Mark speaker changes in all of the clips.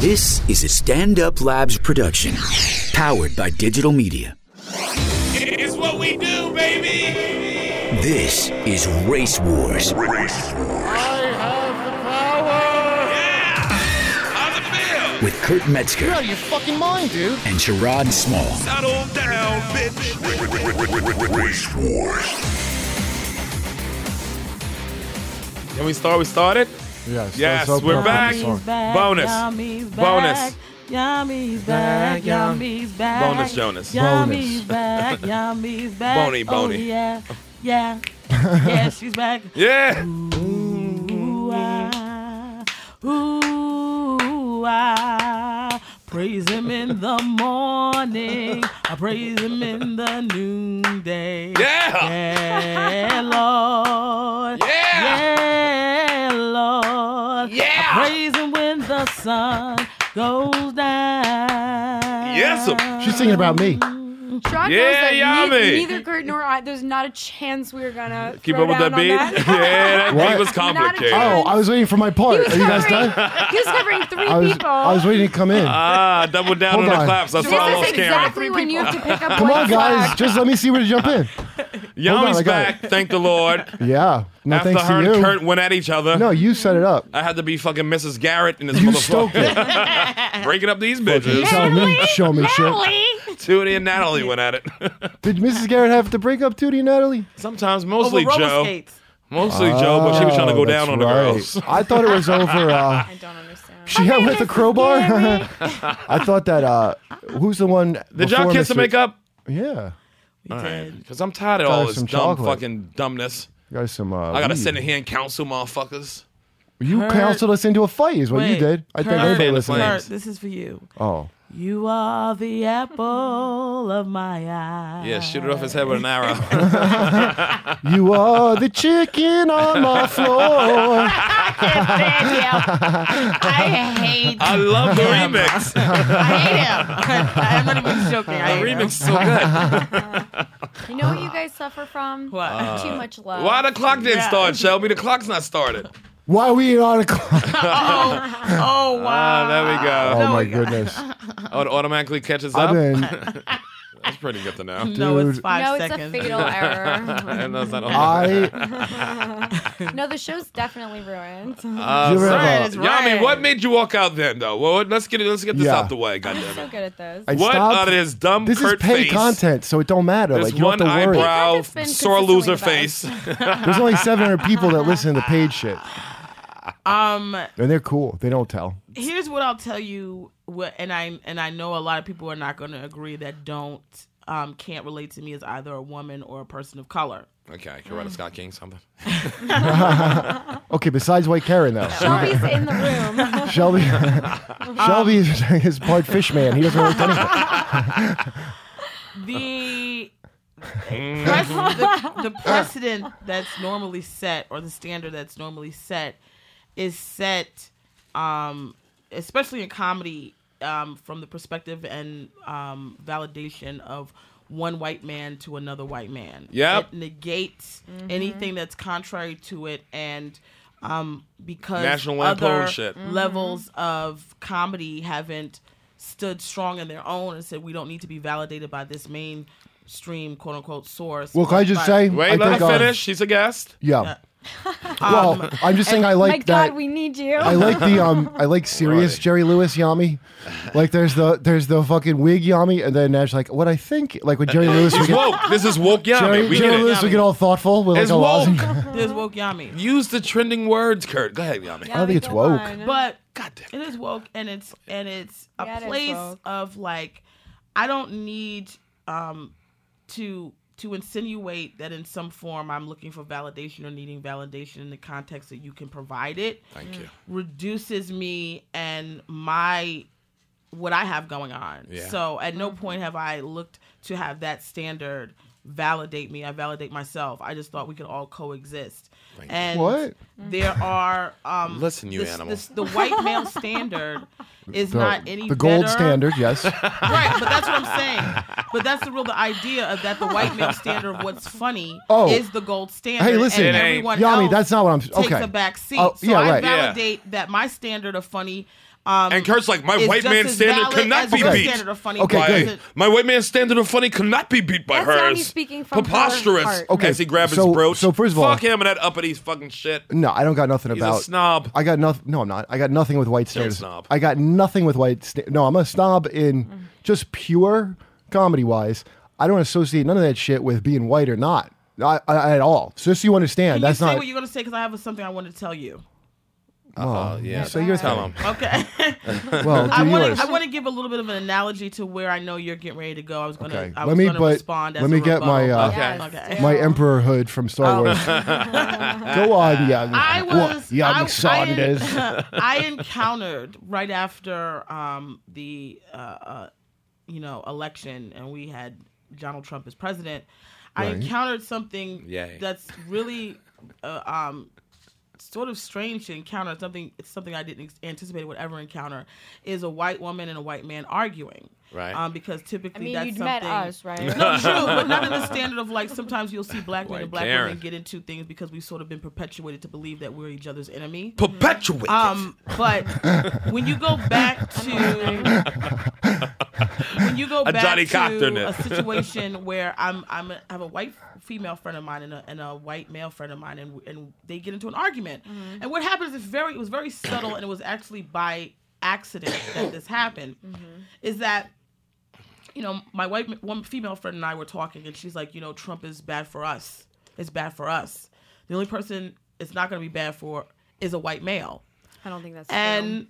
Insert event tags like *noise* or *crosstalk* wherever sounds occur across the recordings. Speaker 1: This is a Stand Up Labs production, powered by digital media.
Speaker 2: It's what we do, baby.
Speaker 1: This is Race Wars. Race Wars.
Speaker 2: Yeah. On the field.
Speaker 1: With Kurt Metzger
Speaker 3: You're out of your fucking mind, dude.
Speaker 1: and Sherrod Small.
Speaker 2: Settle down, bitch.
Speaker 4: Race Wars.
Speaker 5: Can we start? We started?
Speaker 6: Yes,
Speaker 5: Yes,
Speaker 6: that's
Speaker 5: we're
Speaker 6: open
Speaker 5: back.
Speaker 6: up the
Speaker 5: Sorry.
Speaker 6: song.
Speaker 7: Yummy's back.
Speaker 5: Bonus.
Speaker 7: Yummy's
Speaker 5: Bonus.
Speaker 7: back. Yummy's back.
Speaker 6: yum.
Speaker 7: Yummy's back.
Speaker 5: Bonus, Jonas.
Speaker 7: Yummy's back. Yummy's back.
Speaker 5: Bony,
Speaker 7: Oh,
Speaker 5: bony.
Speaker 7: yeah. Yeah. yeah, she's back.
Speaker 5: Yeah.
Speaker 7: Ooh, ah, ooh, ah. Praise him in the morning. I praise him in the noonday.
Speaker 5: Yeah.
Speaker 7: Yeah, Lord. Yeah, Lord.
Speaker 5: Yeah.
Speaker 7: I praise him when the sun goes down.
Speaker 5: Yes, sir.
Speaker 6: She's singing about me.
Speaker 8: Sean
Speaker 5: Yeah,
Speaker 8: knows that ne-
Speaker 5: yummy.
Speaker 8: neither Kurt nor I, there's not a chance we are gonna
Speaker 5: Keep
Speaker 8: throw
Speaker 5: up with
Speaker 8: down
Speaker 5: that beat.
Speaker 8: on
Speaker 5: *laughs*
Speaker 8: that.
Speaker 5: yeah, that beat
Speaker 6: What?
Speaker 5: was
Speaker 8: Not a
Speaker 5: complicated.
Speaker 8: chance.
Speaker 6: Oh, I was waiting for my
Speaker 8: He
Speaker 6: part.
Speaker 8: was
Speaker 6: Are you guys
Speaker 8: covering,
Speaker 6: done?
Speaker 8: he was covering three
Speaker 6: I was,
Speaker 8: people.
Speaker 6: I was waiting to come in.
Speaker 5: Ah, double down
Speaker 6: Hold
Speaker 5: on the
Speaker 6: on.
Speaker 5: claps. That's
Speaker 8: this
Speaker 5: why I
Speaker 8: is
Speaker 5: lost Karen.
Speaker 8: exactly when you have to pick up
Speaker 6: Come on,
Speaker 8: white
Speaker 6: guys.
Speaker 8: flag.
Speaker 6: Just let me see where to jump in.
Speaker 5: Yami's
Speaker 6: I got
Speaker 5: back. Thank the Lord.
Speaker 6: Yeah. No,
Speaker 5: After
Speaker 6: thanks
Speaker 5: her
Speaker 6: to
Speaker 5: and
Speaker 6: you.
Speaker 5: Kurt went at each other,
Speaker 6: No, you set it up.
Speaker 5: I had to be fucking Mrs. Garrett in this
Speaker 6: You stoked
Speaker 5: motherfucker. *laughs*
Speaker 6: it.
Speaker 5: Breaking up these bitches.
Speaker 6: Show me, show me shit.
Speaker 5: Tootie and Natalie went at it. *laughs*
Speaker 6: Did Mrs. Garrett have to break up Tootie and Natalie?
Speaker 5: Sometimes,
Speaker 7: Over
Speaker 5: mostly
Speaker 7: roller
Speaker 5: Joe.
Speaker 7: skates.
Speaker 5: Mostly Joe, but she was trying to go
Speaker 6: Oh,
Speaker 5: down
Speaker 6: that's
Speaker 5: on the
Speaker 6: right.
Speaker 5: girls.
Speaker 6: I thought it was over. Uh,
Speaker 8: I don't understand.
Speaker 6: she had with a crowbar. *laughs* I thought that. Uh, who's the one?
Speaker 5: Did y'all
Speaker 6: before
Speaker 5: kiss to
Speaker 6: Mr.
Speaker 5: make up?
Speaker 6: Yeah.
Speaker 7: We did.
Speaker 5: Because I'm tired of
Speaker 6: Got
Speaker 5: all
Speaker 6: her
Speaker 5: this
Speaker 6: some
Speaker 5: dumb
Speaker 6: chocolate.
Speaker 5: fucking dumbness.
Speaker 6: You guys, some. Uh,
Speaker 5: I gotta
Speaker 6: weed.
Speaker 5: sit in here and counsel motherfuckers.
Speaker 6: You
Speaker 7: Kurt-
Speaker 6: counseled us into a fight, is what you
Speaker 7: Wait,
Speaker 6: did. I think
Speaker 7: Kurt,
Speaker 6: everybody
Speaker 5: Fan the
Speaker 6: listening.
Speaker 5: flames.
Speaker 7: Kurt, this is for you.
Speaker 6: Oh.
Speaker 7: You are the apple of my eye.
Speaker 5: Yeah, shoot it off his head with an *laughs* arrow.
Speaker 6: You are the chicken on my floor.
Speaker 7: I hate
Speaker 5: *laughs* I love the remix.
Speaker 7: I hate him. I'm not even joking. I
Speaker 5: The
Speaker 7: hate
Speaker 5: remix
Speaker 7: him.
Speaker 5: is so good. *laughs*
Speaker 8: You know what you guys suffer from?
Speaker 7: What?
Speaker 5: Uh,
Speaker 8: Too much love.
Speaker 5: Why the clock didn't
Speaker 7: Yeah.
Speaker 5: start, Shelby? The clock's not started.
Speaker 6: Why are we on a clock?
Speaker 7: oh wow.
Speaker 5: Ah, there we go.
Speaker 6: Oh my
Speaker 8: *laughs*
Speaker 6: goodness.
Speaker 5: Oh, it automatically catches
Speaker 6: I've
Speaker 5: up.
Speaker 6: been
Speaker 5: That's pretty good to know.
Speaker 7: no, it's
Speaker 6: Dude.
Speaker 7: five
Speaker 8: no, it's
Speaker 7: seconds. *laughs*
Speaker 8: a fatal error.
Speaker 5: And that's not all.
Speaker 6: *laughs* I
Speaker 8: no, the show's definitely ruined.
Speaker 5: Uh,
Speaker 6: you ever
Speaker 5: so-
Speaker 6: have a-
Speaker 7: It's
Speaker 5: Yami,
Speaker 7: right.
Speaker 5: what made you walk out then, though? Well, let's get it. Let's get this
Speaker 6: Yeah.
Speaker 5: out the way.
Speaker 8: I'm so
Speaker 5: Goddamn
Speaker 8: good at this.
Speaker 6: I
Speaker 5: it! *laughs* What
Speaker 6: stopped-
Speaker 5: out of his dumb
Speaker 6: This is
Speaker 5: Kurt
Speaker 6: paid
Speaker 5: face?
Speaker 6: content, so it don't matter.
Speaker 5: This
Speaker 6: like you
Speaker 5: one
Speaker 6: don't have to worry.
Speaker 5: eyebrow
Speaker 8: It's been
Speaker 5: sore
Speaker 8: consistently
Speaker 5: loser
Speaker 8: the
Speaker 5: face.
Speaker 8: best.
Speaker 6: There's only 700 people that listen to paid
Speaker 8: *laughs*
Speaker 6: shit,
Speaker 7: Um,
Speaker 6: and they're cool. They don't tell.
Speaker 7: here's what I'll tell you. What and I and I know a lot of people are not going to agree that don't um can't relate to me as either a woman or a person of color.
Speaker 5: okay, Coretta Scott King something.
Speaker 6: Okay, besides White Karen though,
Speaker 8: Shelby's in the room.
Speaker 6: Shelby,
Speaker 8: *laughs* Um,
Speaker 6: Shelby is *laughs* part fish man. He doesn't relate to anything.
Speaker 7: The
Speaker 5: Mm.
Speaker 7: pres- the, the precedent that's normally set or the standard that's normally set is set um especially in comedy um from the perspective and um validation of one white man to another white man
Speaker 5: Yep.
Speaker 7: it negates anything that's contrary to it and um because
Speaker 5: National Lampoon
Speaker 7: other
Speaker 5: shit. Mhm.
Speaker 7: levels
Speaker 8: Mm-hmm.
Speaker 7: of comedy haven't stood strong in their own and said we don't need to be validated by this mainstream quote unquote source
Speaker 6: Well, can I just
Speaker 7: But-
Speaker 6: say?
Speaker 5: Wait,
Speaker 6: I
Speaker 5: let
Speaker 6: think, uh,
Speaker 5: her finish. She's a guest.
Speaker 6: yeah.
Speaker 8: *laughs*
Speaker 6: Well, I'm just saying I
Speaker 8: Uh, um, My
Speaker 6: like that.
Speaker 8: God, we need you.
Speaker 6: I like
Speaker 5: *laughs*
Speaker 6: the um, I like serious
Speaker 5: Right.
Speaker 6: Jerry Lewis Yami. Like there's the there's the fucking wig Yami, and then Nash like what I think like with Jerry Lewis we
Speaker 5: She's
Speaker 6: get
Speaker 5: woke. This is woke Yami.
Speaker 6: Jerry,
Speaker 5: we
Speaker 6: Jerry
Speaker 5: get
Speaker 6: Lewis
Speaker 5: it.
Speaker 6: we get all thoughtful with like
Speaker 5: It's
Speaker 6: a lozenge.
Speaker 5: woke.
Speaker 7: there's woke
Speaker 5: *laughs*
Speaker 7: yami
Speaker 5: Use the trending words, Kurt. Go ahead, Yami.
Speaker 8: Yeah,
Speaker 6: I don't
Speaker 8: we
Speaker 6: think it's
Speaker 8: go
Speaker 6: woke.
Speaker 8: on.
Speaker 7: but
Speaker 5: God damn.
Speaker 7: it is woke and it's and it's a
Speaker 8: Yeah, it is
Speaker 7: place
Speaker 8: woke.
Speaker 7: of like i don't need um to to insinuate that in some form i'm looking for validation or needing validation in the context that you can provide it
Speaker 5: Thank you.
Speaker 7: reduces me and my what I have going on.
Speaker 5: Yeah.
Speaker 7: So at
Speaker 6: Mm-hmm.
Speaker 7: no point have I looked to have that standard validate me. I validate myself. I just thought we could all coexist. and
Speaker 6: What? Mm-hmm.
Speaker 7: there are um
Speaker 5: Listen, you
Speaker 7: this-
Speaker 5: animal.
Speaker 7: this- the white
Speaker 5: *laughs*
Speaker 7: male standard is
Speaker 6: The,
Speaker 7: not any
Speaker 6: the gold
Speaker 7: better-
Speaker 6: standard, yes.
Speaker 7: *laughs* Right, but that's what
Speaker 5: *laughs*
Speaker 7: I'm saying. But that's the real the idea of that the white male standard of what's funny
Speaker 6: Oh.
Speaker 7: is the gold standard.
Speaker 6: listen.
Speaker 5: It
Speaker 7: and
Speaker 5: ain't.
Speaker 7: everyone
Speaker 6: Yami,
Speaker 7: else
Speaker 6: that's not what I'm.
Speaker 7: takes
Speaker 6: okay.
Speaker 7: a back seat.
Speaker 6: Oh,
Speaker 7: so
Speaker 6: yeah,
Speaker 7: I
Speaker 6: right.
Speaker 5: Yeah.
Speaker 7: validate that my standard of funny Um,
Speaker 5: And Kurt's like, my
Speaker 7: is
Speaker 5: white
Speaker 7: just
Speaker 5: man
Speaker 7: as
Speaker 5: standard
Speaker 7: valid
Speaker 5: cannot
Speaker 7: as
Speaker 5: be
Speaker 7: your
Speaker 5: beat.
Speaker 7: standard of funny
Speaker 6: Okay,
Speaker 7: but
Speaker 6: good.
Speaker 7: doesn't-
Speaker 5: My white man standard of funny cannot be beat by
Speaker 8: That's
Speaker 5: hers.
Speaker 8: Yanni speaking from her
Speaker 5: Preposterous.
Speaker 8: heart.
Speaker 6: Okay,
Speaker 5: As he grabbed
Speaker 6: so-
Speaker 5: his brooch.
Speaker 6: so first of all-
Speaker 5: fuck him and that uppity fucking shit.
Speaker 6: No, I don't got nothing
Speaker 5: He's a
Speaker 6: about
Speaker 5: snob.
Speaker 6: I got nothing. No, I'm not. I got nothing with white
Speaker 5: You're a
Speaker 6: standards.
Speaker 5: snob.
Speaker 6: I got nothing with white. Sta- no, I'm a snob
Speaker 7: Mm-hmm.
Speaker 6: in just pure comedy wise. I don't associate none of that shit with being white or not I, I, at all. So just so you understand,
Speaker 7: Can
Speaker 6: that's
Speaker 7: you say
Speaker 6: not.
Speaker 7: what you're gonna say because I have something I want to tell you.
Speaker 5: Oh, yeah.
Speaker 6: so you're
Speaker 5: Tell him.
Speaker 7: Okay.
Speaker 6: well, do
Speaker 7: *laughs* I want
Speaker 6: yours.
Speaker 7: to. I want to give a little bit of an analogy to where I know you're getting ready to go. I was gonna.
Speaker 6: Okay.
Speaker 7: I
Speaker 6: Let
Speaker 7: was
Speaker 6: me-
Speaker 7: gonna
Speaker 6: but
Speaker 7: respond. As
Speaker 6: let me
Speaker 7: a
Speaker 6: get
Speaker 7: rebuttal.
Speaker 6: my, uh,
Speaker 8: Yes.
Speaker 7: Okay.
Speaker 6: My emperor hood from Star Wars.
Speaker 7: *laughs*
Speaker 6: Go on, young.
Speaker 7: I Oh. was.
Speaker 6: What, young
Speaker 7: I,
Speaker 6: Saunders.
Speaker 7: I, *laughs* I encountered right after um, the uh, uh, you know election, and we had Donald Trump as president. I
Speaker 6: Right.
Speaker 7: encountered something
Speaker 5: Yay.
Speaker 7: that's really uh, um, sort of strange to encounter. Something it's something I didn't anticipate would ever encounter is a white woman and a white man arguing.
Speaker 5: Right.
Speaker 7: Um, because
Speaker 8: I
Speaker 7: typically
Speaker 8: mean,
Speaker 7: that's
Speaker 8: you'd met
Speaker 7: something.
Speaker 8: us, right?
Speaker 7: *laughs* No, true, but not
Speaker 5: *laughs*
Speaker 7: in the standard of like sometimes you'll see black men
Speaker 5: Like
Speaker 7: and black
Speaker 5: Karen.
Speaker 7: women get into things because we've sort of been perpetuated to believe that we're each other's enemy.
Speaker 5: Perpetuate. *laughs*
Speaker 7: Um, but when you go back to when you go
Speaker 5: A
Speaker 7: back
Speaker 5: Johnny Cochran
Speaker 7: to
Speaker 5: it.
Speaker 7: a situation where I'm I'm a, I have a white female friend of mine and a, and a white male friend of mine and and they get into an argument and what happens is very it was very subtle and it was actually by accident that this happened is that you know, my white m- one female friend and I were talking, and she's like, you know, Trump is bad for us. It's bad for us. The only person it's not going to be bad for is a white male.
Speaker 8: I don't think that's
Speaker 7: And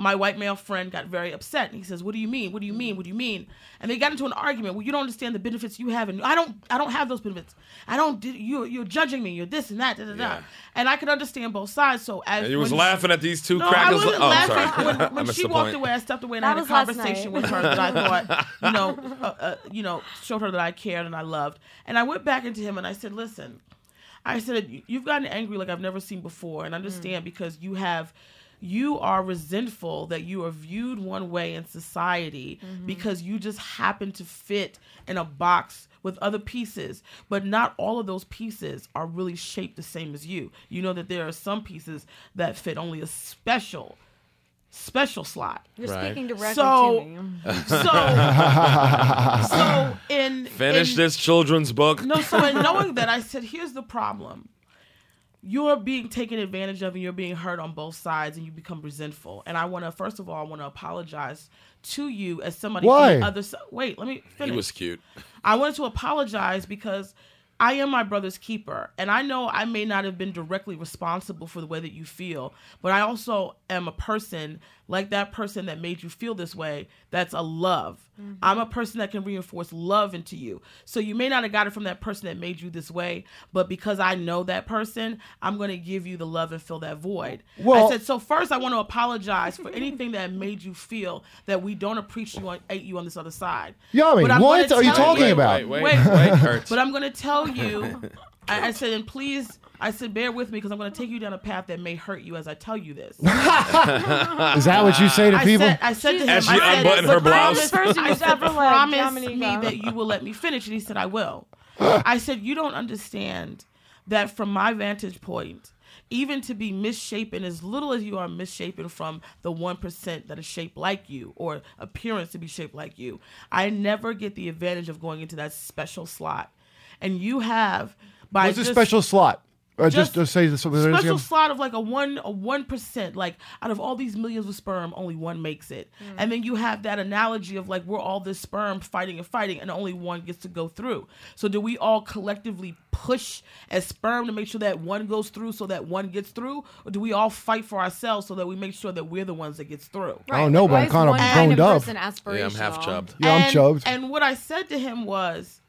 Speaker 7: my white male friend got very upset. And he says, "What do you mean? What do you mean? What do you mean?" And they got into an argument. Well, you don't understand the benefits you have, and I don't. I don't have those benefits. I don't. You you're judging me. You're this and that. Da, da,
Speaker 5: Yeah.
Speaker 7: da. And I could understand both sides. So as
Speaker 5: and you was
Speaker 7: when-
Speaker 5: laughing at these two
Speaker 7: no, I
Speaker 5: crackers.
Speaker 7: wasn't
Speaker 5: oh, I'm
Speaker 7: laughing.
Speaker 5: sorry. *laughs*
Speaker 7: When,
Speaker 5: I
Speaker 7: when
Speaker 5: missed
Speaker 7: she
Speaker 5: the
Speaker 7: walked
Speaker 5: point.
Speaker 7: away, I stepped away and
Speaker 8: That
Speaker 7: had a
Speaker 8: was last
Speaker 7: conversation
Speaker 8: night.
Speaker 7: with her that I thought, you
Speaker 8: *laughs*
Speaker 7: know, uh, uh, you know, showed her that I cared and I loved. And I went back into him and I said, "Listen, I said "You- you've gotten angry like I've never seen before, and
Speaker 8: Mm.
Speaker 7: understand because you have." You are resentful that you are viewed one way in society
Speaker 8: Mm-hmm.
Speaker 7: because you just happen to fit in a box with other pieces, but not all of those pieces are really shaped the same as you. You know that there are some pieces that fit only a special special slot.
Speaker 8: You're
Speaker 5: Right.
Speaker 8: speaking directly
Speaker 7: So-
Speaker 8: to me.
Speaker 7: So, so in
Speaker 5: Finish
Speaker 7: in-
Speaker 5: this children's book.
Speaker 7: No, so in knowing that, I said, here's the problem. You're being taken advantage of, and you're being hurt on both sides, and you become resentful. And I want to, first of all, I want to apologize to you as somebody
Speaker 6: Why?
Speaker 7: from the other side. Wait, let me
Speaker 5: He
Speaker 7: finish.
Speaker 5: was cute.
Speaker 7: I wanted to apologize because I am my brother's keeper. And I know I may not have been directly responsible for the way that you feel, but I also am a person like that person that made you feel this way. That's a love. I'm a person that can reinforce love into you. So you may not have got it from that person that made you this way, but because I know that person, I'm going to give you the love and fill that void.
Speaker 6: Well-
Speaker 7: I said, so first, I want to apologize for anything that made you feel that we don't appreciate you on, you on this other side.
Speaker 6: Yummy.
Speaker 7: But I'm
Speaker 6: What
Speaker 7: gonna
Speaker 6: are you
Speaker 7: tell
Speaker 6: talking
Speaker 5: wait,
Speaker 6: about?
Speaker 5: Wait, wait,
Speaker 7: Wait.
Speaker 5: wait, wait Kurt.
Speaker 7: *laughs* But I'm going to
Speaker 5: *laughs*
Speaker 7: tell you, I, I said, and please, I said, bear with me because I'm going to take you down a path that may hurt you as I tell you this.
Speaker 6: Is that what you say to
Speaker 7: I
Speaker 6: people?
Speaker 7: said, I said to him,
Speaker 8: As
Speaker 5: she
Speaker 7: I said,
Speaker 5: unbuttoned her
Speaker 7: "But
Speaker 5: blouse.
Speaker 7: promise-
Speaker 8: First person
Speaker 7: I
Speaker 8: who's
Speaker 7: said,
Speaker 8: ever let
Speaker 7: promise
Speaker 8: Dominique
Speaker 7: me
Speaker 8: go."
Speaker 7: that you will let me finish. And he said, I will.
Speaker 6: *laughs*
Speaker 7: I said, you don't understand that from my vantage point, even to be misshapen, as little as you are misshapen from the 1% that is shaped like you or appearance to be shaped like you, I never get the advantage of going into that special slot. And you have, by
Speaker 6: What's a
Speaker 7: just-
Speaker 6: special slot? Or just,
Speaker 7: just
Speaker 6: just say this. what is it
Speaker 7: special
Speaker 6: again?
Speaker 7: slot of like a one a one percent like out of all these millions of sperm only one makes it and then you have that analogy of like we're all this sperm fighting and fighting and only one gets to go through so do we all collectively push as sperm to make sure that one goes through so that one gets through or do we all fight for ourselves so that we make sure that we're the ones that gets through
Speaker 6: I don't know, but
Speaker 8: Why
Speaker 6: I'm
Speaker 8: is
Speaker 6: kinda
Speaker 8: one kind
Speaker 6: boned up.
Speaker 8: person
Speaker 5: Yeah, I'm half
Speaker 8: aspirational?
Speaker 5: chubbed.
Speaker 6: Yeah, I'm
Speaker 7: and,
Speaker 6: chubbed.
Speaker 7: And what I said to him was,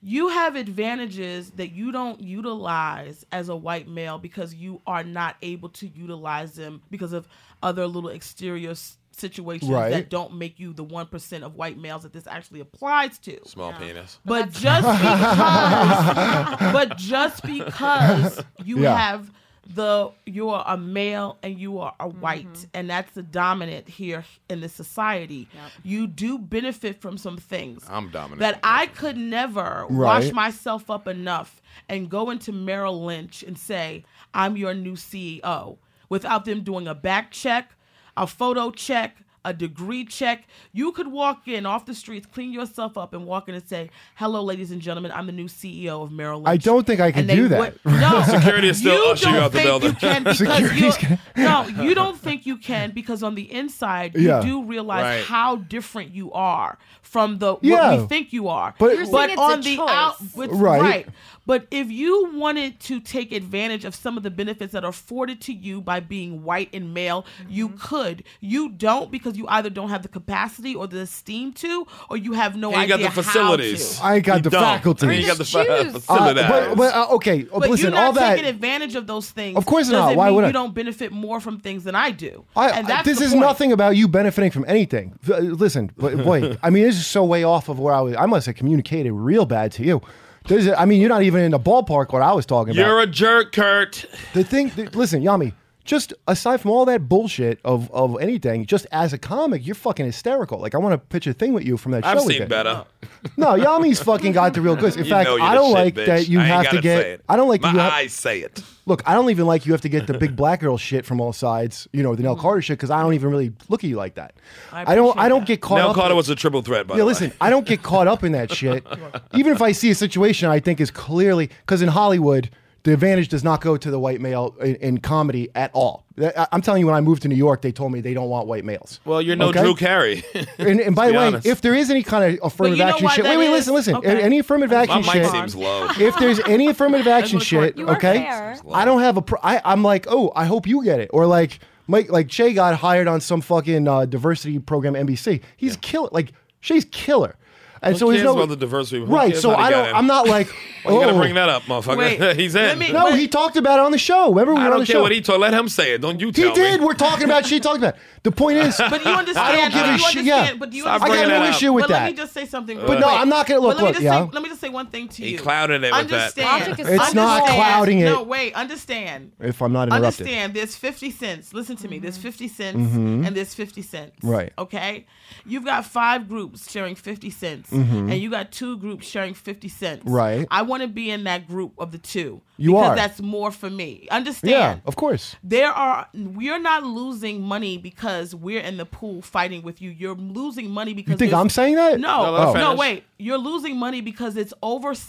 Speaker 7: you have advantages that you don't utilize as a white male because you are not able to utilize them because of other little exterior s- situations
Speaker 6: Right.
Speaker 7: that don't make you the 1% of white males that this actually applies to.
Speaker 5: Small penis.
Speaker 7: But just because, *laughs* but just because you
Speaker 6: Yeah.
Speaker 7: have the you are a male and you are a white, and that's the dominant here in this society. You do benefit from some things
Speaker 5: I'm dominant.
Speaker 7: that I could never wash
Speaker 6: Right.
Speaker 7: myself up enough and go into Merrill E Lynch and say I'm your new CEO without them doing a back check. a photo check, a degree check. You could walk in off the streets, clean yourself up, and walk in and say, "Hello, ladies and gentlemen, I'm the new CEO of Merrill Lynch."
Speaker 6: I don't think I can
Speaker 7: And they
Speaker 6: do that. *laughs*
Speaker 7: would- no,
Speaker 5: *laughs* Security is still
Speaker 7: you
Speaker 5: usher you
Speaker 7: don't
Speaker 5: out the
Speaker 7: think
Speaker 5: building.
Speaker 7: You can because
Speaker 6: Security's
Speaker 7: you *laughs* no, you don't think you can because on the inside you
Speaker 6: Yeah.
Speaker 7: do realize
Speaker 5: Right.
Speaker 7: how different you are from the
Speaker 6: Yeah.
Speaker 7: what we think you are.
Speaker 6: But- You're saying
Speaker 7: but
Speaker 8: it's a
Speaker 7: on the
Speaker 8: choice.
Speaker 7: out, it's
Speaker 6: Right.
Speaker 7: right. But if you wanted to take advantage of some of the benefits that are afforded to you by being white and male, you could. You don't because you either don't have the capacity or the esteem to, or you have no
Speaker 5: And you
Speaker 7: idea
Speaker 5: got the
Speaker 7: how to.
Speaker 5: facilities.
Speaker 6: I ain't got the
Speaker 5: don't.
Speaker 6: faculties.
Speaker 5: And You got the fa-
Speaker 8: Just choose.
Speaker 6: Uh,
Speaker 5: facilities.
Speaker 6: but, but, uh, okay,
Speaker 7: But
Speaker 6: listen,
Speaker 7: you're not
Speaker 6: all that.
Speaker 7: taking advantage of those things.
Speaker 6: Of course
Speaker 7: doesn't
Speaker 6: not. Why
Speaker 7: mean
Speaker 6: would I-
Speaker 7: You don't benefit more from things than I do.
Speaker 6: I,
Speaker 7: and
Speaker 6: I-
Speaker 7: that's
Speaker 6: this
Speaker 7: the
Speaker 6: is
Speaker 7: point.
Speaker 6: nothing about you benefiting from anything. Uh, Listen,
Speaker 7: *laughs*
Speaker 6: but wait, I mean, this is so way off of where I was. I must have communicated real bad to you. There's, a- I mean, you're not even in the ballpark what I was talking about.
Speaker 5: You're a jerk, Kurt.
Speaker 6: the thing, th- listen, Yami. Just aside from all that bullshit of, of anything, just as a comic, you're fucking hysterical. Like I want to pitch a thing with you from that show.
Speaker 5: I've
Speaker 6: we
Speaker 5: seen
Speaker 6: did.
Speaker 5: better.
Speaker 6: No, Yami's fucking got the real goods. In
Speaker 5: You
Speaker 6: fact,
Speaker 5: know you're
Speaker 6: I
Speaker 5: the
Speaker 6: don't
Speaker 5: shit,
Speaker 6: like
Speaker 5: bitch.
Speaker 6: that you
Speaker 5: I ain't
Speaker 6: have to
Speaker 5: gotta
Speaker 6: get.
Speaker 5: say it.
Speaker 6: I don't like
Speaker 5: My
Speaker 6: you. Have,
Speaker 5: eyes say it.
Speaker 6: Look, I don't even like you have to get the big black girl shit from all sides. You know, the Nell Carter shit because I don't even really look at you like that. I, don't. I
Speaker 7: Hmm. appreciate
Speaker 6: don't
Speaker 7: that.
Speaker 6: get caught
Speaker 5: Now
Speaker 6: up.
Speaker 5: Carter was a triple threat, by
Speaker 6: yeah,
Speaker 5: the way.
Speaker 6: listen, I don't get caught up in
Speaker 5: *laughs*
Speaker 6: that shit. Even if I see a situation I think is clearly because in Hollywood. The advantage does not go to the white male in, in comedy at all. That- I- I'm telling you, when I moved to New York, they told me they don't want white males.
Speaker 5: Well, you're no
Speaker 6: Okay?
Speaker 5: Drew Carey. *laughs*
Speaker 6: And, and by
Speaker 5: Let's
Speaker 6: the
Speaker 5: be
Speaker 6: way,
Speaker 5: honest.
Speaker 6: if there is any kind of affirmative
Speaker 7: you know
Speaker 6: action
Speaker 7: why
Speaker 6: shit,
Speaker 7: that
Speaker 6: wait, wait,
Speaker 7: is?
Speaker 6: listen, listen.
Speaker 7: Okay.
Speaker 6: A- Any affirmative
Speaker 5: My
Speaker 6: action
Speaker 5: mic
Speaker 6: shit,
Speaker 5: seems low.
Speaker 6: if there's
Speaker 5: *laughs*
Speaker 6: any affirmative action shit,
Speaker 8: You are
Speaker 6: okay,
Speaker 8: fair.
Speaker 6: I don't have a. Pro- I, I'm like, oh, I hope you get it, or like, Mike, like Shay got hired on some fucking uh, diversity program NBC. He's killer. Like Shay's killer, and so he's
Speaker 5: cares
Speaker 6: no
Speaker 5: about the diversity? Who
Speaker 6: right?
Speaker 5: cares
Speaker 6: So
Speaker 5: how they
Speaker 6: I
Speaker 5: got
Speaker 6: don't.
Speaker 5: in?
Speaker 6: I'm not
Speaker 5: *laughs*
Speaker 6: like.
Speaker 5: You gotta
Speaker 6: oh.
Speaker 5: bring that up, motherfucker.
Speaker 7: Wait,
Speaker 5: He's
Speaker 7: let
Speaker 5: in.
Speaker 7: me-
Speaker 6: No,
Speaker 7: But-
Speaker 6: he talked about it on the show. Remember, we
Speaker 5: I
Speaker 6: were on
Speaker 5: don't
Speaker 6: the
Speaker 5: care
Speaker 6: show.
Speaker 5: what he told. Let him say it. Don't you
Speaker 6: He
Speaker 5: tell
Speaker 6: did.
Speaker 5: me.
Speaker 6: We're talking about. She talked about. it.
Speaker 5: *laughs*
Speaker 6: The point is,
Speaker 7: But you
Speaker 6: *laughs*
Speaker 7: understand?
Speaker 6: I don't give a
Speaker 7: you
Speaker 6: shit. Yeah.
Speaker 7: understand- But do you
Speaker 5: Stop
Speaker 7: understand-
Speaker 5: bringing I got no that up.
Speaker 6: issue with
Speaker 7: but
Speaker 6: that.
Speaker 7: Let me just say something. real
Speaker 6: But no,
Speaker 7: quick.
Speaker 6: I'm not gonna- look,
Speaker 7: But let me
Speaker 6: look,
Speaker 7: just
Speaker 6: yeah.
Speaker 7: say- Let me just say one thing to you.
Speaker 5: He clouded it with that.
Speaker 7: Understand.
Speaker 8: Logic is
Speaker 6: It's not
Speaker 8: Understand.
Speaker 6: clouding it.
Speaker 7: No, wait. Understand.
Speaker 6: if I'm not interrupted.
Speaker 7: Understand, there's 50 cents. Listen to me. There's 50 cents and there's 50 cents.
Speaker 6: Mm-hmm. Right.
Speaker 7: Okay? You've got five groups sharing 50 cents and you got two groups sharing 50 cents.
Speaker 6: Mm-hmm. Right.
Speaker 7: I want to be in that group of the two.
Speaker 6: You
Speaker 7: because
Speaker 6: are.
Speaker 7: that's more for me.
Speaker 6: Yeah,
Speaker 7: Understand?
Speaker 6: of course.
Speaker 7: There are we're not losing money because we're in the pool fighting with you. You're losing money because
Speaker 6: You think
Speaker 7: there's-
Speaker 6: I'm saying that? Oh.
Speaker 7: no,
Speaker 5: No, let her
Speaker 7: no,
Speaker 5: finish.
Speaker 7: wait. You're losing money because it's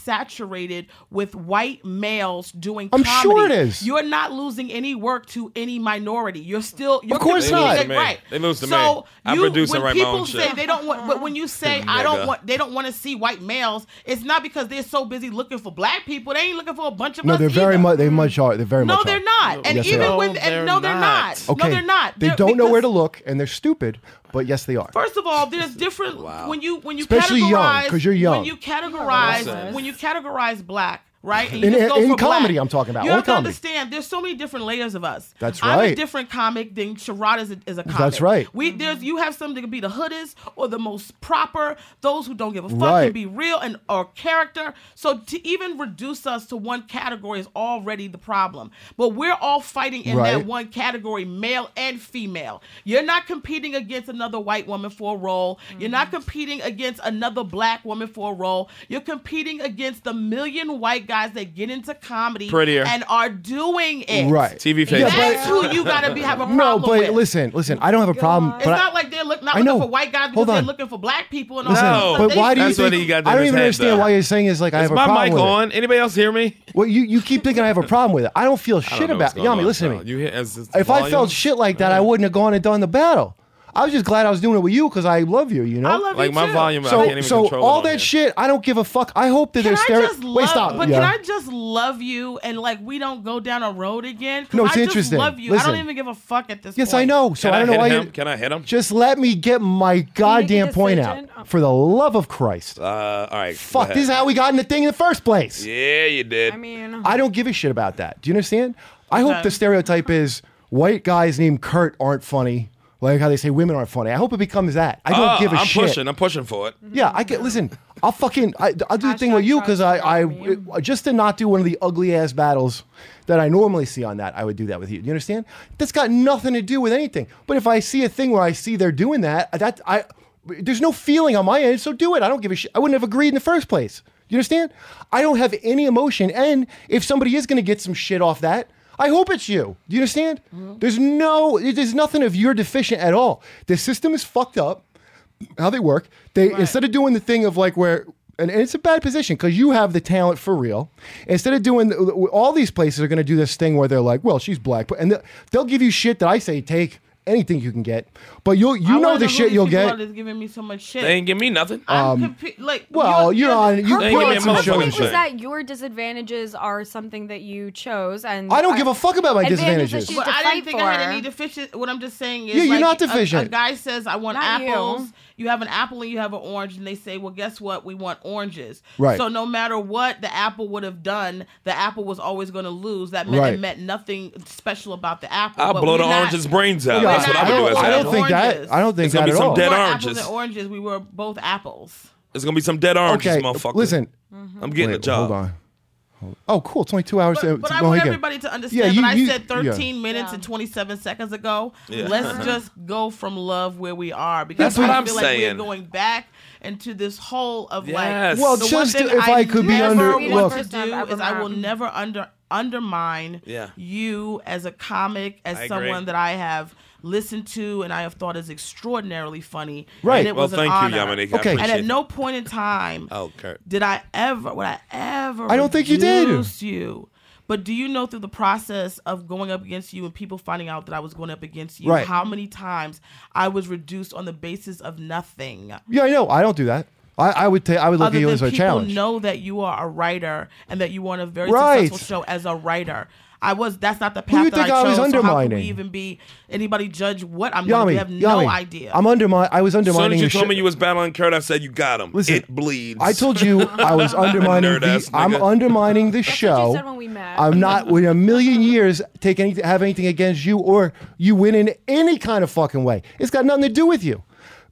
Speaker 7: oversaturated with white males doing.
Speaker 6: I'm
Speaker 7: comedy.
Speaker 6: sure it is.
Speaker 7: You're not losing any work to any minority. You're still. You're
Speaker 6: course
Speaker 7: competing-
Speaker 6: not. They lose to
Speaker 5: me.
Speaker 7: Right.
Speaker 5: They lose to
Speaker 7: so
Speaker 5: me. I'm
Speaker 7: you,
Speaker 5: producing,
Speaker 7: when
Speaker 5: write my
Speaker 7: people
Speaker 5: own
Speaker 7: say
Speaker 5: shit.
Speaker 7: they don't want, but when you say I
Speaker 5: Nigga.
Speaker 7: don't want, they don't want to see white males. It's not because they're so busy looking for black people. They ain't looking for a bunch of
Speaker 6: No,
Speaker 7: us
Speaker 6: they're very
Speaker 7: either.
Speaker 6: much. They much are. They're very much.
Speaker 7: No,
Speaker 6: are.
Speaker 7: they're not. And
Speaker 6: Yes, they
Speaker 7: even
Speaker 6: are.
Speaker 7: when
Speaker 5: No,
Speaker 7: and
Speaker 5: they're
Speaker 7: no, they're
Speaker 5: not.
Speaker 7: not.
Speaker 6: Okay.
Speaker 7: No, they're not.
Speaker 6: They
Speaker 7: They're-
Speaker 6: don't know where
Speaker 7: because-
Speaker 6: to look, and they're stupid. But yes, they are.
Speaker 7: First of all, there's different when you when you
Speaker 6: Especially young,
Speaker 7: categorize
Speaker 6: 'cause you're young.
Speaker 7: When you categorize when you categorize black, right? and you
Speaker 6: In-
Speaker 7: just go
Speaker 6: in
Speaker 7: for
Speaker 6: comedy, I'm talking about,
Speaker 7: You
Speaker 6: only
Speaker 7: have to
Speaker 6: comedy.
Speaker 7: understand. There's so many different layers of us.
Speaker 6: That's
Speaker 7: I'm
Speaker 6: right.
Speaker 7: a different comic than Sherrod is a, is a comic.
Speaker 6: That's right.
Speaker 7: We there's you have some that can be the hoodest or the most proper. Those who don't give a fuck
Speaker 6: Right.
Speaker 7: can be real and or character. So to even reduce us to one category is already the problem. But we're all fighting in
Speaker 6: Right.
Speaker 7: that one category, male and female. You're not competing against another white woman for a role. You're not competing against another black woman for a role. You're competing against the million white guys that get into comedy
Speaker 5: Prettier.
Speaker 7: and are doing it.
Speaker 6: Right.
Speaker 5: TV face.
Speaker 6: Yeah,
Speaker 7: That's
Speaker 6: but-
Speaker 7: who you gotta be have a problem
Speaker 6: *laughs* no, but
Speaker 7: with.
Speaker 6: listen, listen. I don't have a problem.
Speaker 8: on.
Speaker 7: It's
Speaker 6: but I-
Speaker 7: not like they're look, not
Speaker 6: I
Speaker 7: looking
Speaker 6: know.
Speaker 7: for white guys because
Speaker 6: Hold
Speaker 7: they're
Speaker 6: on.
Speaker 7: looking for black people and
Speaker 5: Listen, No.
Speaker 7: all that.
Speaker 6: but why do you
Speaker 5: That's what
Speaker 6: think?
Speaker 5: he got in
Speaker 6: I don't
Speaker 5: his
Speaker 6: even
Speaker 5: head,
Speaker 6: understand
Speaker 5: though.
Speaker 6: why you're saying is like I
Speaker 5: Is
Speaker 6: have a problem
Speaker 5: my mic
Speaker 6: with it.
Speaker 5: on? Anybody else hear me?
Speaker 6: Well, you, you keep thinking I have a problem with it. I don't feel shit
Speaker 5: I don't know
Speaker 6: about
Speaker 5: what's going
Speaker 6: Yami.
Speaker 5: on.
Speaker 6: listen
Speaker 5: No,
Speaker 6: to me.
Speaker 5: You hear, is this the
Speaker 6: if I
Speaker 5: volume?
Speaker 6: felt shit like that, I wouldn't have gone and done the battle. I was just glad I was doing it with you because I love you. You know.
Speaker 7: I love you
Speaker 5: like my
Speaker 7: too.
Speaker 5: volume, I can't
Speaker 6: so,
Speaker 5: even
Speaker 6: so
Speaker 5: control it
Speaker 6: all
Speaker 5: on
Speaker 6: that
Speaker 5: here.
Speaker 6: shit, I don't give a fuck. I hope that
Speaker 7: Can
Speaker 6: they're
Speaker 7: I
Speaker 6: staring.
Speaker 7: just love,
Speaker 6: Wait, stop.
Speaker 7: But
Speaker 6: yeah.
Speaker 7: can I just love you and like we don't go down a road again? 'Cause
Speaker 6: No, it's
Speaker 7: I
Speaker 6: interesting.
Speaker 7: Just love you. I
Speaker 6: Listen.
Speaker 7: don't even give a fuck at this.
Speaker 6: Yes,
Speaker 7: point.
Speaker 6: I know. So
Speaker 5: Can I,
Speaker 6: I don't know
Speaker 5: hit
Speaker 6: why
Speaker 5: him?
Speaker 6: you.
Speaker 5: Can I hit him?
Speaker 6: Just let me get my goddamn point out.
Speaker 8: decision?
Speaker 6: For the love of Christ.
Speaker 5: uh, all right. go
Speaker 6: Fuck,
Speaker 5: ahead.
Speaker 6: this is how we got in the thing in the first place.
Speaker 5: Yeah, you did.
Speaker 8: I mean,
Speaker 6: I don't give a shit about that. Do you understand? I hope the stereotype is white guys named Kurt aren't funny, like how they say women aren't funny. I hope it becomes that. I don't
Speaker 5: Oh,
Speaker 6: give a
Speaker 5: I'm
Speaker 6: shit.
Speaker 5: pushing. I'm pushing for it.
Speaker 6: Yeah, I get. Listen, I'll fucking. I, I'll do the thing with you because I, I, uh,
Speaker 8: Hashtag
Speaker 6: just to not do one of the ugly ass battles that I normally see on that. I would do that with you. Do you understand? That's got nothing to do with anything. But if I see a thing where I see they're doing that, uh, that I, there's no feeling on my end. So do it. I don't give a shit. I wouldn't have agreed in the first place. Do you understand? I don't have any emotion, and if somebody is going to get some shit off that. I hope it's you. Do you understand? There's no, there's nothing of you're deficient at all. The system is fucked up. How they work? They instead of doing the thing of like where. And and it's a bad position because you have the talent for real. Instead of doing all these places are going to do this thing where they're like, "Well, she's black," but and they'll- they'll give you shit that I say take anything you can get, but you'll you
Speaker 7: I
Speaker 6: know
Speaker 7: wanna
Speaker 6: the
Speaker 7: who
Speaker 6: shit
Speaker 7: these
Speaker 6: you'll
Speaker 7: people
Speaker 6: get. Um,
Speaker 7: are that's giving me so much shit.
Speaker 5: They ain't give me nothing.
Speaker 7: I'm compu- like,
Speaker 6: Well, you're on. You
Speaker 5: They
Speaker 6: put
Speaker 5: ain't give me a
Speaker 6: on some
Speaker 5: motherfucking
Speaker 6: show.
Speaker 8: point
Speaker 5: shit.
Speaker 8: was that your disadvantages are something that you chose, and
Speaker 6: I don't
Speaker 8: are-
Speaker 6: give a fuck about my
Speaker 8: advantages
Speaker 6: disadvantages.
Speaker 8: that she's
Speaker 7: But
Speaker 8: to
Speaker 7: I
Speaker 8: fight
Speaker 7: didn't think I had
Speaker 8: for.
Speaker 7: any deficient. What I'm just saying is,
Speaker 6: Yeah, you're
Speaker 7: like,
Speaker 6: not
Speaker 7: a- A,
Speaker 6: deficient.
Speaker 7: guy says, "I want
Speaker 8: Not you.
Speaker 7: apples." You. have an apple and you have an orange, and they say, "Well, guess what? We want oranges."
Speaker 6: Right.
Speaker 7: So no matter what the apple would have done, the apple was always going to lose. That meant
Speaker 6: Right.
Speaker 7: it meant nothing special about the apple.
Speaker 5: I'll
Speaker 7: but
Speaker 5: blow
Speaker 7: we're
Speaker 5: the
Speaker 7: not-
Speaker 5: orange's brains out.
Speaker 7: Yeah,
Speaker 5: That's what I would do as
Speaker 6: don't,
Speaker 5: an
Speaker 6: I don't
Speaker 5: apple.
Speaker 6: think
Speaker 7: Oranges.
Speaker 6: that. I don't think
Speaker 5: It's gonna
Speaker 6: that
Speaker 5: be
Speaker 6: at
Speaker 5: some
Speaker 6: all.
Speaker 7: We
Speaker 5: dead
Speaker 7: weren't
Speaker 5: oranges.
Speaker 7: apples and oranges. We were both apples.
Speaker 5: It's gonna be some dead oranges,
Speaker 6: okay,
Speaker 5: motherfucker.
Speaker 6: listen.
Speaker 5: I'm getting a
Speaker 6: Wait,
Speaker 5: job.
Speaker 6: hold on. Hold- Oh, cool. It's only two hours. uh,
Speaker 7: But, but
Speaker 6: to
Speaker 7: I
Speaker 6: go
Speaker 7: want
Speaker 6: again.
Speaker 7: everybody to understand
Speaker 6: Yeah,
Speaker 7: that
Speaker 6: you-
Speaker 7: I
Speaker 6: you-
Speaker 7: said
Speaker 6: yeah.
Speaker 7: 13 minutes
Speaker 8: Yeah.
Speaker 7: and 27 seconds ago.
Speaker 5: Yeah. *laughs*
Speaker 7: Let's just go from love where we are because
Speaker 5: That's what
Speaker 7: I
Speaker 5: I'm
Speaker 7: feel
Speaker 5: saying.
Speaker 7: like we're going back into this whole of
Speaker 5: Yes.
Speaker 7: like.
Speaker 5: Well,
Speaker 7: the
Speaker 6: just
Speaker 7: one thing
Speaker 6: if I could be
Speaker 7: never
Speaker 6: under-
Speaker 7: want
Speaker 6: look-
Speaker 7: to do
Speaker 8: First
Speaker 7: is I will
Speaker 8: time.
Speaker 7: never under undermine
Speaker 5: Yeah.
Speaker 7: you as a comic, as
Speaker 5: I agree.
Speaker 7: someone that I have listened to and I have thought is extraordinarily funny.
Speaker 6: Right.
Speaker 7: And it
Speaker 5: Well,
Speaker 7: was an
Speaker 5: thank you,
Speaker 7: honor.
Speaker 5: Dominique.
Speaker 6: Okay.
Speaker 5: I
Speaker 6: And
Speaker 7: And
Speaker 5: appreciate
Speaker 7: at no point in time
Speaker 5: Oh, Kurt.
Speaker 7: did I ever, would I ever?
Speaker 6: I don't think you did.
Speaker 7: reduce you. But do you know through the process of going up against you and people finding out that I was going up against you,
Speaker 6: Right.
Speaker 7: how many times I was reduced on the basis of nothing?
Speaker 6: Yeah, I know. I don't do that. I, I would. ta- I would look
Speaker 7: Other
Speaker 6: at you
Speaker 7: than
Speaker 6: as a
Speaker 7: people
Speaker 6: challenge.
Speaker 7: know that you are a writer and that you want a very
Speaker 6: Right.
Speaker 7: successful show as a writer. I was. That's not the path
Speaker 6: do you
Speaker 7: that
Speaker 6: think
Speaker 7: I
Speaker 6: I
Speaker 7: chose.
Speaker 6: was
Speaker 7: So how could we
Speaker 6: undermining?
Speaker 7: even be anybody judge what I'm going
Speaker 6: Yami,
Speaker 7: to have
Speaker 6: Yami,
Speaker 7: no idea.
Speaker 6: I'm undermining. I was
Speaker 5: As soon
Speaker 6: undermining
Speaker 5: as you
Speaker 6: your
Speaker 5: told
Speaker 6: shit.
Speaker 5: me you was battling Kurt, I said you got him.
Speaker 6: Listen,
Speaker 5: it bleeds.
Speaker 6: I told you I was undermining.
Speaker 5: *laughs* Nerd
Speaker 6: the,
Speaker 5: ass
Speaker 6: I'm
Speaker 5: nigga.
Speaker 6: undermining the
Speaker 8: That's what you
Speaker 6: show.
Speaker 8: said when we met.
Speaker 6: I'm not in a million years take any, have anything against you or you win in any kind of fucking way. It's got nothing to do with you.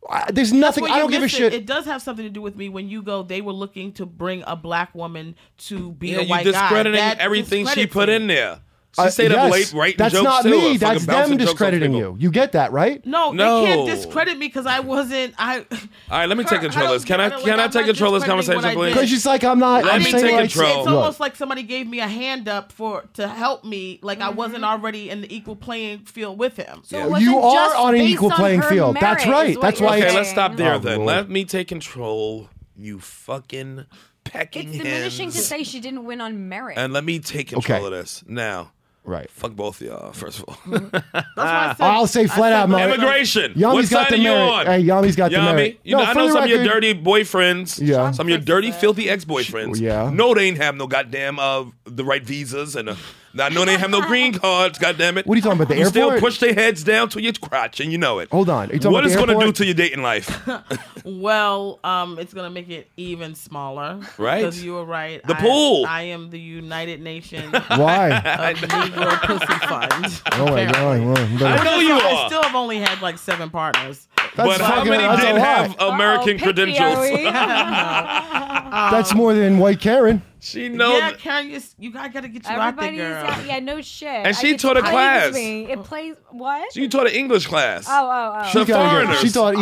Speaker 6: I, there's nothing.
Speaker 7: Well,
Speaker 6: I
Speaker 7: you
Speaker 6: don't give a
Speaker 7: missed
Speaker 6: shit.
Speaker 7: It. it does have something to do with me when you go. They were looking to bring a black woman to be
Speaker 5: Yeah,
Speaker 7: a white
Speaker 5: you discrediting
Speaker 7: guy. That
Speaker 5: everything she
Speaker 7: discredits
Speaker 5: put
Speaker 7: me.
Speaker 5: in there. She
Speaker 6: Uh,
Speaker 5: stayed up late
Speaker 6: yes,
Speaker 5: writing
Speaker 6: That's
Speaker 5: jokes
Speaker 6: not
Speaker 5: too, or
Speaker 6: me.
Speaker 5: fucking
Speaker 6: That's them
Speaker 5: bouncing jokes off
Speaker 6: discrediting
Speaker 5: people.
Speaker 6: you. You get that right?
Speaker 7: No,
Speaker 5: No.
Speaker 7: they can't discredit me because I wasn't. *laughs* I.
Speaker 5: *laughs* All right, let me take
Speaker 7: Kurt,
Speaker 5: control of this.
Speaker 7: don't
Speaker 5: Can I
Speaker 7: get it.
Speaker 5: can
Speaker 7: Like,
Speaker 5: I
Speaker 7: I'm
Speaker 5: take
Speaker 7: not
Speaker 5: control of this
Speaker 7: discrediting
Speaker 5: conversation,
Speaker 7: what I
Speaker 5: please?
Speaker 7: did.
Speaker 6: Because she's like, I'm not.
Speaker 5: Let
Speaker 6: I'm
Speaker 5: me
Speaker 6: saying
Speaker 5: take
Speaker 6: what I
Speaker 5: control.
Speaker 6: said.
Speaker 7: It's
Speaker 5: Look.
Speaker 7: almost like somebody gave me a hand up for to help me, like
Speaker 6: Mm-hmm.
Speaker 7: I wasn't already in the equal playing field with him.
Speaker 8: So it
Speaker 5: Yeah.
Speaker 8: wasn't
Speaker 6: You are
Speaker 8: just
Speaker 6: on an
Speaker 8: based
Speaker 6: equal
Speaker 8: on
Speaker 6: playing
Speaker 8: her
Speaker 6: field.
Speaker 8: merit,
Speaker 6: That's
Speaker 8: is
Speaker 6: right.
Speaker 8: what
Speaker 6: That's
Speaker 8: you're
Speaker 6: why
Speaker 5: Okay,
Speaker 6: it's-
Speaker 5: let's stop there
Speaker 6: Oh,
Speaker 5: then.
Speaker 6: Lord.
Speaker 5: Let me take control, you fucking pecking
Speaker 8: It's diminishing
Speaker 5: hens.
Speaker 8: to say she didn't win on merit.
Speaker 5: and let me take control
Speaker 6: Okay.
Speaker 5: of this now.
Speaker 6: Right.
Speaker 5: Fuck both of y'all, first of
Speaker 8: *laughs*
Speaker 5: all.
Speaker 7: That's why I said,
Speaker 6: Ah. I'll say flat out, Mike.
Speaker 5: Immigration.
Speaker 6: Yami's
Speaker 5: what
Speaker 6: got
Speaker 5: side
Speaker 6: the
Speaker 5: are you
Speaker 6: merit.
Speaker 5: on?
Speaker 6: Hey, Yami's got the
Speaker 5: Yami,
Speaker 6: merit.
Speaker 5: You know,
Speaker 6: No,
Speaker 5: I
Speaker 6: for
Speaker 5: know
Speaker 6: the
Speaker 5: some of your
Speaker 6: record-
Speaker 5: dirty boyfriends.
Speaker 6: Yeah.
Speaker 5: Some of your dirty, filthy ex-boyfriends.
Speaker 6: Yeah.
Speaker 5: No, they ain't have no goddamn uh, the right visas, and uh, I know they ain't
Speaker 8: *laughs*
Speaker 5: have no green cards. Goddamn it.
Speaker 6: What are you talking about, the
Speaker 5: you Still
Speaker 6: airport?
Speaker 5: push their heads down to your crotch, and you know it.
Speaker 6: Hold on, are you talking
Speaker 5: What
Speaker 6: about
Speaker 5: is
Speaker 6: the
Speaker 5: gonna do
Speaker 6: airport?
Speaker 5: to your dating
Speaker 6: *laughs*
Speaker 5: life?
Speaker 7: well, um, it's gonna make it even smaller,
Speaker 5: Right.
Speaker 7: Because you were right.
Speaker 5: The
Speaker 7: I-
Speaker 5: pool.
Speaker 7: I am the United
Speaker 5: *laughs*
Speaker 7: Nations.
Speaker 6: Why?
Speaker 7: *laughs* of Negro Pussy Fund.
Speaker 6: *laughs* Oh my
Speaker 7: Apparently.
Speaker 6: god. well,
Speaker 5: I
Speaker 6: but-
Speaker 5: know you
Speaker 7: I
Speaker 5: are.
Speaker 7: still have only had like seven partners.
Speaker 6: That's
Speaker 5: but how
Speaker 6: fucking-
Speaker 5: many
Speaker 6: that's a
Speaker 5: did
Speaker 6: lot.
Speaker 5: have American
Speaker 8: Uh-oh, picky, are
Speaker 5: credentials?
Speaker 8: we?
Speaker 5: uh,
Speaker 6: That's more than white Karen.
Speaker 5: *laughs* She knows.
Speaker 7: Yeah, Karen, you, you got gotta get you
Speaker 8: Everybody's
Speaker 7: out there, girl.
Speaker 8: yeah,
Speaker 6: *laughs*
Speaker 8: yeah, no shit.
Speaker 5: And she taught a class.
Speaker 8: It plays what?
Speaker 5: So you taught an English class.
Speaker 8: oh, oh, oh.
Speaker 5: So-
Speaker 6: She gotta get-
Speaker 5: foreigners.
Speaker 6: She thought
Speaker 7: Oh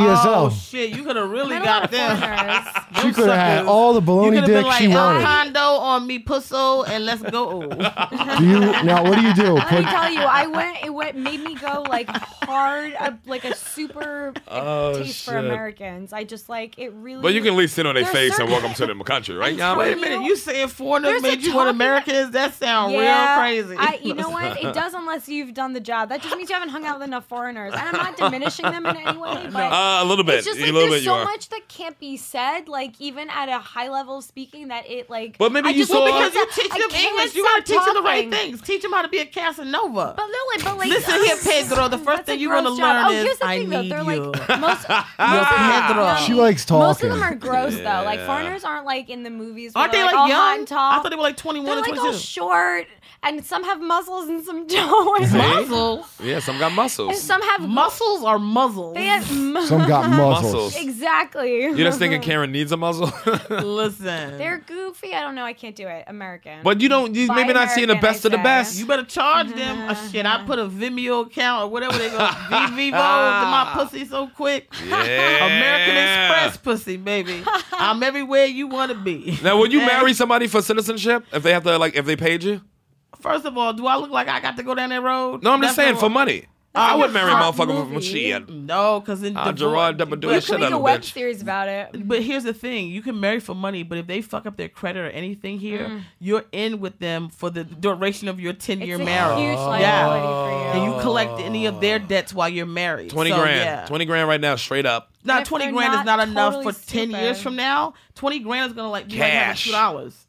Speaker 6: ESL.
Speaker 7: shit! You could have
Speaker 8: I
Speaker 7: really
Speaker 8: don't
Speaker 7: got *laughs*
Speaker 8: got
Speaker 7: them.
Speaker 8: foreigners.
Speaker 6: She could have had
Speaker 7: suckers.
Speaker 6: all the
Speaker 7: You
Speaker 6: baloney
Speaker 7: could have
Speaker 6: dick
Speaker 7: been like,
Speaker 6: she
Speaker 7: El
Speaker 6: wanted.
Speaker 7: Hondo on me, pusso, and
Speaker 5: *laughs*
Speaker 7: let's go.
Speaker 6: E Do you now? What do you do?
Speaker 8: Oh, Let
Speaker 6: Put-
Speaker 8: me tell you, I went. It went, made me go like hard, a, like a super
Speaker 5: Oh,
Speaker 8: taste for
Speaker 5: shit.
Speaker 8: Americans. I just like it really.
Speaker 5: But you can at least sit on their
Speaker 8: There's
Speaker 5: face and
Speaker 8: certain-
Speaker 5: welcome to the country,
Speaker 8: *laughs*
Speaker 5: right?
Speaker 8: I'm
Speaker 5: Yami?
Speaker 7: Wait a minute, you saying foreigners
Speaker 8: There's a
Speaker 7: made you want
Speaker 8: talking-
Speaker 7: Americans? That sound real crazy.
Speaker 8: I,
Speaker 7: *laughs*
Speaker 8: you know what? It does unless you've done the job. That just means you haven't hung out with enough foreigners. And I'm not diminishing them in any way, but
Speaker 5: *laughs* Uh, a little bit.
Speaker 8: it's just
Speaker 5: a
Speaker 8: like
Speaker 5: little bit
Speaker 8: there's
Speaker 5: you
Speaker 8: so
Speaker 5: are.
Speaker 8: much that can't be said, like even at a high level of speaking, that it like.
Speaker 5: But maybe
Speaker 8: I
Speaker 5: you
Speaker 8: just
Speaker 5: saw-
Speaker 8: can't
Speaker 7: because you
Speaker 8: stop-
Speaker 7: teach
Speaker 8: I
Speaker 7: them
Speaker 8: can't
Speaker 7: English, you gotta
Speaker 8: stop
Speaker 7: teach them the right
Speaker 8: talking.
Speaker 7: things. Teach them how to be a Casanova.
Speaker 8: But Lily, but like,
Speaker 7: Listen here,
Speaker 8: *laughs*
Speaker 7: Pedro, the first
Speaker 8: that's a
Speaker 7: thing you're
Speaker 8: gross
Speaker 7: gonna
Speaker 8: job.
Speaker 7: learn
Speaker 8: oh,
Speaker 7: is,
Speaker 8: here's the
Speaker 7: "I
Speaker 8: thing, though.
Speaker 7: need
Speaker 8: They're
Speaker 7: you."
Speaker 6: *laughs*
Speaker 8: like *laughs* most.
Speaker 7: Pedro.
Speaker 8: most
Speaker 6: She likes
Speaker 8: Most of them
Speaker 6: talking.
Speaker 8: are gross though. Like
Speaker 5: Yeah.
Speaker 8: foreigners aren't like in the movies. Where
Speaker 7: Aren't they
Speaker 8: they're,
Speaker 7: like
Speaker 8: all hot
Speaker 7: young?
Speaker 8: and tall.
Speaker 7: I thought they were like 21
Speaker 8: They're
Speaker 7: or
Speaker 8: like all
Speaker 7: 22.
Speaker 8: short, and some have muzzles and some *laughs* don't.
Speaker 7: Muzzles.
Speaker 5: Yeah, some got muscles.
Speaker 8: And some have
Speaker 7: Muscles are muzzles.
Speaker 8: They have mu-
Speaker 6: Some got
Speaker 5: Muscles.
Speaker 6: muscles.
Speaker 8: *laughs* exactly.
Speaker 5: You're just thinking
Speaker 7: uh-huh.
Speaker 5: Karen needs a *laughs* muzzle?
Speaker 7: Listen.
Speaker 8: *laughs* They're goofy. I don't know. I can't do it. American.
Speaker 5: but you don't, you
Speaker 8: Buy
Speaker 5: maybe not seeing the
Speaker 8: American, I
Speaker 5: best of the
Speaker 8: said.
Speaker 5: best.
Speaker 7: you better charge them.
Speaker 8: *laughs*
Speaker 7: Uh, shit, I put a Vimeo account or whatever
Speaker 5: *laughs*
Speaker 7: they gonna VVO to my pussy so quick.
Speaker 5: Yeah.
Speaker 7: American Express pussy,
Speaker 8: *laughs*
Speaker 7: baby. I'm everywhere you want to be.
Speaker 5: Now, would you
Speaker 7: Okay?
Speaker 5: marry somebody for citizenship if they have to, like, if they paid you?
Speaker 7: *laughs* First of all, do I look like I got to go down that road?
Speaker 5: No, I'm just
Speaker 7: That's
Speaker 5: saying
Speaker 7: not
Speaker 5: for
Speaker 7: what-
Speaker 5: money. I would
Speaker 8: a
Speaker 5: marry a
Speaker 8: hot
Speaker 5: motherfucker for
Speaker 8: movie.
Speaker 5: shit.
Speaker 7: No, because in
Speaker 5: Ah,
Speaker 7: divorce-
Speaker 5: Gerard Depardieu
Speaker 7: but-
Speaker 5: is
Speaker 8: Can
Speaker 5: Shut
Speaker 8: make
Speaker 5: up,
Speaker 8: a web
Speaker 5: bitch.
Speaker 8: series about it.
Speaker 7: But here's the thing: you can marry for money, but if they fuck up their credit or anything here, you're in with them for the duration of your ten
Speaker 8: Mm. It's
Speaker 7: year
Speaker 8: a
Speaker 7: marriage,
Speaker 8: huge liability for you.
Speaker 7: and you collect any of their debts while you're married.
Speaker 5: Twenty
Speaker 7: So,
Speaker 5: grand.
Speaker 7: yeah.
Speaker 5: Twenty grand right now, straight up.
Speaker 7: Now,
Speaker 8: if
Speaker 7: twenty
Speaker 8: they're
Speaker 7: grand is
Speaker 8: not
Speaker 7: not enough
Speaker 8: totally
Speaker 7: for ten years
Speaker 8: stupid.
Speaker 7: from now. Twenty grand is gonna like be like having
Speaker 5: Cash.
Speaker 7: two dollars.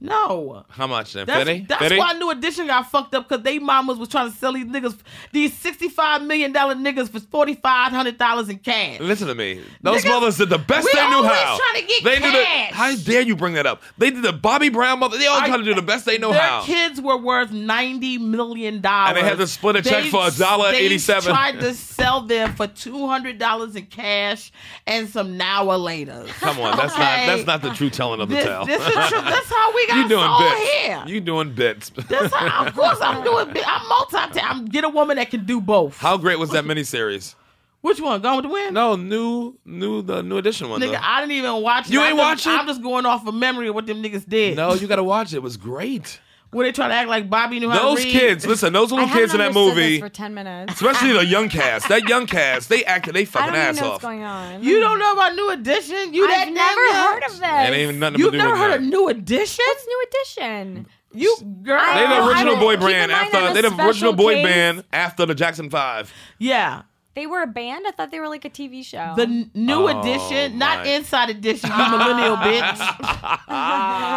Speaker 7: No.
Speaker 5: How much then?
Speaker 7: That's,
Speaker 5: Fifty?
Speaker 7: that's
Speaker 5: Fifty?
Speaker 7: why New Edition got fucked up because they mamas was trying to sell these niggas these sixty five million dollar niggas for forty five hundred dollars in cash.
Speaker 5: Listen to me. Those
Speaker 7: Niggas,
Speaker 5: mothers did the best
Speaker 7: we
Speaker 5: they knew
Speaker 7: always
Speaker 5: how.
Speaker 7: trying to get
Speaker 5: they did the,
Speaker 7: cash.
Speaker 5: How dare you bring that up? They did the Bobby Brown mother. They all
Speaker 7: I-
Speaker 5: tried to do the best they know
Speaker 7: Their
Speaker 5: how.
Speaker 7: kids were worth ninety million
Speaker 5: And
Speaker 7: dollars,
Speaker 5: they had to split a check for $1.87.
Speaker 7: They tried to sell them for two hundred dollars in cash and some Nawa later.
Speaker 5: Come on, that's
Speaker 7: Okay.
Speaker 5: not that's not the true telling of the
Speaker 7: This,
Speaker 5: tale.
Speaker 7: this is true. That's how we
Speaker 5: *laughs*
Speaker 7: got
Speaker 5: you doing
Speaker 7: sold
Speaker 5: bits.
Speaker 7: here.
Speaker 5: You doing bits.
Speaker 7: That's how, of course, I'm doing. bi- I'm multi. I'm get a woman that can do both.
Speaker 5: how great was that miniseries?
Speaker 7: Which one? Gone with the wind?
Speaker 5: No, new new the new edition one.
Speaker 7: nigga,
Speaker 5: though.
Speaker 7: I didn't even watch. it.
Speaker 5: You
Speaker 7: I
Speaker 5: ain't
Speaker 7: just-
Speaker 5: watch it?
Speaker 7: I'm just going off of memory of what them niggas did.
Speaker 5: no, you gotta watch it. It was great.
Speaker 7: were they trying to act like Bobby knew how to
Speaker 5: Those
Speaker 7: read?
Speaker 5: kids, listen, those
Speaker 8: I
Speaker 5: little
Speaker 8: haven't
Speaker 5: kids in that
Speaker 8: understood this
Speaker 5: movie,
Speaker 8: for ten minutes.
Speaker 5: especially the young cast. That young cast, they acted they
Speaker 8: I
Speaker 5: fucking
Speaker 8: don't even
Speaker 5: ass
Speaker 8: know what's
Speaker 5: off.
Speaker 8: going on.
Speaker 7: You don't know about New Edition? You that
Speaker 8: I've
Speaker 7: damn
Speaker 8: never
Speaker 7: young?
Speaker 8: heard of
Speaker 5: It
Speaker 8: this.
Speaker 5: ain't even nothing
Speaker 7: You've
Speaker 5: to do
Speaker 7: never
Speaker 5: with
Speaker 7: heard
Speaker 5: that.
Speaker 7: of New Edition?
Speaker 8: What's New Edition?
Speaker 7: You girl.
Speaker 5: They
Speaker 8: Oh,
Speaker 5: the
Speaker 8: I
Speaker 5: original
Speaker 8: didn't-
Speaker 5: boy
Speaker 8: keep in
Speaker 5: band
Speaker 8: mind
Speaker 5: after
Speaker 8: I'm a
Speaker 5: they the
Speaker 8: special
Speaker 5: original boy
Speaker 8: case.
Speaker 5: band after the Jackson Five.
Speaker 7: Yeah.
Speaker 8: They were a band. I thought they were like a TV show.
Speaker 7: The n- new edition, not
Speaker 5: Oh, my.
Speaker 7: inside edition, you millennial bitch.
Speaker 5: *laughs*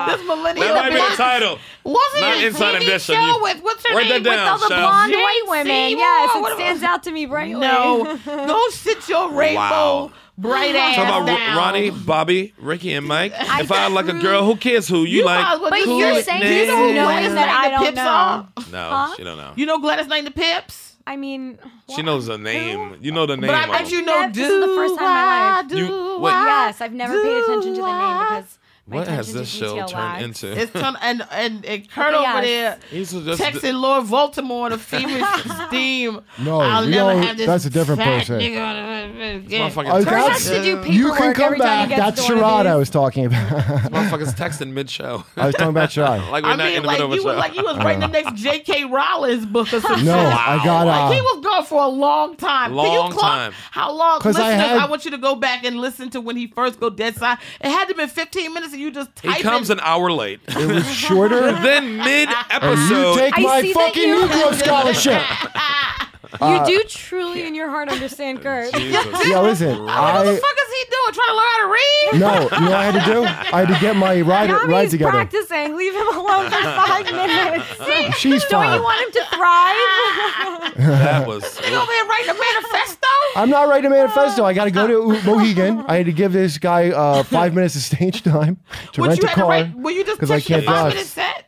Speaker 7: this millennial
Speaker 5: That might be the
Speaker 7: bitch.
Speaker 5: title.
Speaker 7: Wasn't
Speaker 5: Not
Speaker 7: it a
Speaker 5: Inside
Speaker 7: TV
Speaker 5: Edition.
Speaker 7: show
Speaker 5: You-
Speaker 7: with what's her
Speaker 5: Write
Speaker 7: name?
Speaker 5: that
Speaker 8: with
Speaker 5: down.
Speaker 8: all the
Speaker 5: Shawn.
Speaker 8: blonde
Speaker 7: Jane
Speaker 8: white women.
Speaker 7: Seymour,
Speaker 8: Yes,
Speaker 7: what
Speaker 8: it
Speaker 7: am I-
Speaker 8: stands out to me brightly.
Speaker 7: No, go sit
Speaker 5: *laughs*
Speaker 7: your rainbow
Speaker 5: Wow.
Speaker 7: bright ass
Speaker 5: Talking about
Speaker 7: down.
Speaker 5: Ro- Ronnie, Bobby, Ricky, and Mike. if I like a girl, who cares who you,
Speaker 7: You might as
Speaker 5: like?
Speaker 7: well
Speaker 8: But
Speaker 7: just
Speaker 5: Cool
Speaker 8: you're
Speaker 5: it,
Speaker 8: saying
Speaker 5: man.
Speaker 8: you
Speaker 7: know who
Speaker 8: don't know
Speaker 7: Gladys
Speaker 8: is that
Speaker 7: Knight
Speaker 8: I
Speaker 7: and the
Speaker 8: don't
Speaker 7: Pips
Speaker 8: know.
Speaker 7: are?
Speaker 5: No,
Speaker 8: Huh?
Speaker 5: she don't know.
Speaker 7: You know Gladys Knight and the Pips?
Speaker 8: I mean,
Speaker 5: she knows the name. You know the name.
Speaker 7: But I
Speaker 5: of
Speaker 7: bet
Speaker 5: them.
Speaker 7: you know
Speaker 8: Nev, this is the first time in my life.
Speaker 7: Do I,
Speaker 5: You-
Speaker 7: do
Speaker 5: wait.
Speaker 7: I,
Speaker 8: Yes, I've never paid attention to the name
Speaker 7: do I?
Speaker 8: because my
Speaker 5: What has
Speaker 8: attention
Speaker 5: this
Speaker 8: to
Speaker 5: show
Speaker 8: detail
Speaker 5: turned
Speaker 8: lags.
Speaker 5: into?
Speaker 7: It's ton and and and Kurt
Speaker 8: Okay,
Speaker 5: *laughs*
Speaker 7: over
Speaker 8: yes.
Speaker 7: there
Speaker 5: He's just-
Speaker 7: texting Lord Voldemort of feverish
Speaker 8: *laughs*
Speaker 7: steam.
Speaker 6: No,
Speaker 7: I'll
Speaker 6: we
Speaker 7: never
Speaker 6: all-
Speaker 7: have this
Speaker 6: that's a different
Speaker 7: fat
Speaker 6: person.
Speaker 7: Nigga on the-
Speaker 5: Motherfucking
Speaker 6: Oh,
Speaker 5: text-
Speaker 8: Kurt
Speaker 6: That's-
Speaker 8: has to do paperwork
Speaker 6: You can come
Speaker 8: every time
Speaker 6: back.
Speaker 8: he gets
Speaker 6: That's
Speaker 8: to one of
Speaker 6: Sherrod I
Speaker 8: these.
Speaker 6: was talking about. *laughs*
Speaker 5: motherfuckers texting *laughs* mid-show.
Speaker 6: I was talking about Sherrod.
Speaker 5: like we're
Speaker 7: I
Speaker 5: not in
Speaker 7: mean,
Speaker 5: the middle
Speaker 7: like
Speaker 5: of a
Speaker 7: you
Speaker 5: show.
Speaker 7: was like you was writing the next J.K. Rowling's book
Speaker 8: *laughs*
Speaker 7: or something.
Speaker 6: No, I got,
Speaker 7: Like
Speaker 6: uh,
Speaker 7: he was gone for a long time. Can
Speaker 5: Long
Speaker 7: you clock
Speaker 5: time.
Speaker 7: How long?
Speaker 6: 'Cause
Speaker 7: Listeners,
Speaker 6: I
Speaker 7: I,
Speaker 6: had-
Speaker 7: want you to go back and listen to when he first go dead side. It had to have been 15 minutes, and you just
Speaker 5: he
Speaker 7: type
Speaker 5: comes an hour *laughs* late.
Speaker 6: It was shorter.
Speaker 5: then
Speaker 6: you
Speaker 5: mid-episode,
Speaker 6: take
Speaker 8: I
Speaker 6: my
Speaker 8: see that
Speaker 6: fucking
Speaker 8: you-
Speaker 7: *laughs*
Speaker 6: Negro scholarship.
Speaker 7: ah,
Speaker 8: You do
Speaker 5: Uh,
Speaker 8: truly in your
Speaker 5: *laughs*
Speaker 8: heart understand
Speaker 5: *laughs*
Speaker 8: Kurt.
Speaker 5: Jesus.
Speaker 6: Yeah, listen.
Speaker 7: What the
Speaker 6: I
Speaker 7: fuck is he doing? Trying to learn how to read?
Speaker 6: no. You know what I had to do? I had to get my ride ride
Speaker 8: Tommy's
Speaker 6: together.
Speaker 8: practicing. Leave him alone for
Speaker 5: *laughs*
Speaker 8: five minutes.
Speaker 6: She's
Speaker 8: Don't
Speaker 6: fine.
Speaker 8: you want him to thrive?
Speaker 5: that was.
Speaker 7: You over there writing a manifesto?
Speaker 6: I'm not writing a manifesto. I got to go
Speaker 8: *laughs*
Speaker 6: to Mohegan. I had to give this guy uh, five minutes of stage time to
Speaker 7: What
Speaker 6: rent
Speaker 7: you
Speaker 6: a
Speaker 7: had to
Speaker 6: car.
Speaker 7: write? Were you just
Speaker 6: 'cause I
Speaker 7: pushing a
Speaker 6: can't drive.
Speaker 7: five minute set?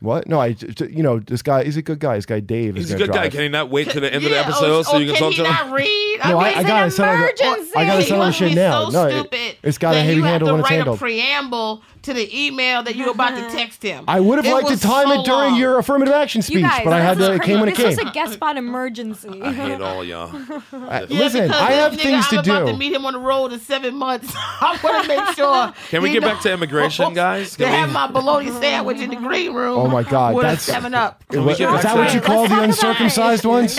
Speaker 6: What? No, I. j- j- You know, this guy. He's a good guy. This guy Dave is
Speaker 5: He's a
Speaker 6: gonna
Speaker 5: good guy.
Speaker 6: drive.
Speaker 5: Can he not wait to the end
Speaker 7: yeah,
Speaker 5: of the episode
Speaker 7: or,
Speaker 5: so
Speaker 7: or
Speaker 5: you can
Speaker 7: can
Speaker 5: talk
Speaker 7: he
Speaker 5: to him?
Speaker 7: not read?
Speaker 6: No,
Speaker 7: I
Speaker 6: I,
Speaker 7: mean,
Speaker 6: I gotta settle. that-
Speaker 8: emergency.
Speaker 6: I gotta
Speaker 7: He
Speaker 6: settle
Speaker 7: must
Speaker 6: shit
Speaker 7: be
Speaker 6: now.
Speaker 7: So
Speaker 6: no, it,
Speaker 7: stupid
Speaker 6: has got a
Speaker 7: that
Speaker 6: heavy
Speaker 7: you have
Speaker 6: handle
Speaker 7: to
Speaker 6: when it's
Speaker 7: write
Speaker 6: handled.
Speaker 7: a preamble to the email that you're about to text him.
Speaker 6: I would have
Speaker 7: It
Speaker 6: liked to
Speaker 7: was
Speaker 6: time
Speaker 7: so
Speaker 6: it during
Speaker 7: long.
Speaker 6: your affirmative action speech,
Speaker 8: You guys,
Speaker 6: but I had
Speaker 8: this
Speaker 6: to.
Speaker 8: is
Speaker 6: It came when it came.
Speaker 8: crazy. This was a guest spot emergency.
Speaker 5: I hate all
Speaker 7: *laughs*
Speaker 5: y'all.
Speaker 6: I-
Speaker 5: Yeah,
Speaker 6: Listen,
Speaker 7: because
Speaker 6: I
Speaker 7: this
Speaker 6: have
Speaker 7: nigga,
Speaker 6: things to
Speaker 7: I'm about to
Speaker 6: do.
Speaker 7: meet him on the road in seven months. *laughs* I want to make sure.
Speaker 5: Can we
Speaker 7: he
Speaker 5: get
Speaker 7: know-
Speaker 5: back to
Speaker 7: *laughs*
Speaker 5: immigration, guys?
Speaker 7: They
Speaker 5: Can
Speaker 7: have
Speaker 5: we-
Speaker 7: my bologna sandwich in the green room.
Speaker 6: Oh my God,
Speaker 7: with a
Speaker 6: that's-
Speaker 7: seven up.
Speaker 6: Is
Speaker 5: we get back
Speaker 6: that
Speaker 5: to
Speaker 6: what you
Speaker 5: that?
Speaker 6: call
Speaker 8: Let's
Speaker 6: the
Speaker 8: talk about
Speaker 6: uncircumcised
Speaker 8: *laughs*
Speaker 6: ones?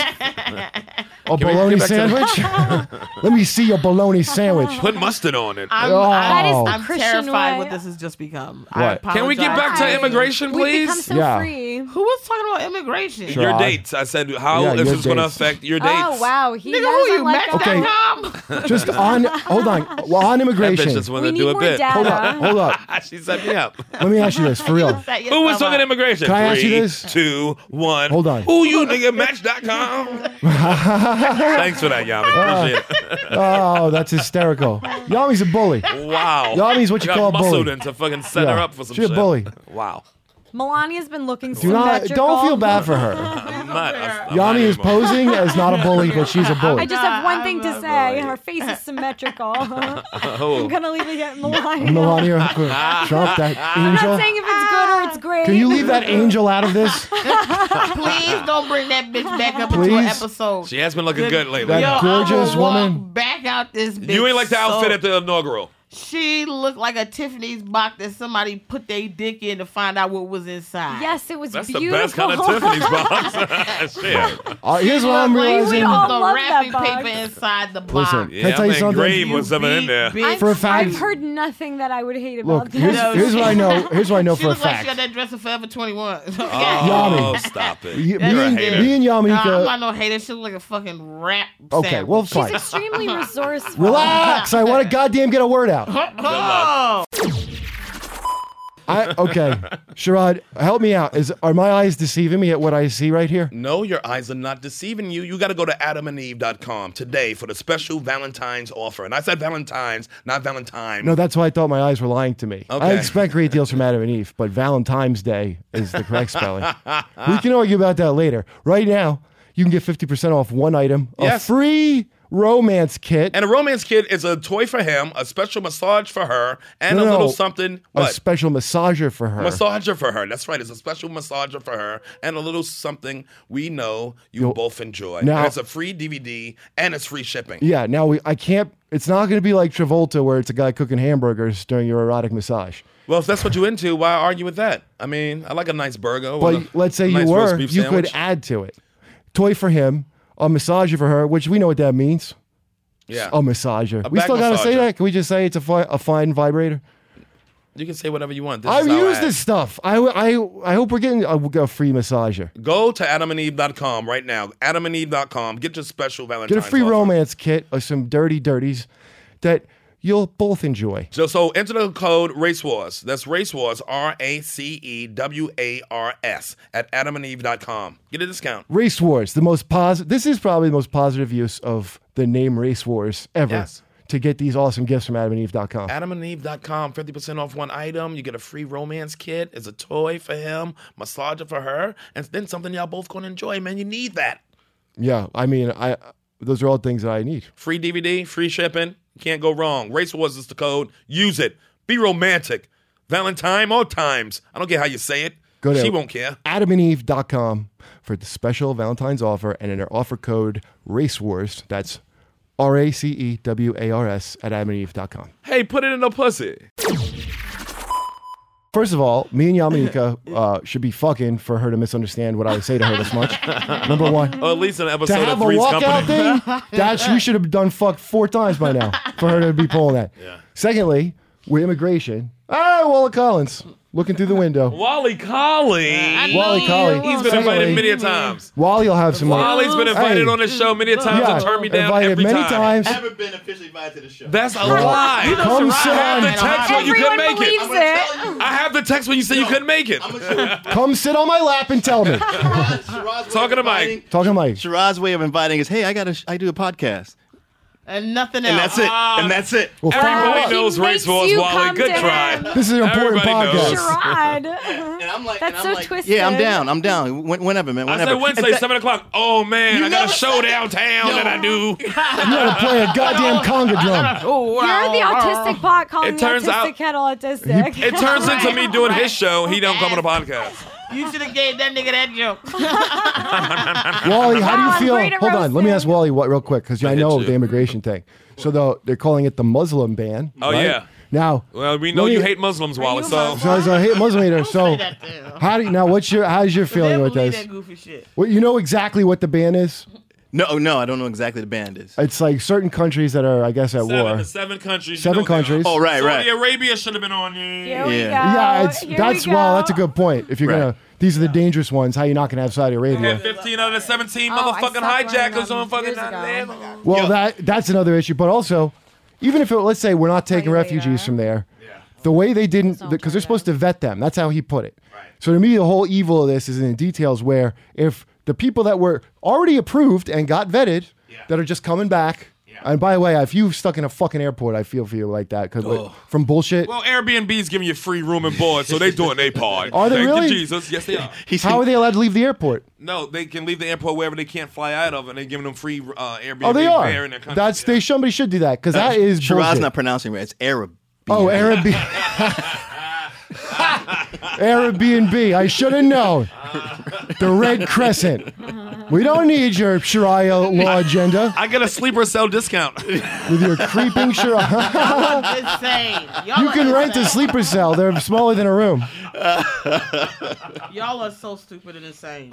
Speaker 6: A
Speaker 5: we get
Speaker 6: bologna
Speaker 5: back to
Speaker 6: sandwich? Let me see your bologna sandwich.
Speaker 5: Put mustard on it.
Speaker 7: I'm,
Speaker 6: Oh.
Speaker 7: I'm,
Speaker 6: That is the
Speaker 7: I'm
Speaker 8: Christian
Speaker 7: terrified
Speaker 8: way.
Speaker 7: what this has just become. I
Speaker 6: What?
Speaker 7: apologize.
Speaker 5: Can we get back to
Speaker 8: Guys,
Speaker 5: immigration,
Speaker 8: We've become
Speaker 5: please?
Speaker 8: so
Speaker 6: Yeah.
Speaker 8: free.
Speaker 7: Who was talking about immigration?
Speaker 6: Sure.
Speaker 5: your
Speaker 6: God.
Speaker 5: dates. I said, how
Speaker 6: Yeah,
Speaker 5: is
Speaker 6: your
Speaker 5: this going to
Speaker 6: dates.
Speaker 5: affect your dates?
Speaker 8: Oh wow, he
Speaker 7: Nigga, who
Speaker 8: doesn't
Speaker 7: you?
Speaker 8: like us.
Speaker 5: *laughs*
Speaker 6: Okay.
Speaker 7: Match.com?
Speaker 6: Just on, hold on, well, on
Speaker 5: That bitch
Speaker 6: immigration.
Speaker 5: just
Speaker 8: We
Speaker 5: wanted to
Speaker 8: need
Speaker 5: do a
Speaker 8: more
Speaker 5: bit. *laughs* Ah,
Speaker 6: Hold
Speaker 8: data.
Speaker 6: up, hold up.
Speaker 5: she set me up.
Speaker 6: Let me ask you this, for real.
Speaker 5: Who was talking immigration?
Speaker 6: Can I ask you
Speaker 5: Three,
Speaker 6: this?
Speaker 5: two, one.
Speaker 6: Hold on.
Speaker 5: Who you nigga?
Speaker 6: *laughs*
Speaker 5: Match.com. Thanks for that, Yami. Appreciate
Speaker 6: Oh, that's hysterical. Yami's a bully.
Speaker 5: it. Wow.
Speaker 6: Yami's what you
Speaker 5: got
Speaker 6: call a bully.
Speaker 5: muscled into fucking set her
Speaker 6: Yeah.
Speaker 5: up for some
Speaker 6: She a
Speaker 5: shit.
Speaker 6: bully.
Speaker 5: Wow.
Speaker 8: Melania's been looking
Speaker 6: Do not,
Speaker 8: symmetrical.
Speaker 6: don't feel bad for her.
Speaker 5: I'm not. I'm not
Speaker 6: Yami is
Speaker 5: anymore.
Speaker 6: posing as not a bully, but she's a
Speaker 8: I
Speaker 6: bully.
Speaker 8: just have one thing to say. Her face is
Speaker 5: *laughs*
Speaker 8: symmetrical.
Speaker 5: Oh.
Speaker 8: I'm gonna leave it at Melania.
Speaker 6: Melania *laughs* Trump, that
Speaker 8: I'm
Speaker 6: angel.
Speaker 8: not saying if it's good
Speaker 5: Ah.
Speaker 8: or it's great.
Speaker 6: Can you leave that angel out of this?
Speaker 7: *laughs* Please don't bring that bitch back up into an
Speaker 6: Please?
Speaker 7: episode.
Speaker 5: She has been looking good lately.
Speaker 6: That
Speaker 7: Yo, I
Speaker 6: gorgeous
Speaker 7: will walk
Speaker 6: woman.
Speaker 7: Back out this bitch.
Speaker 5: you ain't like the outfit
Speaker 7: so-
Speaker 5: at the inaugural.
Speaker 7: She looked like a Tiffany's box that somebody put their dick in to find out what was inside.
Speaker 8: Yes, it was
Speaker 5: That's
Speaker 8: beautiful.
Speaker 5: the best kind of Tiffany's box. *laughs* Shit.
Speaker 6: Uh, here's what I'm
Speaker 8: We would
Speaker 6: realizing.
Speaker 8: all-
Speaker 7: The
Speaker 8: love
Speaker 7: wrapping
Speaker 8: that box.
Speaker 7: paper inside the box.
Speaker 6: Listen,
Speaker 5: Yeah,
Speaker 6: can I tell you
Speaker 5: I'm
Speaker 6: something?
Speaker 5: engraved with something in
Speaker 7: big
Speaker 5: there.
Speaker 7: bitch.
Speaker 6: For a fact-
Speaker 8: *laughs* I've heard nothing that I would hate about
Speaker 6: Look,
Speaker 8: this.
Speaker 6: here's,
Speaker 7: No,
Speaker 6: here's what I know. Here's what I know
Speaker 7: she
Speaker 6: for a
Speaker 7: looked like she
Speaker 6: fact.
Speaker 7: got that dress in Forever *laughs* 21.
Speaker 5: Oh, stop it.
Speaker 6: You-
Speaker 5: You're
Speaker 6: me,
Speaker 5: a
Speaker 6: and,
Speaker 5: hater.
Speaker 6: me and
Speaker 7: Nah, I'm
Speaker 6: Yamika.
Speaker 7: not no hater. She look like a fucking rap.
Speaker 6: okay,
Speaker 7: sandwich.
Speaker 6: well,
Speaker 8: She's
Speaker 6: fine.
Speaker 8: extremely
Speaker 5: *laughs*
Speaker 8: resourceful.
Speaker 6: Relax. I want to goddamn get a word out.
Speaker 8: *laughs*
Speaker 7: Oh,
Speaker 6: I okay, Sherrod, help me out. Is are my eyes deceiving me at what I see right here?
Speaker 5: No, your eyes are not deceiving you. You got to go to adamandeve.com today for the special Valentine's offer. And I said Valentine's, not Valentine.
Speaker 6: No, that's why I thought my eyes were lying to me. I
Speaker 5: Okay.
Speaker 6: expect great deals from Adam and Eve, but Valentine's Day is the
Speaker 5: *laughs*
Speaker 6: correct spelling. we can argue about that later. Right now, you can get fifty percent off one item,
Speaker 5: Yes.
Speaker 6: a free romance kit,
Speaker 5: and a romance kit is a toy for him, a special massage for her, and
Speaker 6: No,
Speaker 5: a
Speaker 6: no,
Speaker 5: little
Speaker 6: no.
Speaker 5: something.
Speaker 6: a
Speaker 5: What?
Speaker 6: special massager for her.
Speaker 5: massager for her. That's right. It's a special massager for her, and a little something we know you both enjoy.
Speaker 6: now-
Speaker 5: and it's a free DVD, and it's free shipping.
Speaker 6: yeah. Now we, I can't. It's not going to be like Travolta, where it's a guy cooking hamburgers during your erotic massage.
Speaker 5: Well, if that's what you're into, why argue with that? I mean, I like a nice burger.
Speaker 6: But
Speaker 5: Well,
Speaker 6: let's say
Speaker 5: nice
Speaker 6: you
Speaker 5: roast
Speaker 6: were,
Speaker 5: beef
Speaker 6: you
Speaker 5: sandwich.
Speaker 6: could add to it. Toy for him, a massager for her, which we know what that means.
Speaker 5: yeah.
Speaker 6: A massager. we
Speaker 5: back
Speaker 6: still gotta say
Speaker 5: massager.
Speaker 6: that. Can we just say it's a, fi- a fine vibrator?
Speaker 5: you can say whatever you want. This
Speaker 6: I've
Speaker 5: is our
Speaker 6: used
Speaker 5: ad.
Speaker 6: this stuff. I, I, I hope we're getting a, a free massager.
Speaker 5: Go to adamandeve.com right now. Adamandeve.com. Get your special Valentine's.
Speaker 6: Get a free
Speaker 5: offer.
Speaker 6: romance kit of some dirty dirties that you'll both enjoy.
Speaker 5: So, so enter the code Race Wars. That's Race Wars, R A C E W A R S, at adamandeve.com. Get a discount.
Speaker 6: Race Wars, the most positive. This is probably the most positive use of the name Race Wars ever.
Speaker 5: Yes.
Speaker 6: To get these awesome gifts from AdamAndEve.com.
Speaker 5: Adamandeve.com, 50% off one item. You get a free romance kit. It's a toy for him, massager for her, and then something y'all both gonna enjoy, man. You need that.
Speaker 6: yeah, I mean, I those are all things that I need.
Speaker 5: Free DVD, free shipping. Can't go wrong. Race Wars is the code. Use it. Be romantic. Valentine all times. I don't care how you say it.
Speaker 6: Go to-
Speaker 5: she won't care.
Speaker 6: adamandeve.com for the special Valentine's offer and in our offer code RACEWARS. That's R A C E W A R S at adamandeve.com.
Speaker 5: Hey, put it in the pussy.
Speaker 6: First of all, me and Yamanika uh, should be fucking for her to misunderstand what I would say to her this
Speaker 5: *laughs*
Speaker 6: much. Number one.
Speaker 5: Or at least an
Speaker 6: to
Speaker 5: episode
Speaker 6: have
Speaker 5: of
Speaker 6: a
Speaker 5: Three's
Speaker 6: walkout
Speaker 5: Company. *laughs*
Speaker 6: thing, that's you should have done fuck four times by now for her to be pulling that. Secondly, with immigration, ah, Walla Collins looking through the window.
Speaker 5: Wally Collie.
Speaker 6: Wally Collie.
Speaker 5: He's been
Speaker 6: Secondly,
Speaker 5: invited many a times.
Speaker 6: Wally will have some.
Speaker 5: Wally's been invited
Speaker 6: Hey.
Speaker 5: on the show many a times
Speaker 6: Yeah,
Speaker 5: and turned me down
Speaker 6: invited
Speaker 5: every
Speaker 6: many
Speaker 5: time.
Speaker 6: times.
Speaker 9: haven't been officially invited to the show.
Speaker 5: That's a lie.
Speaker 7: You know
Speaker 6: Come
Speaker 7: Sherrod
Speaker 6: sit
Speaker 7: had
Speaker 5: I
Speaker 6: on,
Speaker 5: have the text when you couldn't
Speaker 8: Everyone
Speaker 5: make
Speaker 8: believes
Speaker 5: it.
Speaker 9: I'm gonna
Speaker 8: it.
Speaker 9: tell you.
Speaker 5: I have the text when you said you couldn't make it.
Speaker 9: I'm gonna tell
Speaker 5: *laughs*
Speaker 9: you.
Speaker 6: come sit on my lap and tell me.
Speaker 9: Shiraz- Shiraz's way
Speaker 5: Talking
Speaker 9: of
Speaker 5: to Mike.
Speaker 9: inviting-
Speaker 6: Talking to Mike.
Speaker 9: Shiraz's way of inviting is, hey, I got a, sh- I do a podcast,
Speaker 7: and nothing else.
Speaker 9: and that's it,
Speaker 5: Ah.
Speaker 9: and that's it.
Speaker 6: Well,
Speaker 5: Everybody
Speaker 6: thank
Speaker 8: He
Speaker 6: God.
Speaker 5: knows
Speaker 8: makes
Speaker 5: Race Wars,
Speaker 8: you
Speaker 5: Wally.
Speaker 8: come
Speaker 5: Good
Speaker 8: to
Speaker 5: try.
Speaker 8: him.
Speaker 6: This is an important
Speaker 5: Everybody knows.
Speaker 6: podcast.
Speaker 5: *laughs*
Speaker 8: Sherrod.
Speaker 9: And I'm like,
Speaker 8: That's
Speaker 9: and I'm
Speaker 8: so
Speaker 9: like,
Speaker 8: twisted.
Speaker 9: Yeah, I'm down. I'm down. When, whenever, man.
Speaker 5: I
Speaker 9: Whenever.
Speaker 5: said Wednesday,
Speaker 9: In fact,
Speaker 5: 7 o'clock. Oh, man, I got a
Speaker 9: never
Speaker 5: show downtown that I do.
Speaker 6: You gotta play a
Speaker 5: *laughs*
Speaker 6: goddamn conga drum.
Speaker 7: Oh,
Speaker 8: You're
Speaker 7: wow.
Speaker 8: the autistic pot calling
Speaker 5: It turns
Speaker 8: the autistic
Speaker 5: out-
Speaker 8: kettle autistic.
Speaker 5: It turns into me doing his show. He don't come on the podcast.
Speaker 7: You should have gave that nigga that joke.
Speaker 6: Wally, how do you
Speaker 8: Wow, great
Speaker 6: feel?
Speaker 8: at
Speaker 6: Hold on, let me
Speaker 8: roasting.
Speaker 6: ask Wally what real quick because I
Speaker 5: hit
Speaker 6: know
Speaker 5: you.
Speaker 6: the immigration thing. So the, they're calling it the Muslim ban.
Speaker 5: Oh,
Speaker 6: right?
Speaker 5: yeah.
Speaker 6: Now,
Speaker 5: Well, we know
Speaker 6: Let me-
Speaker 5: you hate Muslims, Wally,
Speaker 7: you a
Speaker 5: so.
Speaker 6: *laughs* so as a hate Muslim hater, *laughs* so
Speaker 7: Say that to him.
Speaker 6: how do you, now? What's your how's your feeling
Speaker 7: Never
Speaker 6: with
Speaker 7: believe
Speaker 6: this?
Speaker 7: that goofy shit.
Speaker 6: Well, you know exactly what the ban is.
Speaker 9: No, no, I don't know exactly the band is.
Speaker 6: It's like certain countries that are, I guess, at
Speaker 5: Seven,
Speaker 6: war.
Speaker 5: seven countries. you
Speaker 6: Seven
Speaker 5: know that.
Speaker 6: countries.
Speaker 9: Oh, right,
Speaker 5: Saudi
Speaker 9: right.
Speaker 5: Arabia should have been on you.
Speaker 8: Here we go.
Speaker 9: Yeah.
Speaker 6: Yeah, it's
Speaker 8: Oh, Here
Speaker 6: that's
Speaker 8: we go.
Speaker 6: well, that's a good point. If you're
Speaker 9: Right.
Speaker 6: gonna, these are the dangerous ones. How you not gonna have Saudi Arabia?
Speaker 5: And 15 out of the 17
Speaker 8: Oh, I
Speaker 5: motherfucking
Speaker 8: stopped learning
Speaker 5: hijackers
Speaker 8: them
Speaker 5: on fucking
Speaker 8: years ago.
Speaker 5: 9/11.
Speaker 6: Well,
Speaker 9: Yo.
Speaker 6: that that's another issue. But also, even if it, let's say we're not taking
Speaker 8: Right
Speaker 6: refugees
Speaker 8: later.
Speaker 6: from there, the way they didn't, because they're supposed to vet them. That's how he put it. So to me, the whole evil of this is in the details where if the people that were already approved and got vetted that are just coming back. And by the way, if you stuck in a fucking airport, I feel for you like that because from bullshit.
Speaker 5: Well, Airbnb's giving you free room and board, so they doing their part.
Speaker 6: Are they
Speaker 5: Thank
Speaker 6: really?
Speaker 5: you, Jesus. Yes, they are.
Speaker 9: He's
Speaker 6: how are they allowed to leave the airport?
Speaker 5: No, they can leave the airport wherever they can't fly out of, and they're giving them free uh, Airbnb
Speaker 6: Oh, they
Speaker 5: there in their
Speaker 6: are.
Speaker 5: country.
Speaker 6: That's
Speaker 5: Yeah.
Speaker 6: they. Somebody should do that because that is
Speaker 9: Shiraz's
Speaker 6: bullshit.
Speaker 9: not pronouncing right. It's Arab.
Speaker 6: Oh, Airbnb.
Speaker 5: *laughs*
Speaker 6: Airbnb. I should have known. The Red Crescent. We don't need your Sharia law agenda
Speaker 5: I get a sleeper cell discount.
Speaker 6: with your creeping Sharia. *laughs*
Speaker 7: Just saying. Y'all
Speaker 6: you
Speaker 7: are
Speaker 6: can rent a
Speaker 7: insane.
Speaker 6: sleeper cell. They're smaller than a room.
Speaker 7: Y'all are so stupid and
Speaker 6: *laughs*
Speaker 7: insane.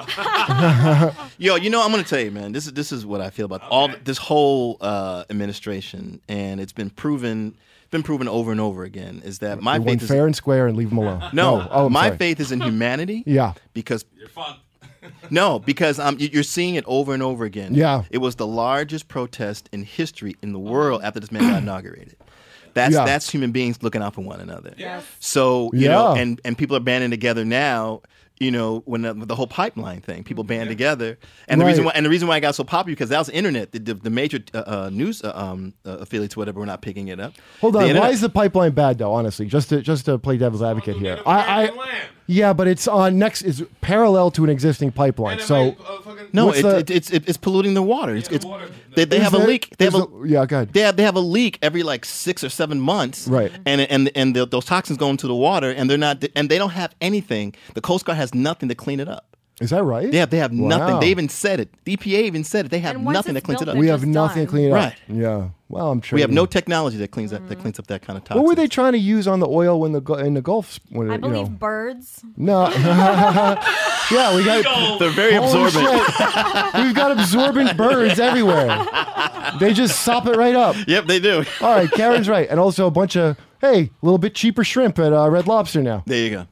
Speaker 9: Yo, you know, I'm gonna tell you, man. This is this is what I feel about all this whole uh, administration, and it's been proven, been proven over and over again, is that my
Speaker 6: We went
Speaker 9: faith is
Speaker 6: fair and square and leave them alone.
Speaker 9: no,
Speaker 6: oh, I'm
Speaker 9: my
Speaker 6: sorry.
Speaker 9: faith is in humanity.
Speaker 6: *laughs* Yeah.
Speaker 9: because
Speaker 2: You're fun.
Speaker 9: *laughs* no, because um, you- you're seeing it over and over again.
Speaker 6: Yeah.
Speaker 9: it was the largest protest in history in the world after
Speaker 6: *clears throat*
Speaker 9: this man got inaugurated. That's
Speaker 6: Yeah.
Speaker 9: that's human beings looking out for one another.
Speaker 7: Yes.
Speaker 9: So you know,
Speaker 6: Yeah.
Speaker 9: and and people are banding together now. You know, when the, the whole pipeline thing, people band together, and the reason why
Speaker 6: Right.
Speaker 9: and the reason why I got so popular because that was the internet. The, the, the major uh, uh, news uh, um, uh, affiliates, whatever, were not picking it up.
Speaker 6: Hold
Speaker 9: The
Speaker 6: on. Why
Speaker 9: internet-
Speaker 6: is the pipeline bad though? Honestly, just to just to play devil's advocate here,
Speaker 5: Native
Speaker 6: I,
Speaker 5: American
Speaker 6: I
Speaker 5: land.
Speaker 6: yeah, but it's on next. It's parallel to an existing pipeline.
Speaker 5: And it
Speaker 6: So
Speaker 5: might, uh, fucking-
Speaker 9: no?
Speaker 6: what's
Speaker 9: It,
Speaker 6: the-
Speaker 9: it, it's it, it's polluting the water. It's,
Speaker 5: the
Speaker 9: it's
Speaker 5: water.
Speaker 9: they, they
Speaker 6: Is
Speaker 9: have a
Speaker 6: there-
Speaker 9: leak. They have
Speaker 6: is
Speaker 9: a,
Speaker 6: there- yeah, go ahead.
Speaker 9: They have, they have a leak every like six or seven months,
Speaker 6: Right.
Speaker 9: And and and the, those toxins go into the water, and they're not, and they don't have anything. The Coast Guard has nothing to clean it up.
Speaker 6: is that right?
Speaker 9: They have they have nothing.
Speaker 6: Wow.
Speaker 9: They even said it. The EPA even said it. They have
Speaker 8: And once
Speaker 9: nothing that
Speaker 8: it's
Speaker 9: cleans it
Speaker 8: built,
Speaker 9: up.
Speaker 8: they're
Speaker 6: we have
Speaker 8: just
Speaker 6: nothing
Speaker 8: done.
Speaker 6: clean up.
Speaker 9: Right.
Speaker 6: Yeah. Well, I'm sure
Speaker 9: We have no technology that cleans that that cleans up that kind of toxin.
Speaker 6: What were they trying to use on the oil when the gu- in the Gulf? When
Speaker 8: I
Speaker 6: it,
Speaker 8: believe
Speaker 6: You
Speaker 8: birds. *laughs*
Speaker 6: know? No. *laughs* yeah, we got.
Speaker 9: They're very
Speaker 6: Holy
Speaker 9: absorbent.
Speaker 6: shit. We've got absorbent birds everywhere. They just sop it right up.
Speaker 9: Yep,
Speaker 6: *laughs*
Speaker 9: they do.
Speaker 6: All right, Karen's right, and also a bunch of hey, a little bit cheaper shrimp at uh, Red Lobster now.
Speaker 9: There you go.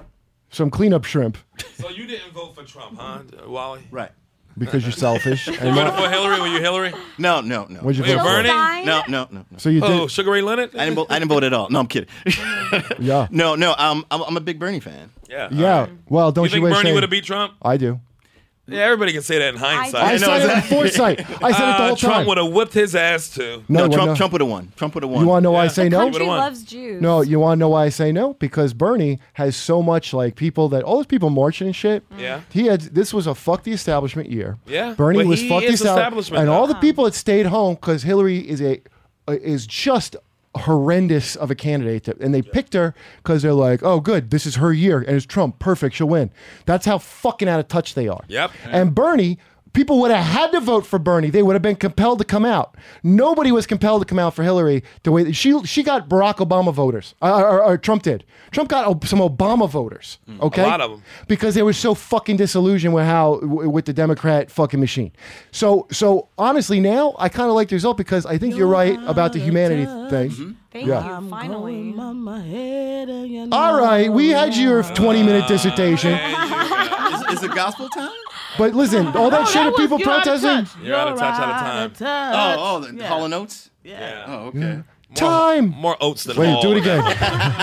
Speaker 6: Some cleanup shrimp
Speaker 5: So you didn't vote for Trump, huh, Mm-hmm. Uh, Wally?
Speaker 9: Right.
Speaker 6: because
Speaker 5: *laughs*
Speaker 6: you're selfish. And
Speaker 2: You
Speaker 6: not-
Speaker 2: voted for Hillary. Were you Hillary?
Speaker 9: No, no, no.
Speaker 6: what'd you
Speaker 5: Wait,
Speaker 6: vote for?
Speaker 5: Bernie?
Speaker 8: Stein?
Speaker 9: No, no, no, no.
Speaker 6: So you did,
Speaker 5: Oh, Sugar Ray Leonard.
Speaker 9: I didn't. Vote, I didn't vote at all. No, I'm kidding. *laughs*
Speaker 6: yeah,
Speaker 9: no, no. Um, I'm, I'm a big Bernie fan.
Speaker 5: Yeah.
Speaker 6: yeah. Well, don't
Speaker 5: Uh, You
Speaker 6: you,
Speaker 5: think
Speaker 6: wish?
Speaker 5: Bernie
Speaker 6: hey-
Speaker 5: would have beat Trump? *laughs*
Speaker 6: I do.
Speaker 5: Yeah, everybody can say that in hindsight.
Speaker 8: I
Speaker 6: I,
Speaker 8: know,
Speaker 6: said it in foresight. I said it the
Speaker 5: Uh,
Speaker 6: whole
Speaker 5: Trump
Speaker 6: time.
Speaker 5: would have whipped his ass too.
Speaker 9: No,
Speaker 6: we're
Speaker 9: Trump.
Speaker 6: not-
Speaker 9: Trump would have won. Trump would have won.
Speaker 6: You want to know why I say no?
Speaker 8: Country
Speaker 5: won.
Speaker 8: loves Jews.
Speaker 6: No, you want to know why I say no? Because Bernie has so much like people that all those people marching and shit.
Speaker 5: Yeah.
Speaker 6: He had this was a fuck the establishment year.
Speaker 5: Yeah,
Speaker 6: Bernie
Speaker 5: but
Speaker 6: was
Speaker 5: he
Speaker 6: fuck the
Speaker 5: is
Speaker 6: establishment,
Speaker 5: establishment
Speaker 6: and
Speaker 5: now.
Speaker 6: all the people that stayed home because Hillary is a uh, is just horrendous of a candidate, to, and they picked her because they're like, oh good, this is her year, and it's Trump, perfect, she'll win. That's how fucking out of touch they are.
Speaker 5: Yep.
Speaker 6: And Bernie. People would have had to vote for Bernie. They would have been compelled to come out. Nobody was compelled to come out for Hillary the way that she she got Barack Obama voters, or, or- or Trump did. Trump got O- some Obama voters. Okay,
Speaker 5: lot of 'em.
Speaker 6: because they were so fucking disillusioned with how w- with the Democrat fucking machine. So so honestly, now I kind of like the result because I think you're right about the humanity thing.
Speaker 8: Thank
Speaker 6: Yeah.
Speaker 8: you. Finally.
Speaker 6: All right, we had your 20 minute dissertation,
Speaker 9: Is, is it gospel time?
Speaker 6: but listen, all
Speaker 7: Oh,
Speaker 6: that shit of people protesting.
Speaker 5: You're out of touch, out of time.
Speaker 9: Oh,
Speaker 8: Uh,
Speaker 9: oh, the
Speaker 7: Yeah.
Speaker 9: Hall and Oates.
Speaker 7: Yeah.
Speaker 9: Oh, okay.
Speaker 6: Time.
Speaker 5: More oats than
Speaker 6: Wait,
Speaker 5: all.
Speaker 6: do it again.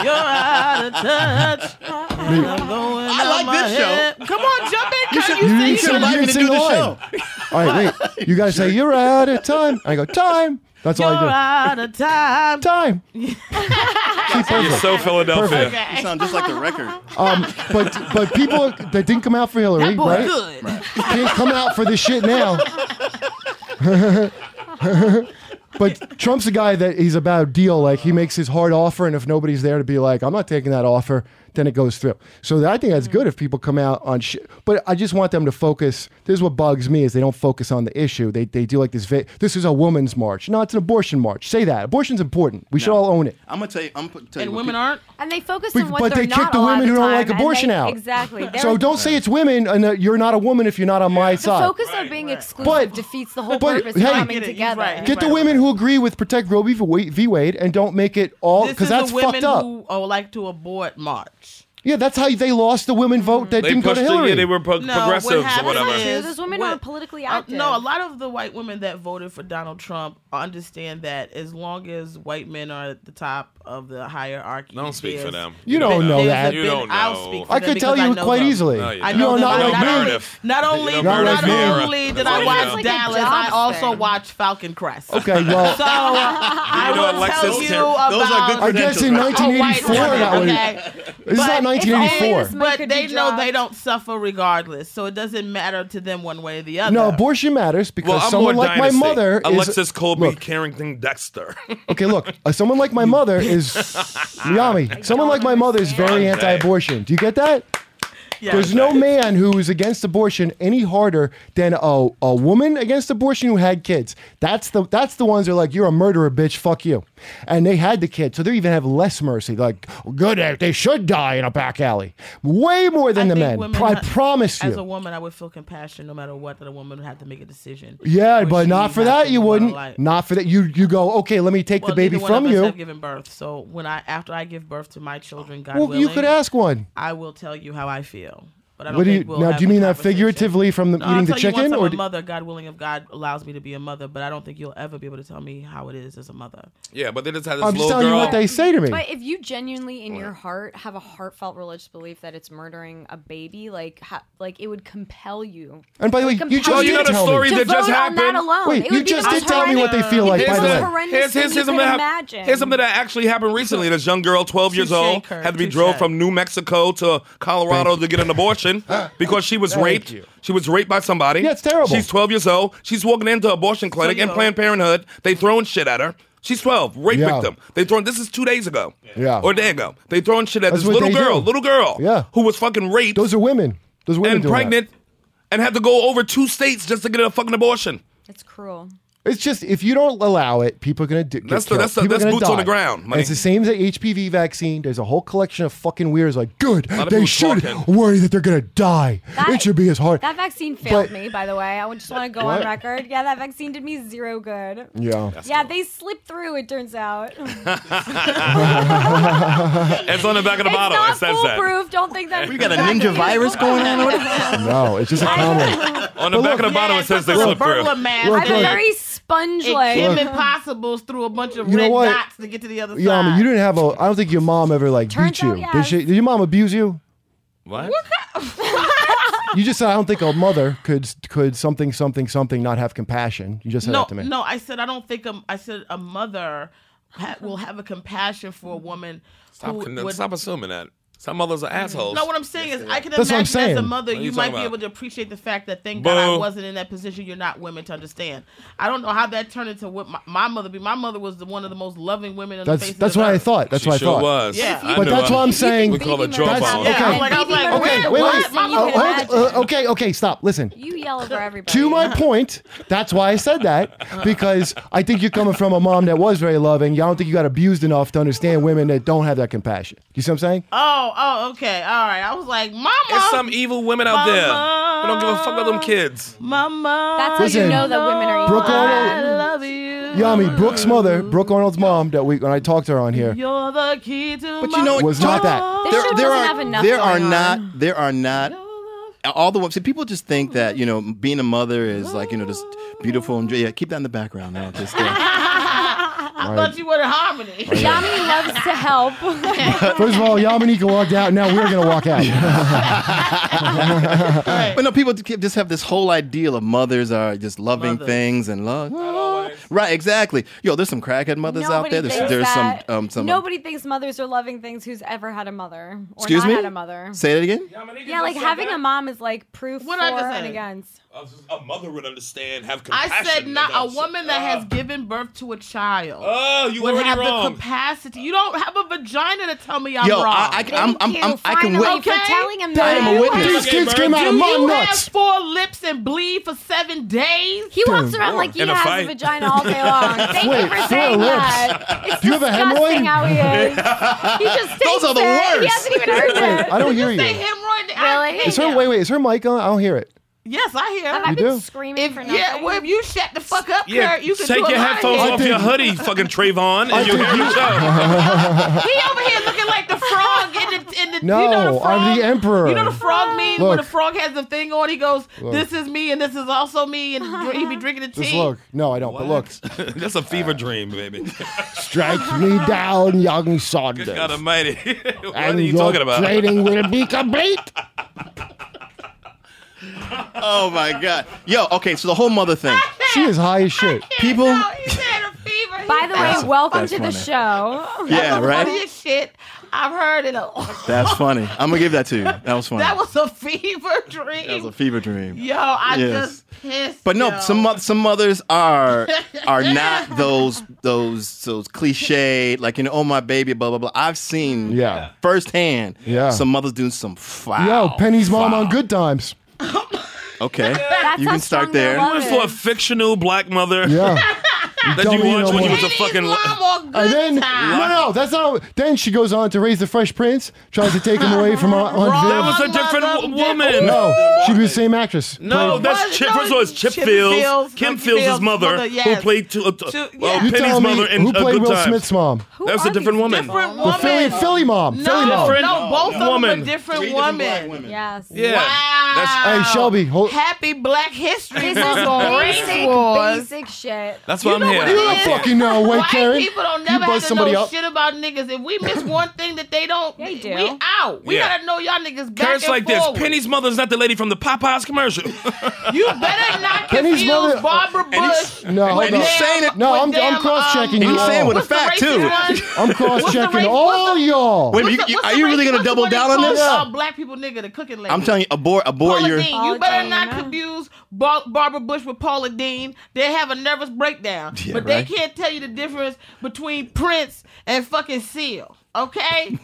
Speaker 7: You're out of touch.
Speaker 6: *laughs*
Speaker 7: I'm going
Speaker 9: I
Speaker 7: out
Speaker 9: like
Speaker 7: my
Speaker 9: this show.
Speaker 7: head. Come on, jump in. You
Speaker 9: should-
Speaker 7: you
Speaker 6: You
Speaker 7: sing
Speaker 6: didn't
Speaker 7: it.
Speaker 6: say- you
Speaker 9: allow me
Speaker 6: didn't
Speaker 9: to
Speaker 6: sing
Speaker 9: do
Speaker 6: the
Speaker 9: the
Speaker 6: line. All right, wait. You gotta say you're out of time. I go time. That's all
Speaker 7: You're
Speaker 6: I
Speaker 7: out of time.
Speaker 6: do.
Speaker 7: *laughs*
Speaker 6: Time. See,
Speaker 5: You're
Speaker 6: perfect.
Speaker 5: so Philadelphia.
Speaker 6: Perfect.
Speaker 9: You sound just like the record.
Speaker 6: Um, but but people that didn't come out for Hillary,
Speaker 7: That boy
Speaker 6: right?
Speaker 7: good.
Speaker 6: can't come out for this shit now. *laughs* but Trump's a guy that he's about a deal. Like he makes his hard offer, and if nobody's there to be like, I'm not taking that offer, then it goes through. So I think that's good if people come out on shit. But I just want them to focus. This is what bugs me is they don't focus on the issue. They, they do like this. Va- this is a woman's march. No, it's an abortion march. Say that abortion's important. We should all own it.
Speaker 9: I'm gonna tell you. I'm gonna tell
Speaker 7: And
Speaker 9: you. what
Speaker 7: women
Speaker 9: people-
Speaker 7: aren't.
Speaker 8: And they focus
Speaker 6: But-
Speaker 8: on what
Speaker 6: but
Speaker 8: they're
Speaker 6: they kicked
Speaker 8: not
Speaker 6: the
Speaker 8: a lot
Speaker 6: women
Speaker 8: of
Speaker 6: who don't
Speaker 8: time,
Speaker 6: like
Speaker 8: and
Speaker 6: abortion
Speaker 8: they-
Speaker 6: out.
Speaker 8: Exactly. They're-
Speaker 6: So don't say it's women and that you're not a woman if you're not on my
Speaker 8: The
Speaker 6: side.
Speaker 8: focus of being exclusive
Speaker 6: But-
Speaker 8: defeats the whole
Speaker 6: but,
Speaker 8: purpose of
Speaker 6: hey,
Speaker 8: coming
Speaker 7: Get it, he's
Speaker 8: together.
Speaker 7: right.
Speaker 6: Get the women who agree with protect Roe v. Wa- v. Wade and don't make it all
Speaker 7: This is
Speaker 6: because Oh, that's
Speaker 7: the women
Speaker 6: fucked up.
Speaker 7: who oh, like to abort march.
Speaker 6: Yeah, that's how they lost the women vote that
Speaker 5: They
Speaker 6: didn't go
Speaker 5: pushed
Speaker 6: to
Speaker 5: it.
Speaker 6: Hillary.
Speaker 5: Yeah, they were pro-
Speaker 7: No,
Speaker 5: progressives
Speaker 7: what
Speaker 5: or
Speaker 7: happened
Speaker 5: whatever.
Speaker 7: is-
Speaker 8: True, those women
Speaker 7: what-
Speaker 8: are politically
Speaker 7: Uh,
Speaker 8: active.
Speaker 7: no, a lot of the white women that voted for Donald Trump understand that as long as white men are at the top of the hierarchy,
Speaker 5: Don't speak for
Speaker 7: there's-
Speaker 5: them.
Speaker 6: You don't
Speaker 7: there's
Speaker 6: know
Speaker 7: a
Speaker 6: that.
Speaker 5: You
Speaker 7: big-
Speaker 5: don't
Speaker 7: I'll
Speaker 5: know.
Speaker 7: speak for
Speaker 6: I
Speaker 7: them
Speaker 6: could tell
Speaker 7: because
Speaker 6: you
Speaker 7: know
Speaker 6: quite
Speaker 7: them.
Speaker 6: easily.
Speaker 5: No, you
Speaker 7: I
Speaker 5: don't.
Speaker 7: know
Speaker 6: You're
Speaker 7: them.
Speaker 6: not
Speaker 7: Not,
Speaker 6: like me.
Speaker 7: only, not only,
Speaker 5: Not
Speaker 7: not
Speaker 6: like me.
Speaker 7: only did I
Speaker 5: That's
Speaker 7: watch
Speaker 5: like
Speaker 8: a
Speaker 7: Dallas, I
Speaker 8: jobs
Speaker 7: also
Speaker 8: thing.
Speaker 7: watched Falcon Crest.
Speaker 6: Okay, well,
Speaker 7: *laughs* So I
Speaker 5: You know
Speaker 7: will
Speaker 5: Alexis
Speaker 7: tell
Speaker 5: Tim-
Speaker 7: you
Speaker 5: those
Speaker 7: about.
Speaker 9: are good
Speaker 6: I guess in
Speaker 9: Oh, white
Speaker 6: 1984 that was.
Speaker 7: okay.
Speaker 6: This is not
Speaker 7: But if
Speaker 8: If only this
Speaker 6: 1984.
Speaker 8: man
Speaker 7: But
Speaker 8: could
Speaker 7: they
Speaker 8: do
Speaker 7: know
Speaker 8: jobs.
Speaker 7: they don't suffer regardless, so it doesn't matter to them one way or the other.
Speaker 6: No, abortion matters because
Speaker 5: Well, I'm more
Speaker 6: someone like
Speaker 5: dynasty.
Speaker 6: my mother
Speaker 5: Alexis
Speaker 6: is
Speaker 5: Colby
Speaker 6: Look.
Speaker 5: Carrington Dexter. *laughs*
Speaker 6: okay. Look, uh, someone like my
Speaker 7: *laughs*
Speaker 6: mother is Yami. Someone like my mother is very
Speaker 5: understand.
Speaker 6: anti-abortion. Do you get that?
Speaker 7: Yeah.
Speaker 6: There's no man who is against abortion any harder than a, a woman against abortion who had kids. That's the that's the ones that are like, you're a murderer, bitch, fuck you. And they had the kid, so they even have less mercy. Like, good, eh, they should die in a back alley. Way more than the
Speaker 7: I think
Speaker 6: men.
Speaker 7: women
Speaker 6: Pro- I
Speaker 7: ha-
Speaker 6: promise you.
Speaker 7: As a woman, I would feel compassion no matter what, that a woman would have to make a decision.
Speaker 6: yeah,
Speaker 7: Where
Speaker 6: but
Speaker 7: she
Speaker 6: not for
Speaker 7: has
Speaker 6: that
Speaker 7: to
Speaker 6: you
Speaker 7: live her
Speaker 6: wouldn't.
Speaker 7: life.
Speaker 6: Not for that you you go, okay, let me take
Speaker 7: Well,
Speaker 6: the baby
Speaker 7: neither one
Speaker 6: from
Speaker 7: of us
Speaker 6: you.
Speaker 7: Have given birth, so when I after I give birth to my children, God
Speaker 6: well,
Speaker 7: willing,
Speaker 6: you could ask one.
Speaker 7: I will tell you how I feel. But I don't
Speaker 6: What do you
Speaker 7: think we'll
Speaker 6: now?
Speaker 7: have
Speaker 6: Do you
Speaker 7: a
Speaker 6: mean that
Speaker 7: conversation.
Speaker 6: figuratively from the,
Speaker 7: No,
Speaker 6: eating
Speaker 7: I'll
Speaker 6: the
Speaker 7: tell you
Speaker 6: chicken,
Speaker 7: once I'm
Speaker 6: or
Speaker 7: a
Speaker 6: do-
Speaker 7: mother, God willing, if God allows me to be a mother, but I don't think you'll ever be able to tell me how it is as a mother.
Speaker 5: Yeah, but they just had this
Speaker 6: I'm just
Speaker 5: little
Speaker 6: telling
Speaker 5: girl.
Speaker 6: you what they say to me?
Speaker 8: But if you genuinely, in your heart, have a heartfelt religious belief that it's murdering a baby, like ha- like it would compel you.
Speaker 6: And by the
Speaker 8: It
Speaker 6: way,
Speaker 8: would
Speaker 6: you
Speaker 8: compel
Speaker 6: just
Speaker 5: Oh, you know
Speaker 6: did
Speaker 5: the
Speaker 6: tell
Speaker 5: story
Speaker 6: me.
Speaker 8: to
Speaker 5: that just
Speaker 8: vote on
Speaker 5: happened.
Speaker 8: that alone.
Speaker 6: Wait,
Speaker 8: It
Speaker 6: you
Speaker 8: would be the
Speaker 6: just
Speaker 8: most
Speaker 6: did tell me what they
Speaker 8: horrendous-
Speaker 6: feel like,
Speaker 8: It
Speaker 6: by
Speaker 8: was
Speaker 6: the way.
Speaker 8: the horrendous
Speaker 5: here's,
Speaker 8: thing
Speaker 5: here's,
Speaker 8: you
Speaker 5: here's, something
Speaker 8: could
Speaker 5: that hap-
Speaker 8: imagine.
Speaker 5: here's something that actually happened recently. This young girl, 12 years
Speaker 7: Touche,
Speaker 5: old,
Speaker 7: Kurt,
Speaker 5: had to be
Speaker 7: touche.
Speaker 5: drove from New Mexico to Colorado to get an
Speaker 6: *laughs*
Speaker 5: abortion because she was raped.
Speaker 6: you.
Speaker 5: She was raped by somebody.
Speaker 6: Yeah, it's terrible.
Speaker 5: She's 12 years old. She's walking into abortion clinic
Speaker 7: you
Speaker 5: and
Speaker 7: know-
Speaker 5: Planned Parenthood. They throwing shit at her. She's 12, rape
Speaker 6: Yeah.
Speaker 5: victim. They throwing this is two days ago.
Speaker 6: Yeah.
Speaker 5: Or a day ago. They throwing shit at
Speaker 6: That's
Speaker 5: this
Speaker 6: what
Speaker 5: little
Speaker 6: they
Speaker 5: girl,
Speaker 6: do.
Speaker 5: little girl
Speaker 6: Yeah.
Speaker 5: who was fucking raped
Speaker 6: Those are women. Those are women
Speaker 5: and
Speaker 6: doing that.
Speaker 5: pregnant and had to go over two states just to get a fucking abortion.
Speaker 8: It's cruel.
Speaker 6: It's just if you don't allow it, people are gonna do. Get
Speaker 5: That's the-
Speaker 6: killed.
Speaker 5: that's the-
Speaker 6: People are
Speaker 5: that's
Speaker 6: gonna
Speaker 5: boots on
Speaker 6: die.
Speaker 5: the ground,
Speaker 6: And
Speaker 5: money.
Speaker 6: it's the same as the HPV vaccine. There's a whole collection of fucking weirdos like, good,
Speaker 5: of
Speaker 6: they
Speaker 5: people
Speaker 6: should
Speaker 5: talking.
Speaker 6: worry that they're gonna die.
Speaker 8: That-
Speaker 6: it should be as hard.
Speaker 8: That vaccine failed
Speaker 6: But-
Speaker 8: me, by the way. I would just want to go
Speaker 6: What?
Speaker 8: on record. Yeah, that vaccine did me zero good.
Speaker 6: yeah.
Speaker 8: yeah, they slipped through. It turns out it's
Speaker 5: It's on the back of the bottle.
Speaker 8: not
Speaker 5: it says that.
Speaker 8: foolproof. Don't think that
Speaker 9: We got a ninja
Speaker 8: *laughs*
Speaker 9: virus going on. What the-
Speaker 6: No, it's just a comment.
Speaker 5: On the back of the bottle, it says they
Speaker 7: Look,
Speaker 5: slipped through.
Speaker 7: Burla mask.
Speaker 6: Look,
Speaker 8: I'm a
Speaker 6: look.
Speaker 8: very sponge
Speaker 7: It Kim
Speaker 8: like.
Speaker 7: Impossibles through a bunch of
Speaker 6: You know
Speaker 7: red
Speaker 6: what?
Speaker 7: dots to get to the other
Speaker 6: Yeah, I
Speaker 7: side.
Speaker 6: mean, you didn't have a. I don't think your mom ever like
Speaker 8: Turns
Speaker 6: beat you.
Speaker 8: out yes.
Speaker 6: Did she? Did your mom abuse you?
Speaker 5: What?
Speaker 6: You just said I don't think a mother could could something something something not have compassion. You just said
Speaker 7: no,
Speaker 6: that to me.
Speaker 7: no. I said I don't think a, I said a mother ha- will have a compassion for a woman
Speaker 5: Stop,
Speaker 7: who would
Speaker 5: stop assuming that. Some mothers are assholes.
Speaker 7: No, what I'm saying is, I can
Speaker 6: That's what I'm
Speaker 7: imagine as a
Speaker 6: saying.
Speaker 7: mother,
Speaker 5: are
Speaker 7: you,
Speaker 5: you
Speaker 7: might
Speaker 5: talking
Speaker 7: be
Speaker 5: about?
Speaker 7: able to appreciate the fact that thank God I
Speaker 5: Boo.
Speaker 7: wasn't in that position. You're not women to understand. I don't know how that turned into what my, my mother be. My mother was the, one of the most loving women. On the
Speaker 6: That's
Speaker 7: face of
Speaker 6: that's
Speaker 7: the
Speaker 6: what I
Speaker 7: earth.
Speaker 6: thought. That's
Speaker 5: she
Speaker 6: what I
Speaker 5: sure
Speaker 6: thought.
Speaker 5: was.
Speaker 7: Yeah.
Speaker 5: I
Speaker 6: But
Speaker 5: knew
Speaker 6: that's
Speaker 5: it.
Speaker 6: what I'm saying.
Speaker 5: We call it
Speaker 8: That's-
Speaker 5: jawbone.
Speaker 7: Yeah,
Speaker 6: Okay.
Speaker 7: I'm like, I was like,
Speaker 6: Okay,
Speaker 7: where
Speaker 6: wait,
Speaker 7: was
Speaker 6: wait.
Speaker 7: my
Speaker 8: You
Speaker 7: mother?
Speaker 8: can
Speaker 6: Oh,
Speaker 8: imagine.
Speaker 6: hold, uh, okay, okay, stop. Listen.
Speaker 8: You yell for everybody.
Speaker 6: To my point, that's why I said
Speaker 7: *laughs*
Speaker 6: that because I think you're coming from a mom that was very loving. I don't think you got abused enough to understand women that don't have that compassion. You see what I'm saying?
Speaker 7: Oh, oh, okay, all right. I was like, Mama,
Speaker 5: It's some evil women out there.
Speaker 7: Mama.
Speaker 5: They don't give a fuck about them kids.
Speaker 7: Mama,
Speaker 8: That's how
Speaker 6: Listen,
Speaker 8: you know that women are evil.
Speaker 6: Brooke
Speaker 7: I
Speaker 6: Arnold,
Speaker 7: love you.
Speaker 6: Yami, Brooke's mother, Brooke Arnold's mom, that we when I talked to her on here,
Speaker 7: You're the key to
Speaker 9: But
Speaker 7: my
Speaker 9: you know,
Speaker 6: was not that.
Speaker 8: This
Speaker 9: there,
Speaker 8: show
Speaker 9: there
Speaker 8: doesn't
Speaker 9: are
Speaker 8: have enough
Speaker 9: there are
Speaker 8: going on.
Speaker 9: not there are not all the see people just think that you know being a mother is like you know just beautiful and yeah keep that in the background now just,
Speaker 8: *laughs*
Speaker 9: uh,
Speaker 7: I thought you were in harmony.
Speaker 8: Yami loves to help.
Speaker 6: First of all, Yamanika walked out. Now we're gonna walk
Speaker 7: *laughs*
Speaker 6: out.
Speaker 9: but no people just have this whole ideal of mothers are just loving
Speaker 7: Mothers.
Speaker 9: things and love right exactly yo there's some crackhead mothers out there there's,
Speaker 8: thinks
Speaker 9: there's some
Speaker 8: that-
Speaker 9: um some
Speaker 8: nobody thinks mothers are loving things who's ever had a mother or
Speaker 9: excuse
Speaker 8: not
Speaker 9: me
Speaker 8: had a mother.
Speaker 9: say that again
Speaker 8: yeah, like having a mom is like proof
Speaker 7: What
Speaker 8: for
Speaker 7: I just
Speaker 8: and
Speaker 7: said.
Speaker 8: against.
Speaker 5: A mother would understand, have compassion.
Speaker 7: *laughs* I said not a woman that has given birth to a child.
Speaker 5: Oh, Uh, you
Speaker 7: would
Speaker 5: already
Speaker 7: have the
Speaker 5: wrong.
Speaker 7: capacity. You don't have a vagina to tell me I'm
Speaker 9: yo
Speaker 7: wrong.
Speaker 9: I, I, I'm, I'm,
Speaker 8: Thank
Speaker 9: I'm,
Speaker 8: you
Speaker 9: I can
Speaker 8: finally
Speaker 9: wait
Speaker 8: for
Speaker 7: Okay.
Speaker 8: telling him
Speaker 9: I
Speaker 8: that.
Speaker 9: am a witness
Speaker 6: These kids came out of
Speaker 7: Do
Speaker 6: my
Speaker 7: you
Speaker 6: nuts.
Speaker 7: have four lips and bleed for seven days?
Speaker 8: He walks around like he
Speaker 5: In a
Speaker 8: has
Speaker 5: fight.
Speaker 8: a vagina all day
Speaker 9: *laughs*
Speaker 8: long. Thank
Speaker 6: Wait,
Speaker 8: you for
Speaker 6: four
Speaker 8: saying
Speaker 6: lips.
Speaker 8: that. It's
Speaker 6: Do you have a
Speaker 8: disgusting
Speaker 6: hemorrhoid?
Speaker 8: How he is? He
Speaker 9: *laughs*
Speaker 8: just
Speaker 9: Those
Speaker 8: takes
Speaker 9: are the
Speaker 8: it. He
Speaker 9: worst.
Speaker 8: hasn't even heard
Speaker 6: Wait,
Speaker 8: it.
Speaker 6: I don't hear
Speaker 7: You say
Speaker 6: you.
Speaker 7: hemorrhoid? I
Speaker 8: Really?
Speaker 7: can't
Speaker 6: Is her
Speaker 7: hear.
Speaker 6: wait wait? Is her mic on? I don't hear it.
Speaker 7: Yes, I hear.
Speaker 8: Have I
Speaker 6: You
Speaker 8: been
Speaker 6: do?
Speaker 8: screaming
Speaker 7: if
Speaker 8: for nothing?
Speaker 7: yeah, well, if you shut the fuck up,
Speaker 5: Yeah,
Speaker 7: Kurt, you can
Speaker 5: take
Speaker 7: do
Speaker 5: your
Speaker 7: a lot
Speaker 5: headphones
Speaker 7: here.
Speaker 5: off your
Speaker 7: *laughs*
Speaker 5: hoodie, fucking Trayvon, and you
Speaker 6: think
Speaker 5: hear the
Speaker 6: you-
Speaker 5: show.
Speaker 7: He over here looking like the frog in the in the. you know
Speaker 6: No,
Speaker 7: the frog,
Speaker 6: I'm the emperor.
Speaker 7: You know the frog meme when
Speaker 6: Look.
Speaker 7: the frog has the thing on. He goes, "This is me, and this is also me,"
Speaker 8: *laughs*
Speaker 7: and dr- he be drinking the tea.
Speaker 6: Just look. No, I don't. But look. *laughs*
Speaker 5: That's a fever dream, baby.
Speaker 6: Strike me down, young
Speaker 5: *laughs*
Speaker 6: Saunders.
Speaker 5: God Almighty. what
Speaker 6: And
Speaker 5: are you
Speaker 6: your
Speaker 5: talking about?
Speaker 6: Training will be complete.
Speaker 9: oh my god yo okay so the whole
Speaker 7: *laughs*
Speaker 9: mother thing
Speaker 6: She is high as shit.
Speaker 9: people
Speaker 7: No, he's had a fever.
Speaker 8: By the way, welcome
Speaker 9: that's
Speaker 8: to the
Speaker 9: funny.
Speaker 8: show.
Speaker 9: yeah right
Speaker 7: funniest shit I've heard it all.
Speaker 9: That's funny. I'm gonna give that
Speaker 7: *laughs*
Speaker 9: to you. That was funny.
Speaker 7: That was a fever *laughs* dream.
Speaker 9: That was a fever dream.
Speaker 7: Yo, I
Speaker 9: Yes.
Speaker 7: just pissed.
Speaker 9: But no,
Speaker 7: yo.
Speaker 9: some mo- some mothers are
Speaker 7: *laughs*
Speaker 9: are not those those those cliched like you know oh my baby blah blah blah. I've seen
Speaker 6: Yeah.
Speaker 9: firsthand
Speaker 6: Yeah.
Speaker 9: some mothers doing some foul.
Speaker 6: Yo, Penny's mom
Speaker 9: foul.
Speaker 6: on good times.
Speaker 7: *laughs*
Speaker 9: Okay,
Speaker 8: That's
Speaker 9: you
Speaker 8: how
Speaker 9: can start
Speaker 8: strong their
Speaker 9: there.
Speaker 8: love
Speaker 5: Went
Speaker 8: is.
Speaker 5: for a fictional black mother *laughs*
Speaker 6: Yeah.
Speaker 5: that
Speaker 6: Dummy
Speaker 5: you watched
Speaker 6: no
Speaker 5: when you was
Speaker 6: more.
Speaker 5: a fucking.
Speaker 7: Mama, good
Speaker 6: And then
Speaker 7: time.
Speaker 6: no, no, that's not. Then she goes on to raise the Fresh Prince, tries to take him away from Aunt
Speaker 5: That
Speaker 6: Aunt
Speaker 5: was
Speaker 6: Viv.
Speaker 5: a different
Speaker 7: Mother
Speaker 5: w- woman.
Speaker 6: No, she was the same actress.
Speaker 5: No,
Speaker 6: Played-
Speaker 5: that's
Speaker 7: Was-
Speaker 5: Chip.
Speaker 7: no,
Speaker 5: First of all, it's Chip,
Speaker 7: Chip
Speaker 5: Fields,
Speaker 7: Fields,
Speaker 5: Kim
Speaker 7: Kim
Speaker 5: Fields'
Speaker 7: Fields'
Speaker 5: mother,
Speaker 7: mother, yes.
Speaker 5: who played two, uh, t-
Speaker 7: Two-
Speaker 5: well,
Speaker 7: yeah.
Speaker 6: you
Speaker 5: Penny's
Speaker 6: tell me
Speaker 5: mother in
Speaker 6: who
Speaker 5: uh,
Speaker 6: played
Speaker 5: Good
Speaker 6: Will
Speaker 5: Times.
Speaker 6: Smith's mom?
Speaker 8: Who
Speaker 5: That's
Speaker 8: are
Speaker 5: a different
Speaker 8: these
Speaker 5: woman.
Speaker 7: Different
Speaker 8: people?
Speaker 6: The
Speaker 7: woman.
Speaker 6: Philly, Philly mom. Philly
Speaker 7: no,
Speaker 6: mom.
Speaker 7: no, both of
Speaker 5: Woman.
Speaker 7: them are different
Speaker 9: Three different black
Speaker 7: women.
Speaker 9: women.
Speaker 8: Yes.
Speaker 5: Yeah.
Speaker 6: Hey,
Speaker 7: Wow.
Speaker 6: Shelby, hold-
Speaker 7: Happy Black History
Speaker 8: This
Speaker 7: Month on
Speaker 8: is
Speaker 7: Race
Speaker 8: basic,
Speaker 7: Wars.
Speaker 8: basic shit.
Speaker 5: That's why
Speaker 7: You
Speaker 5: I'm
Speaker 7: know what
Speaker 5: here.
Speaker 7: it
Speaker 6: You don't
Speaker 7: Yeah.
Speaker 6: fucking know, wait,
Speaker 7: White
Speaker 6: Karen.
Speaker 7: people don't
Speaker 6: you
Speaker 7: never have
Speaker 6: buzz
Speaker 7: to
Speaker 6: somebody
Speaker 7: know
Speaker 6: up.
Speaker 7: shit about niggas. If we miss one thing that they don't,
Speaker 8: They do.
Speaker 7: we out. We
Speaker 5: Yeah.
Speaker 7: gotta know y'all niggas back
Speaker 5: Karen's
Speaker 7: and
Speaker 5: like
Speaker 7: forward.
Speaker 5: this. Penny's mother's not the lady from the Popeyes commercial. *laughs*
Speaker 7: You better
Speaker 6: *laughs*
Speaker 7: not
Speaker 6: Penny's
Speaker 7: confuse
Speaker 6: mother-
Speaker 7: Barbara Bush.
Speaker 6: No, hold
Speaker 9: And
Speaker 6: on.
Speaker 9: he's saying it.
Speaker 6: No,
Speaker 7: with
Speaker 6: I'm,
Speaker 7: them,
Speaker 6: I'm
Speaker 7: um,
Speaker 6: cross checking
Speaker 9: And
Speaker 6: you
Speaker 9: he's saying
Speaker 6: all.
Speaker 9: with a
Speaker 7: What's the
Speaker 9: fact
Speaker 7: racist
Speaker 9: too.
Speaker 7: one?
Speaker 6: I'm cross
Speaker 7: What's
Speaker 6: checking
Speaker 7: the race-
Speaker 6: all y'all.
Speaker 9: Wait, a minute,
Speaker 7: What's
Speaker 9: you-
Speaker 7: the-
Speaker 9: are
Speaker 7: what's
Speaker 9: you
Speaker 7: the
Speaker 9: really
Speaker 7: race-
Speaker 9: gonna
Speaker 7: what's the
Speaker 9: double
Speaker 7: one
Speaker 9: down
Speaker 7: they
Speaker 9: on
Speaker 7: call,
Speaker 9: this?
Speaker 7: uh, black people nigga, the cooking lady.
Speaker 9: I'm telling you, abort abort
Speaker 7: Paula
Speaker 9: your.
Speaker 7: Dean.
Speaker 8: Paula
Speaker 7: you better
Speaker 8: Dean,
Speaker 7: not
Speaker 8: yeah.
Speaker 7: confuse Bar- Barbara Bush with Paula Dean. They have a nervous breakdown,
Speaker 9: Yeah,
Speaker 7: but
Speaker 9: right.
Speaker 7: they can't tell you the difference between Prince and fucking Seal. Okay,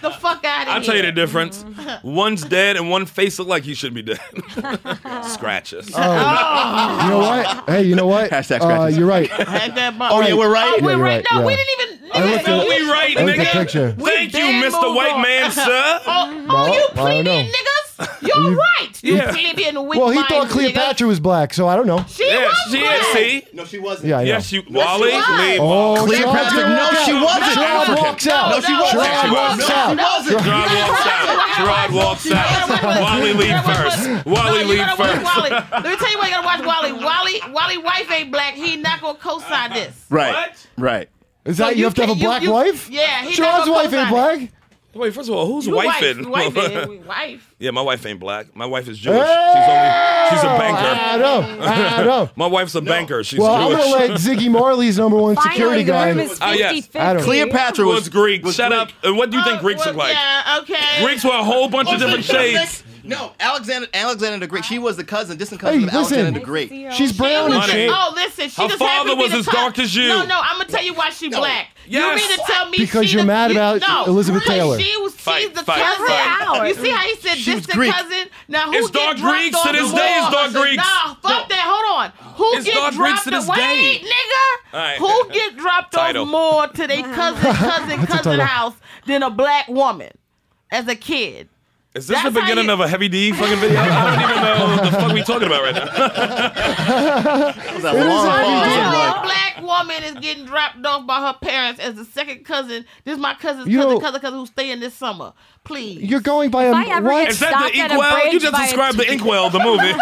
Speaker 7: the fuck out of here.
Speaker 5: I'll tell you the difference. One's dead and one face look like he should be dead. *laughs* Scratches.
Speaker 6: Oh, You know what? Hey, you
Speaker 5: *laughs*
Speaker 6: know what? uh,
Speaker 9: Hashtag scratches.
Speaker 6: you're right.
Speaker 7: Had that bu-
Speaker 9: Oh yeah, we're right.
Speaker 7: Oh,
Speaker 6: Yeah,
Speaker 7: we're
Speaker 6: you're right,
Speaker 7: right. No, we
Speaker 6: yeah.
Speaker 7: didn't even.
Speaker 6: I looked
Speaker 7: nigga,
Speaker 6: at-
Speaker 7: you-
Speaker 5: we right,
Speaker 6: I looked
Speaker 5: nigga.
Speaker 6: at the picture.
Speaker 7: We
Speaker 5: Thank you,
Speaker 7: damn
Speaker 5: Mr.
Speaker 7: moved
Speaker 5: White
Speaker 7: on.
Speaker 5: Man, sir.
Speaker 7: *laughs* Oh,
Speaker 6: No,
Speaker 7: oh,
Speaker 6: I
Speaker 7: you
Speaker 6: don't know.
Speaker 7: plebeian niggas! You're right! You
Speaker 5: Yeah.
Speaker 7: plebeian and weak
Speaker 6: Well, he thought Cleopatra was black, so I don't know.
Speaker 7: She
Speaker 5: Yeah,
Speaker 7: was
Speaker 5: she is.
Speaker 7: black.
Speaker 5: See?
Speaker 9: No, she wasn't.
Speaker 6: Yeah, I know.
Speaker 5: Yes, you. Wally, leave.
Speaker 6: Oh, Gerard's
Speaker 9: Cleopatra.
Speaker 6: gonna
Speaker 9: No,
Speaker 6: walk out.
Speaker 9: she wasn't.
Speaker 6: Gerard
Speaker 9: African.
Speaker 6: walks out.
Speaker 9: No, she wasn't.
Speaker 6: Gerard
Speaker 5: She
Speaker 6: walks
Speaker 5: wasn't.
Speaker 6: out.
Speaker 9: She wasn't.
Speaker 5: Gerard walks out. Gerard walks out. Wally, leave first. Wally,
Speaker 7: you
Speaker 5: leave
Speaker 7: gotta watch
Speaker 5: first.
Speaker 7: Wally. Let me tell you why you gotta watch Wally. Wally, Wally wife ain't black. He not gonna co-sign this.
Speaker 9: Right.
Speaker 5: What?
Speaker 9: Right.
Speaker 6: Is that
Speaker 7: So
Speaker 6: you, have to have a
Speaker 7: can't- you-
Speaker 6: black
Speaker 7: you-
Speaker 6: wife?
Speaker 7: Yeah, he
Speaker 6: Gerard's
Speaker 7: not gonna
Speaker 6: wife ain't
Speaker 7: co-sign it.
Speaker 6: black.
Speaker 5: Wait, first of all, who's
Speaker 7: You
Speaker 5: wife
Speaker 7: wife, wife, is- wife.
Speaker 5: *laughs* Yeah, my wife ain't black. My wife is Jewish. She's only she's a
Speaker 6: I
Speaker 5: banker.
Speaker 6: know. I know.
Speaker 5: My wife's a banker. She's
Speaker 6: Well, I'm
Speaker 5: Jewish.
Speaker 6: gonna let Ziggy Marley's number one
Speaker 8: Finally,
Speaker 6: security
Speaker 8: the
Speaker 6: guy.
Speaker 8: room is 50
Speaker 5: Oh, yes.
Speaker 6: I don't-
Speaker 9: Cleopatra
Speaker 5: was,
Speaker 9: was
Speaker 5: Greek.
Speaker 9: was
Speaker 5: Shut
Speaker 9: Greek.
Speaker 5: up. And what do you think
Speaker 7: Oh,
Speaker 5: Greeks
Speaker 7: well,
Speaker 5: look like?
Speaker 7: Yeah, okay.
Speaker 5: Greeks were a whole bunch of different shades.
Speaker 9: No, Alexander Alexander the Great. She was the cousin, distant cousin
Speaker 6: Hey,
Speaker 9: of
Speaker 6: listen.
Speaker 9: Alexander the Great.
Speaker 6: She's brown and
Speaker 5: Money.
Speaker 6: shit.
Speaker 7: Oh, listen, she
Speaker 5: Her
Speaker 7: just
Speaker 5: father
Speaker 7: happened to be
Speaker 5: was
Speaker 7: the
Speaker 5: as
Speaker 7: top-
Speaker 5: dark as you.
Speaker 7: No, no, I'm gonna tell you why she black. You
Speaker 5: Yes.
Speaker 7: mean to tell me
Speaker 6: Because
Speaker 7: she
Speaker 6: you're
Speaker 7: the-
Speaker 6: mad
Speaker 7: you-
Speaker 6: about
Speaker 7: no,
Speaker 6: Elizabeth
Speaker 7: because
Speaker 6: Taylor.
Speaker 7: She was
Speaker 5: Fight,
Speaker 7: she's the
Speaker 5: fight,
Speaker 7: cousin.
Speaker 8: fight.
Speaker 7: You see how he said
Speaker 9: She was
Speaker 7: distant
Speaker 9: Greek.
Speaker 7: cousin? Now who
Speaker 5: It's
Speaker 7: get
Speaker 5: dark
Speaker 7: dropped
Speaker 5: Greeks
Speaker 7: on
Speaker 5: to this
Speaker 7: the
Speaker 5: day, it's
Speaker 7: wall?
Speaker 5: dark Greeks.
Speaker 7: Nah, fuck that. Hold on. Who
Speaker 5: It's
Speaker 7: get
Speaker 5: dark
Speaker 7: dropped
Speaker 5: Greeks to this
Speaker 7: wait,
Speaker 5: day.
Speaker 7: nigga?
Speaker 5: All right.
Speaker 7: Who get dropped
Speaker 5: Title.
Speaker 7: off more to their cousin, cousin, cousin
Speaker 6: title.
Speaker 7: house than a black woman as a kid?
Speaker 5: Is this
Speaker 7: That's
Speaker 5: the
Speaker 7: how
Speaker 5: beginning
Speaker 7: you-
Speaker 5: of a heavy D fucking video? I don't even know what the fuck we talking about right now.
Speaker 9: That was a
Speaker 6: is
Speaker 9: long
Speaker 6: Alexander the Great.
Speaker 9: pause. I'm like,
Speaker 7: a black woman is getting dropped off by her parents as the second cousin. This is my cousin's
Speaker 6: You
Speaker 7: cousin,
Speaker 6: know-
Speaker 7: cousin, cousin who's staying this summer. Please.
Speaker 6: You're going by a
Speaker 8: I ever
Speaker 6: what?
Speaker 8: get
Speaker 5: Is *laughs* that
Speaker 8: Stopped
Speaker 5: the
Speaker 8: at a
Speaker 5: inkwell? You
Speaker 8: bridge
Speaker 5: just
Speaker 8: by a
Speaker 5: described the inkwell of the movie.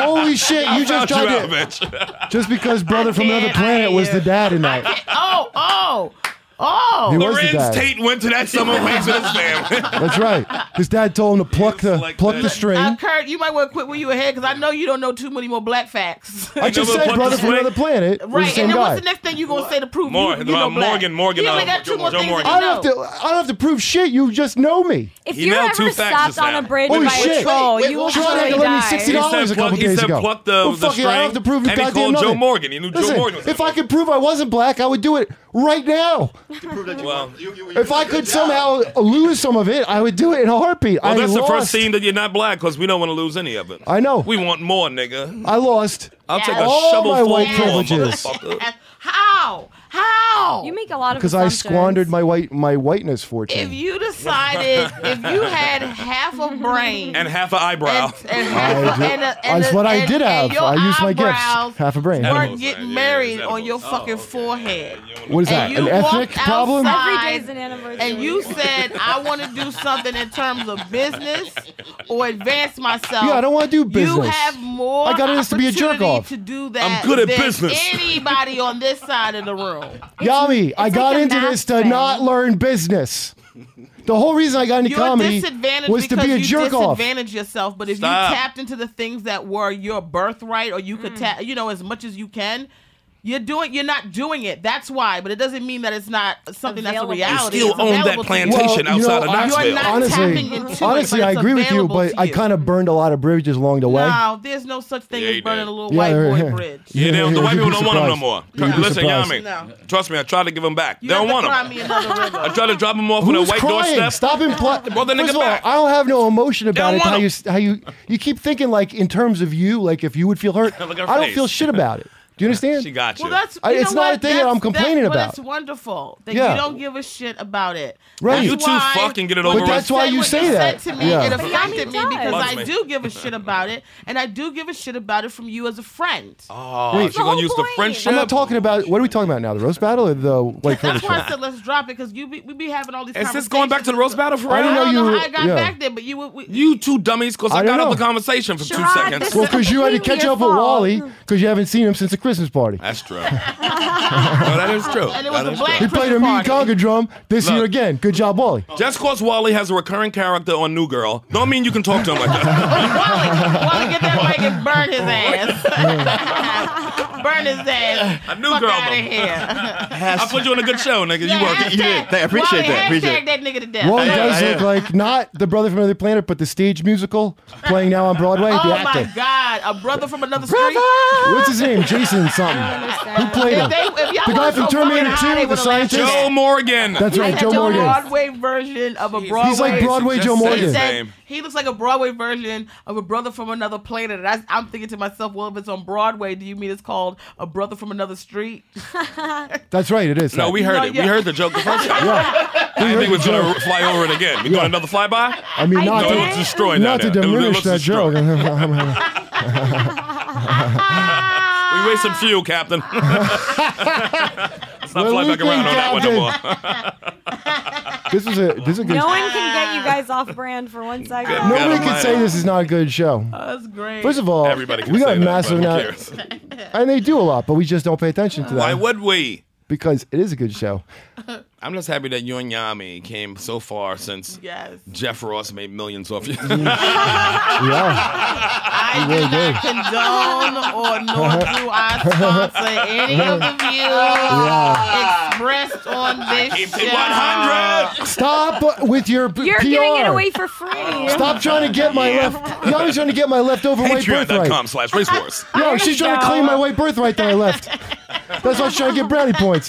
Speaker 6: Holy shit! You just
Speaker 5: Found you
Speaker 6: tried
Speaker 5: out,
Speaker 6: it.
Speaker 5: bitch.
Speaker 6: Just because brother from another
Speaker 7: did, I
Speaker 6: planet was the dad in that.
Speaker 7: oh, oh, oh.
Speaker 6: He was the
Speaker 5: Lorenz
Speaker 6: dad.
Speaker 5: Tate went to that summer place with his
Speaker 6: *laughs*
Speaker 5: family.
Speaker 6: That's right. His dad told him to pluck
Speaker 5: was
Speaker 6: the
Speaker 5: like
Speaker 6: pluck
Speaker 5: that.
Speaker 6: the string.
Speaker 7: Uh, Kurt, you might want to quit where you were headed because I know you don't know too many more
Speaker 6: *laughs*
Speaker 7: black facts.
Speaker 6: I just
Speaker 5: Another
Speaker 6: said
Speaker 5: pluck
Speaker 6: brother
Speaker 5: the
Speaker 6: from
Speaker 5: string?
Speaker 6: another planet was
Speaker 7: *laughs* right,
Speaker 6: the same
Speaker 7: and then
Speaker 6: guy.
Speaker 7: what's the next thing you're gonna say to prove
Speaker 5: Mor-
Speaker 7: you, you know
Speaker 5: uh,
Speaker 7: black?
Speaker 5: Morgan, Morgan,
Speaker 7: You only
Speaker 5: uh,
Speaker 7: got two
Speaker 5: Joe
Speaker 7: more things
Speaker 5: Morgan.
Speaker 7: that
Speaker 6: I
Speaker 7: you
Speaker 6: don't
Speaker 7: know.
Speaker 6: have to. I don't have to prove shit. You just know me.
Speaker 8: If
Speaker 5: You
Speaker 8: you were
Speaker 5: nailed two
Speaker 8: ever
Speaker 5: facts
Speaker 8: stopped
Speaker 5: just
Speaker 8: on a
Speaker 5: now.
Speaker 8: bridge
Speaker 6: Holy
Speaker 8: by
Speaker 6: shit.
Speaker 8: a troll,
Speaker 9: Wait,
Speaker 8: you
Speaker 9: wait,
Speaker 8: will
Speaker 9: wait,
Speaker 6: Sean had
Speaker 8: surely
Speaker 6: to lend me sixty
Speaker 8: die.
Speaker 5: He
Speaker 6: dollars
Speaker 5: said
Speaker 6: a couple
Speaker 5: pluck- he
Speaker 6: days
Speaker 5: said
Speaker 6: ago.
Speaker 5: pluck the-
Speaker 6: Well,
Speaker 5: the
Speaker 6: fuck it, I don't have to
Speaker 5: string,
Speaker 6: prove
Speaker 5: and he
Speaker 6: goddamn
Speaker 5: called Joe
Speaker 6: nothing.
Speaker 5: Morgan. He knew Joe
Speaker 6: Listen,
Speaker 5: Morgan was
Speaker 6: if
Speaker 5: gonna
Speaker 6: I could prove I wasn't black, I would do it right now.
Speaker 5: Well,
Speaker 6: If I could somehow lose some of it, I would do it in a heartbeat.
Speaker 5: well
Speaker 6: I
Speaker 5: that's the
Speaker 6: lost.
Speaker 5: first scene that you're not black because we don't want to lose any of it.
Speaker 6: I know.
Speaker 5: We want more, nigga.
Speaker 6: I lost.
Speaker 5: I'll take a
Speaker 6: All
Speaker 5: shovel
Speaker 6: my
Speaker 5: full
Speaker 6: white
Speaker 5: more,
Speaker 6: privileges.
Speaker 5: motherfucker.
Speaker 7: How? How?
Speaker 8: You make a lot of
Speaker 6: because I
Speaker 8: assumptions.
Speaker 6: squandered my white my whiteness
Speaker 7: if
Speaker 6: fortune.
Speaker 7: you
Speaker 5: *laughs*
Speaker 7: decided if you had half a brain
Speaker 5: And half an eyebrow.
Speaker 7: and, and half a,
Speaker 6: did-
Speaker 7: and a, and
Speaker 6: That's
Speaker 7: a-
Speaker 6: what I
Speaker 7: and-
Speaker 6: did
Speaker 7: and
Speaker 6: have.
Speaker 7: your
Speaker 6: I used my
Speaker 7: eyebrows
Speaker 6: gifts. Half a brain.
Speaker 5: Edible.
Speaker 7: Weren't
Speaker 5: Edibles, right?
Speaker 7: getting
Speaker 5: Yeah,
Speaker 7: married
Speaker 5: it's
Speaker 7: on your
Speaker 5: edibles. Oh,
Speaker 7: fucking forehead.
Speaker 6: What is that?
Speaker 7: And
Speaker 6: An
Speaker 7: you
Speaker 6: ethnic
Speaker 7: walked
Speaker 6: problem?
Speaker 7: outside.
Speaker 8: Every day's an anniversary.
Speaker 7: And you said I want to do something in terms of business or advance myself.
Speaker 6: Yeah, I don't wanna do
Speaker 7: You
Speaker 6: business.
Speaker 7: have more
Speaker 6: I got into this to be a jerk
Speaker 7: opportunity
Speaker 6: off.
Speaker 7: to do that.
Speaker 5: I'm good at
Speaker 7: than
Speaker 5: business.
Speaker 7: Anybody on this side of the room?
Speaker 6: *laughs* Yami, I
Speaker 8: like
Speaker 6: got
Speaker 8: a
Speaker 6: into
Speaker 8: math
Speaker 6: this to
Speaker 8: thing.
Speaker 6: not learn business. The whole reason I got into
Speaker 7: You're
Speaker 6: comedy
Speaker 7: disadvantaged
Speaker 6: was to
Speaker 7: because
Speaker 6: be a
Speaker 7: you
Speaker 6: jerk off.
Speaker 7: disadvantage yourself. But if
Speaker 5: Stop.
Speaker 7: you tapped into the things that were your birthright, or you could tap, you know, as much as you can, You're doing. You're not doing it. That's why. But it doesn't mean that it's not something
Speaker 8: Available. You
Speaker 7: that's a reality.
Speaker 5: still
Speaker 7: It's
Speaker 5: own that
Speaker 7: available to you.
Speaker 5: plantation. Well, outside of Knoxville.
Speaker 7: You're not
Speaker 6: honestly,
Speaker 7: tapping into it,
Speaker 6: honestly,
Speaker 7: but
Speaker 6: I
Speaker 7: it's
Speaker 6: agree with you,
Speaker 7: available
Speaker 6: but
Speaker 7: to
Speaker 6: I
Speaker 7: you.
Speaker 6: kind of burned a lot of bridges along the way.
Speaker 7: No, there's no such thing
Speaker 5: Yeah,
Speaker 7: as
Speaker 5: you
Speaker 7: burning
Speaker 5: did.
Speaker 7: a little
Speaker 6: Yeah,
Speaker 7: white boy
Speaker 6: yeah.
Speaker 5: *laughs*
Speaker 7: bridge.
Speaker 6: Yeah,
Speaker 5: Yeah, them, the
Speaker 6: you'd
Speaker 5: white
Speaker 6: be
Speaker 5: people don't want them no
Speaker 6: surprised.
Speaker 5: more.
Speaker 6: You'd be
Speaker 5: Listen,
Speaker 6: surprised.
Speaker 5: Yami,
Speaker 7: No.
Speaker 5: trust me, I tried to give them back.
Speaker 7: You
Speaker 5: they
Speaker 7: have
Speaker 5: don't want
Speaker 7: to cry
Speaker 5: them.
Speaker 7: me
Speaker 5: *laughs*
Speaker 7: another river.
Speaker 5: I tried to drop them off on a
Speaker 6: Who's
Speaker 5: white
Speaker 6: crying?
Speaker 5: doorstep.
Speaker 6: Stop
Speaker 5: *laughs*
Speaker 6: implying.
Speaker 5: Well, the
Speaker 6: First
Speaker 5: nigga
Speaker 6: of all,
Speaker 5: back.
Speaker 6: I don't have no emotion about
Speaker 5: don't
Speaker 6: it. How
Speaker 5: want
Speaker 6: you, how you, you keep thinking like in terms of you, like if you would feel hurt.
Speaker 5: *laughs* Look at her
Speaker 6: I don't
Speaker 5: face.
Speaker 6: feel shit about it.
Speaker 5: *laughs*
Speaker 6: Do you understand?
Speaker 5: She got you.
Speaker 7: Well, that's
Speaker 6: I-
Speaker 7: you
Speaker 6: it's
Speaker 7: know
Speaker 6: not a
Speaker 7: what?
Speaker 6: thing that
Speaker 7: That's-
Speaker 6: I'm complaining
Speaker 7: that's- but
Speaker 6: about.
Speaker 7: It's wonderful that
Speaker 6: Yeah.
Speaker 7: you don't give a shit about it.
Speaker 6: Right.
Speaker 5: you
Speaker 7: That's
Speaker 5: two
Speaker 7: why-
Speaker 5: fucking get it
Speaker 6: But
Speaker 5: over with.
Speaker 6: that's why
Speaker 7: said
Speaker 6: you
Speaker 7: what
Speaker 6: say
Speaker 7: you
Speaker 6: that.
Speaker 7: Said to me,
Speaker 6: Yeah.
Speaker 7: it
Speaker 6: But
Speaker 8: Yanni
Speaker 7: affected me
Speaker 8: does.
Speaker 7: because
Speaker 5: Bugs
Speaker 7: I
Speaker 5: me.
Speaker 7: do give a shit about it, and I do give a shit about it from you as a friend.
Speaker 5: Oh,
Speaker 6: Wait.
Speaker 5: she's gonna
Speaker 8: The
Speaker 5: use
Speaker 8: whole
Speaker 5: the
Speaker 8: point.
Speaker 5: friendship.
Speaker 6: I'm not talking about. What are we talking about now? The roast battle or the white
Speaker 7: That's
Speaker 6: privilege?
Speaker 7: why I
Speaker 6: one?
Speaker 7: said let's drop it because you be, we be having all these.
Speaker 5: Is this going back to the roast battle for right
Speaker 6: I didn't
Speaker 5: now?
Speaker 7: I don't
Speaker 6: know
Speaker 7: know,
Speaker 6: you
Speaker 7: how
Speaker 6: were-
Speaker 7: I got
Speaker 6: yeah.
Speaker 7: back there, but you would. We,
Speaker 5: You two dummies, because I,
Speaker 6: I don't
Speaker 5: got out
Speaker 6: know.
Speaker 5: of the conversation for two
Speaker 8: Sherrod,
Speaker 5: seconds.
Speaker 8: this
Speaker 6: Well, because you had to
Speaker 8: Completely
Speaker 6: catch up with
Speaker 8: your fault.
Speaker 6: Wally because you haven't seen him since the Christmas party.
Speaker 5: That's true. *laughs* no, that is true.
Speaker 7: and it was
Speaker 5: That
Speaker 7: a
Speaker 5: is
Speaker 7: black.
Speaker 5: true.
Speaker 6: He played a
Speaker 7: Christmas
Speaker 6: mean
Speaker 7: party.
Speaker 6: conga drum this
Speaker 5: Look.
Speaker 6: year again. Good job, Wally.
Speaker 5: Just because Wally has a recurring character on New Girl, don't mean you can talk to him like
Speaker 7: *laughs*
Speaker 5: that.
Speaker 7: *laughs* Wally, Wally, get that mic and burn
Speaker 5: *laughs*
Speaker 7: his *laughs* ass. burn his ass.
Speaker 5: A new
Speaker 7: Fuck
Speaker 5: girl,
Speaker 7: out
Speaker 5: though.
Speaker 7: of
Speaker 9: *laughs*
Speaker 7: here.
Speaker 5: I put *laughs* you on a good show, nigga. You
Speaker 7: Yeah,
Speaker 5: work.
Speaker 9: you did.
Speaker 7: hashtag-
Speaker 9: They appreciate
Speaker 7: Wally,
Speaker 9: that. Appreciate
Speaker 7: hashtag that nigga to death.
Speaker 6: Wally
Speaker 9: I-
Speaker 6: does
Speaker 9: I-
Speaker 6: look like not the brother from another planet, but the stage musical playing now on Broadway.
Speaker 7: Oh
Speaker 6: the
Speaker 7: my
Speaker 6: actor.
Speaker 7: God! A brother from another street.
Speaker 6: What's his name? Jason something. Who played
Speaker 7: If
Speaker 6: him?
Speaker 7: they, if y'all
Speaker 6: The guy
Speaker 7: was
Speaker 6: from
Speaker 7: so
Speaker 6: Terminator
Speaker 7: fucking
Speaker 6: 2,
Speaker 7: high, they
Speaker 6: the
Speaker 7: would've
Speaker 6: scientist?
Speaker 7: laughed
Speaker 5: Joe
Speaker 7: at
Speaker 5: Morgan.
Speaker 6: That's right,
Speaker 8: I
Speaker 6: Joe
Speaker 8: don't
Speaker 7: that.
Speaker 6: Morgan.
Speaker 7: Broadway version of a Broadway.
Speaker 6: He's like Broadway
Speaker 5: Just
Speaker 6: Joe
Speaker 5: say
Speaker 7: He
Speaker 5: his
Speaker 6: Morgan.
Speaker 7: said
Speaker 5: name.
Speaker 7: he looks like a Broadway version of a brother from another planet. And I, I'm thinking to myself, well, if it's on Broadway, do you mean it's called a brother from another street?
Speaker 6: That's right, it is.
Speaker 5: No, we heard
Speaker 7: No,
Speaker 5: it.
Speaker 7: yeah.
Speaker 5: We heard the joke the
Speaker 7: *laughs*
Speaker 5: first time. I think we're gonna fly over it again. We doing another flyby?
Speaker 6: I mean, not
Speaker 5: No, it
Speaker 8: did.
Speaker 6: to,
Speaker 5: looks destroyed.
Speaker 6: not to
Speaker 5: down there. It looks
Speaker 6: diminish that
Speaker 5: destroyed.
Speaker 6: joke.
Speaker 5: We waste
Speaker 7: Ah.
Speaker 5: some fuel,
Speaker 7: *laughs*
Speaker 5: Captain. Let's not
Speaker 6: Well,
Speaker 5: fly
Speaker 6: we
Speaker 5: back
Speaker 6: can,
Speaker 5: around on that one no more.
Speaker 6: Captain. *laughs* this is a this is a good.
Speaker 8: No one can get you guys off brand for one second.
Speaker 6: Nobody
Speaker 5: Gotta
Speaker 6: can
Speaker 5: mind
Speaker 6: say
Speaker 5: it.
Speaker 6: this is not a good show.
Speaker 7: That's great.
Speaker 6: First of all,
Speaker 5: Everybody can
Speaker 6: Oh, we got
Speaker 5: say
Speaker 6: a
Speaker 5: that,
Speaker 6: massive
Speaker 5: but who
Speaker 6: amount,
Speaker 5: cares?
Speaker 6: and they do a lot, but we just don't pay attention to
Speaker 5: Why
Speaker 6: that
Speaker 5: would we?
Speaker 6: because it is a good show.
Speaker 5: I'm just happy that you and Yami came so far since
Speaker 7: yes.
Speaker 6: *laughs*
Speaker 5: Jeff Ross made millions off you. *laughs*
Speaker 6: Yeah,
Speaker 7: I do not condone or nor do
Speaker 6: *laughs*
Speaker 7: I sponsor any of the views expressed on this
Speaker 5: Keep
Speaker 7: show.
Speaker 5: it 100.
Speaker 6: stop with your p-
Speaker 8: *laughs* You're
Speaker 6: PR.
Speaker 8: giving it away for free.
Speaker 6: Stop trying to get my left. Yami's trying to get my leftover white birthright.
Speaker 5: Patreon.com slash racehorse.
Speaker 6: No, she's trying to
Speaker 8: No.
Speaker 6: claim my white birthright that I
Speaker 8: *laughs*
Speaker 6: left. That's why she's trying to get brownie points.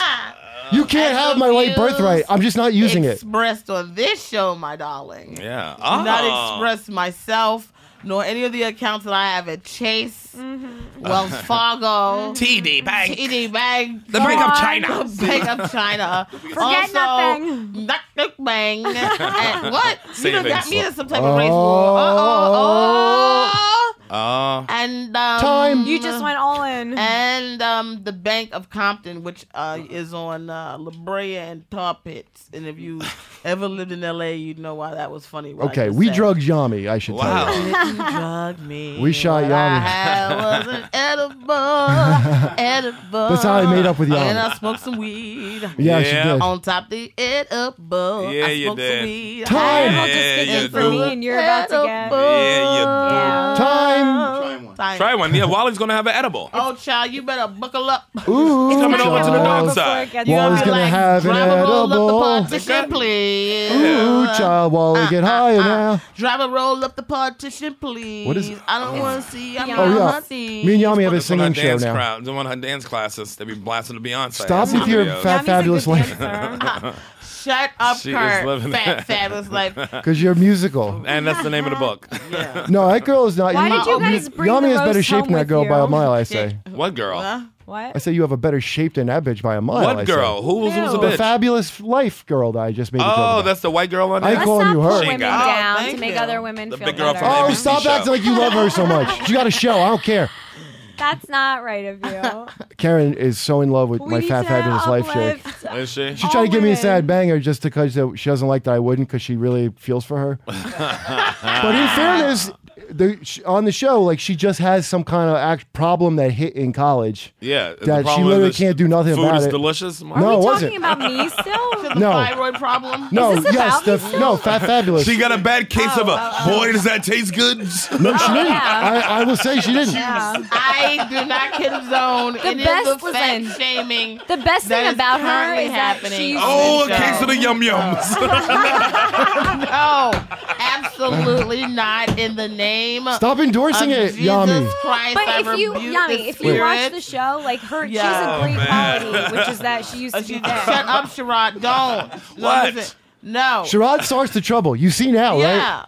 Speaker 6: You can't have my white birthright. I'm just not using it.
Speaker 7: Expressed on this show, my darling.
Speaker 5: Yeah.
Speaker 7: Do not
Speaker 5: Ah.
Speaker 7: express myself nor any of the accounts that I have at Chase,
Speaker 5: Mm-hmm. *laughs*
Speaker 7: Wells Fargo,
Speaker 5: TD Bank.
Speaker 7: TD Bank,
Speaker 5: Mm-hmm. The Bank of China.
Speaker 7: the Bank
Speaker 5: *laughs*
Speaker 7: of China,
Speaker 8: Forget nothing.
Speaker 7: Knock Knock Bang. and what? You done got
Speaker 5: Savings.
Speaker 7: me in some type of race war. Uh oh. oh.
Speaker 5: Uh,
Speaker 7: And um,
Speaker 6: Time.
Speaker 8: You just went all in.
Speaker 7: and um, the Bank of Compton, which uh, is on uh, La Brea and Tar Pits. And if
Speaker 6: *laughs*
Speaker 7: you ever lived in LA, you'd know why that was funny. what I
Speaker 6: Okay,
Speaker 7: just
Speaker 6: we
Speaker 7: said.
Speaker 6: drugged Yami, I should tell you.
Speaker 5: wow.
Speaker 7: You drugged me.
Speaker 6: We shot Yami.
Speaker 7: What I had
Speaker 6: *laughs*
Speaker 7: was an edible, edible.
Speaker 6: That's how I made up with Yami.
Speaker 7: And I smoked some weed.
Speaker 6: Yeah,
Speaker 5: Yeah.
Speaker 6: she did.
Speaker 7: On top the edible,
Speaker 5: Yeah,
Speaker 7: I
Speaker 5: you
Speaker 7: smoked
Speaker 5: did.
Speaker 7: some weed.
Speaker 6: Time.
Speaker 8: I'll just
Speaker 5: Yeah,
Speaker 8: get
Speaker 5: you
Speaker 8: it for
Speaker 5: do.
Speaker 8: me, and you're about to get.
Speaker 5: Yeah,
Speaker 8: Yeah.
Speaker 6: Time.
Speaker 7: Time.
Speaker 5: you Try one. Yeah, Wally's going to have an edible.
Speaker 7: Oh, child, you better buckle up.
Speaker 6: Ooh,
Speaker 5: coming over to the dark
Speaker 6: child.
Speaker 5: side.
Speaker 6: You Wally's
Speaker 7: Be
Speaker 6: gonna
Speaker 7: like,
Speaker 6: have an
Speaker 7: drive a roll
Speaker 6: edible.
Speaker 7: up the partition, please.
Speaker 6: Ooh, child, Wally, get
Speaker 8: Ah,
Speaker 6: higher now.
Speaker 7: Drive a roll up the partition, please.
Speaker 6: What is it?
Speaker 7: I don't want to see. I
Speaker 8: Oh,
Speaker 7: don't
Speaker 6: yeah.
Speaker 7: want to see.
Speaker 6: Me and Yami have a
Speaker 5: It's one of
Speaker 6: singing
Speaker 5: her
Speaker 6: show
Speaker 5: dance
Speaker 6: now.
Speaker 5: crowd- the one of her dance classes. They be blasting the Beyonce.
Speaker 6: Stop with your
Speaker 5: videos.
Speaker 6: fat fabulous life
Speaker 7: Shut up,
Speaker 5: She is
Speaker 7: Kurt.
Speaker 5: living
Speaker 7: Fat
Speaker 5: that. *laughs*
Speaker 7: fabulous life.
Speaker 6: because you're musical.
Speaker 5: And that's the name of the book.
Speaker 7: *laughs* Yeah.
Speaker 6: No, that girl is not.
Speaker 8: Why did you guys bring
Speaker 6: Yami
Speaker 8: the
Speaker 6: is better
Speaker 8: roast
Speaker 6: shape than
Speaker 8: home
Speaker 6: that
Speaker 8: with
Speaker 6: girl by
Speaker 8: you?
Speaker 6: a mile, I say.
Speaker 5: What girl?
Speaker 7: Huh?
Speaker 6: I
Speaker 8: What?
Speaker 6: say you have a better shape than that bitch by a mile. Oh, I
Speaker 5: What
Speaker 6: say.
Speaker 5: girl? Who was who's a
Speaker 8: Ew.
Speaker 6: The
Speaker 5: bitch?
Speaker 6: fabulous life girl that I just made. a joke
Speaker 5: oh,
Speaker 6: about.
Speaker 5: that's the white girl on
Speaker 6: I
Speaker 5: there.
Speaker 8: *laughs* Let's
Speaker 6: call
Speaker 8: not
Speaker 6: you
Speaker 8: pull
Speaker 6: her.
Speaker 8: women
Speaker 5: She got-
Speaker 7: Oh,
Speaker 8: down
Speaker 7: thank
Speaker 8: to make
Speaker 7: you.
Speaker 8: other women
Speaker 5: The
Speaker 8: feel
Speaker 5: big girl
Speaker 8: better.
Speaker 5: from
Speaker 6: Oh,
Speaker 5: ABC
Speaker 6: stop
Speaker 5: show.
Speaker 6: acting like you love her so much. You got a show. I don't care.
Speaker 8: That's not right of
Speaker 6: *laughs*
Speaker 8: you.
Speaker 6: Karen is so in love with
Speaker 8: We
Speaker 6: my
Speaker 8: need
Speaker 6: Fat
Speaker 8: to
Speaker 6: Fabulous Life
Speaker 8: uplift.
Speaker 6: joke.
Speaker 5: Is
Speaker 7: Oh.
Speaker 5: she?
Speaker 6: She tried to give me a
Speaker 8: women.
Speaker 6: sad banger just
Speaker 5: *laughs*
Speaker 6: because she doesn't like that I wouldn't because she really feels for her. but in fairness, the, sh- on the show, like she just has some kind of act problem that hit in college.
Speaker 5: Yeah, the
Speaker 6: that she
Speaker 5: problem is
Speaker 6: literally
Speaker 5: that
Speaker 6: can't do nothing
Speaker 5: food
Speaker 6: about
Speaker 5: is
Speaker 6: it.
Speaker 5: delicious.
Speaker 8: Are
Speaker 6: No, it
Speaker 8: we
Speaker 6: wasn't.
Speaker 8: talking about me still?
Speaker 7: The *laughs*
Speaker 6: No.
Speaker 7: thyroid problem.
Speaker 6: *laughs* No,
Speaker 8: Is this
Speaker 6: yes,
Speaker 8: about
Speaker 6: the
Speaker 8: me still?
Speaker 6: no, Fat Fabulous.
Speaker 5: She got a bad case
Speaker 7: Oh,
Speaker 5: of a boy. Does that taste good?
Speaker 6: no, she
Speaker 7: *laughs*
Speaker 6: didn't.
Speaker 8: yeah.
Speaker 6: I, I will say she didn't.
Speaker 8: Yeah.
Speaker 7: I do not condone
Speaker 8: The
Speaker 7: any
Speaker 8: best-
Speaker 7: of the fat
Speaker 8: listen,
Speaker 7: shaming.
Speaker 8: the best
Speaker 7: that
Speaker 8: thing
Speaker 7: is
Speaker 8: about her
Speaker 7: currently
Speaker 8: is that
Speaker 7: happening.
Speaker 8: she's-
Speaker 7: on
Speaker 5: Oh, a
Speaker 7: this
Speaker 5: case
Speaker 7: show.
Speaker 5: of the yum yums.
Speaker 7: No, absolutely not. In the name
Speaker 6: Stop endorsing
Speaker 7: of
Speaker 6: it,
Speaker 7: Jesus
Speaker 6: Yami.
Speaker 7: Christ, I
Speaker 8: But if you,
Speaker 7: rebuke
Speaker 8: Yanni,
Speaker 7: the
Speaker 8: if you watch
Speaker 7: spirit.
Speaker 8: the show, like her, she has
Speaker 7: Yeah.
Speaker 8: a great quality, which is that
Speaker 7: *laughs*
Speaker 8: she used
Speaker 7: Uh,
Speaker 8: to
Speaker 7: she-
Speaker 8: be
Speaker 7: shut
Speaker 8: there.
Speaker 7: up, Sherrod. Don't.
Speaker 5: What?
Speaker 7: Listen, No.
Speaker 6: Sherrod starts the trouble. You see now, Oh, right?
Speaker 7: Yeah.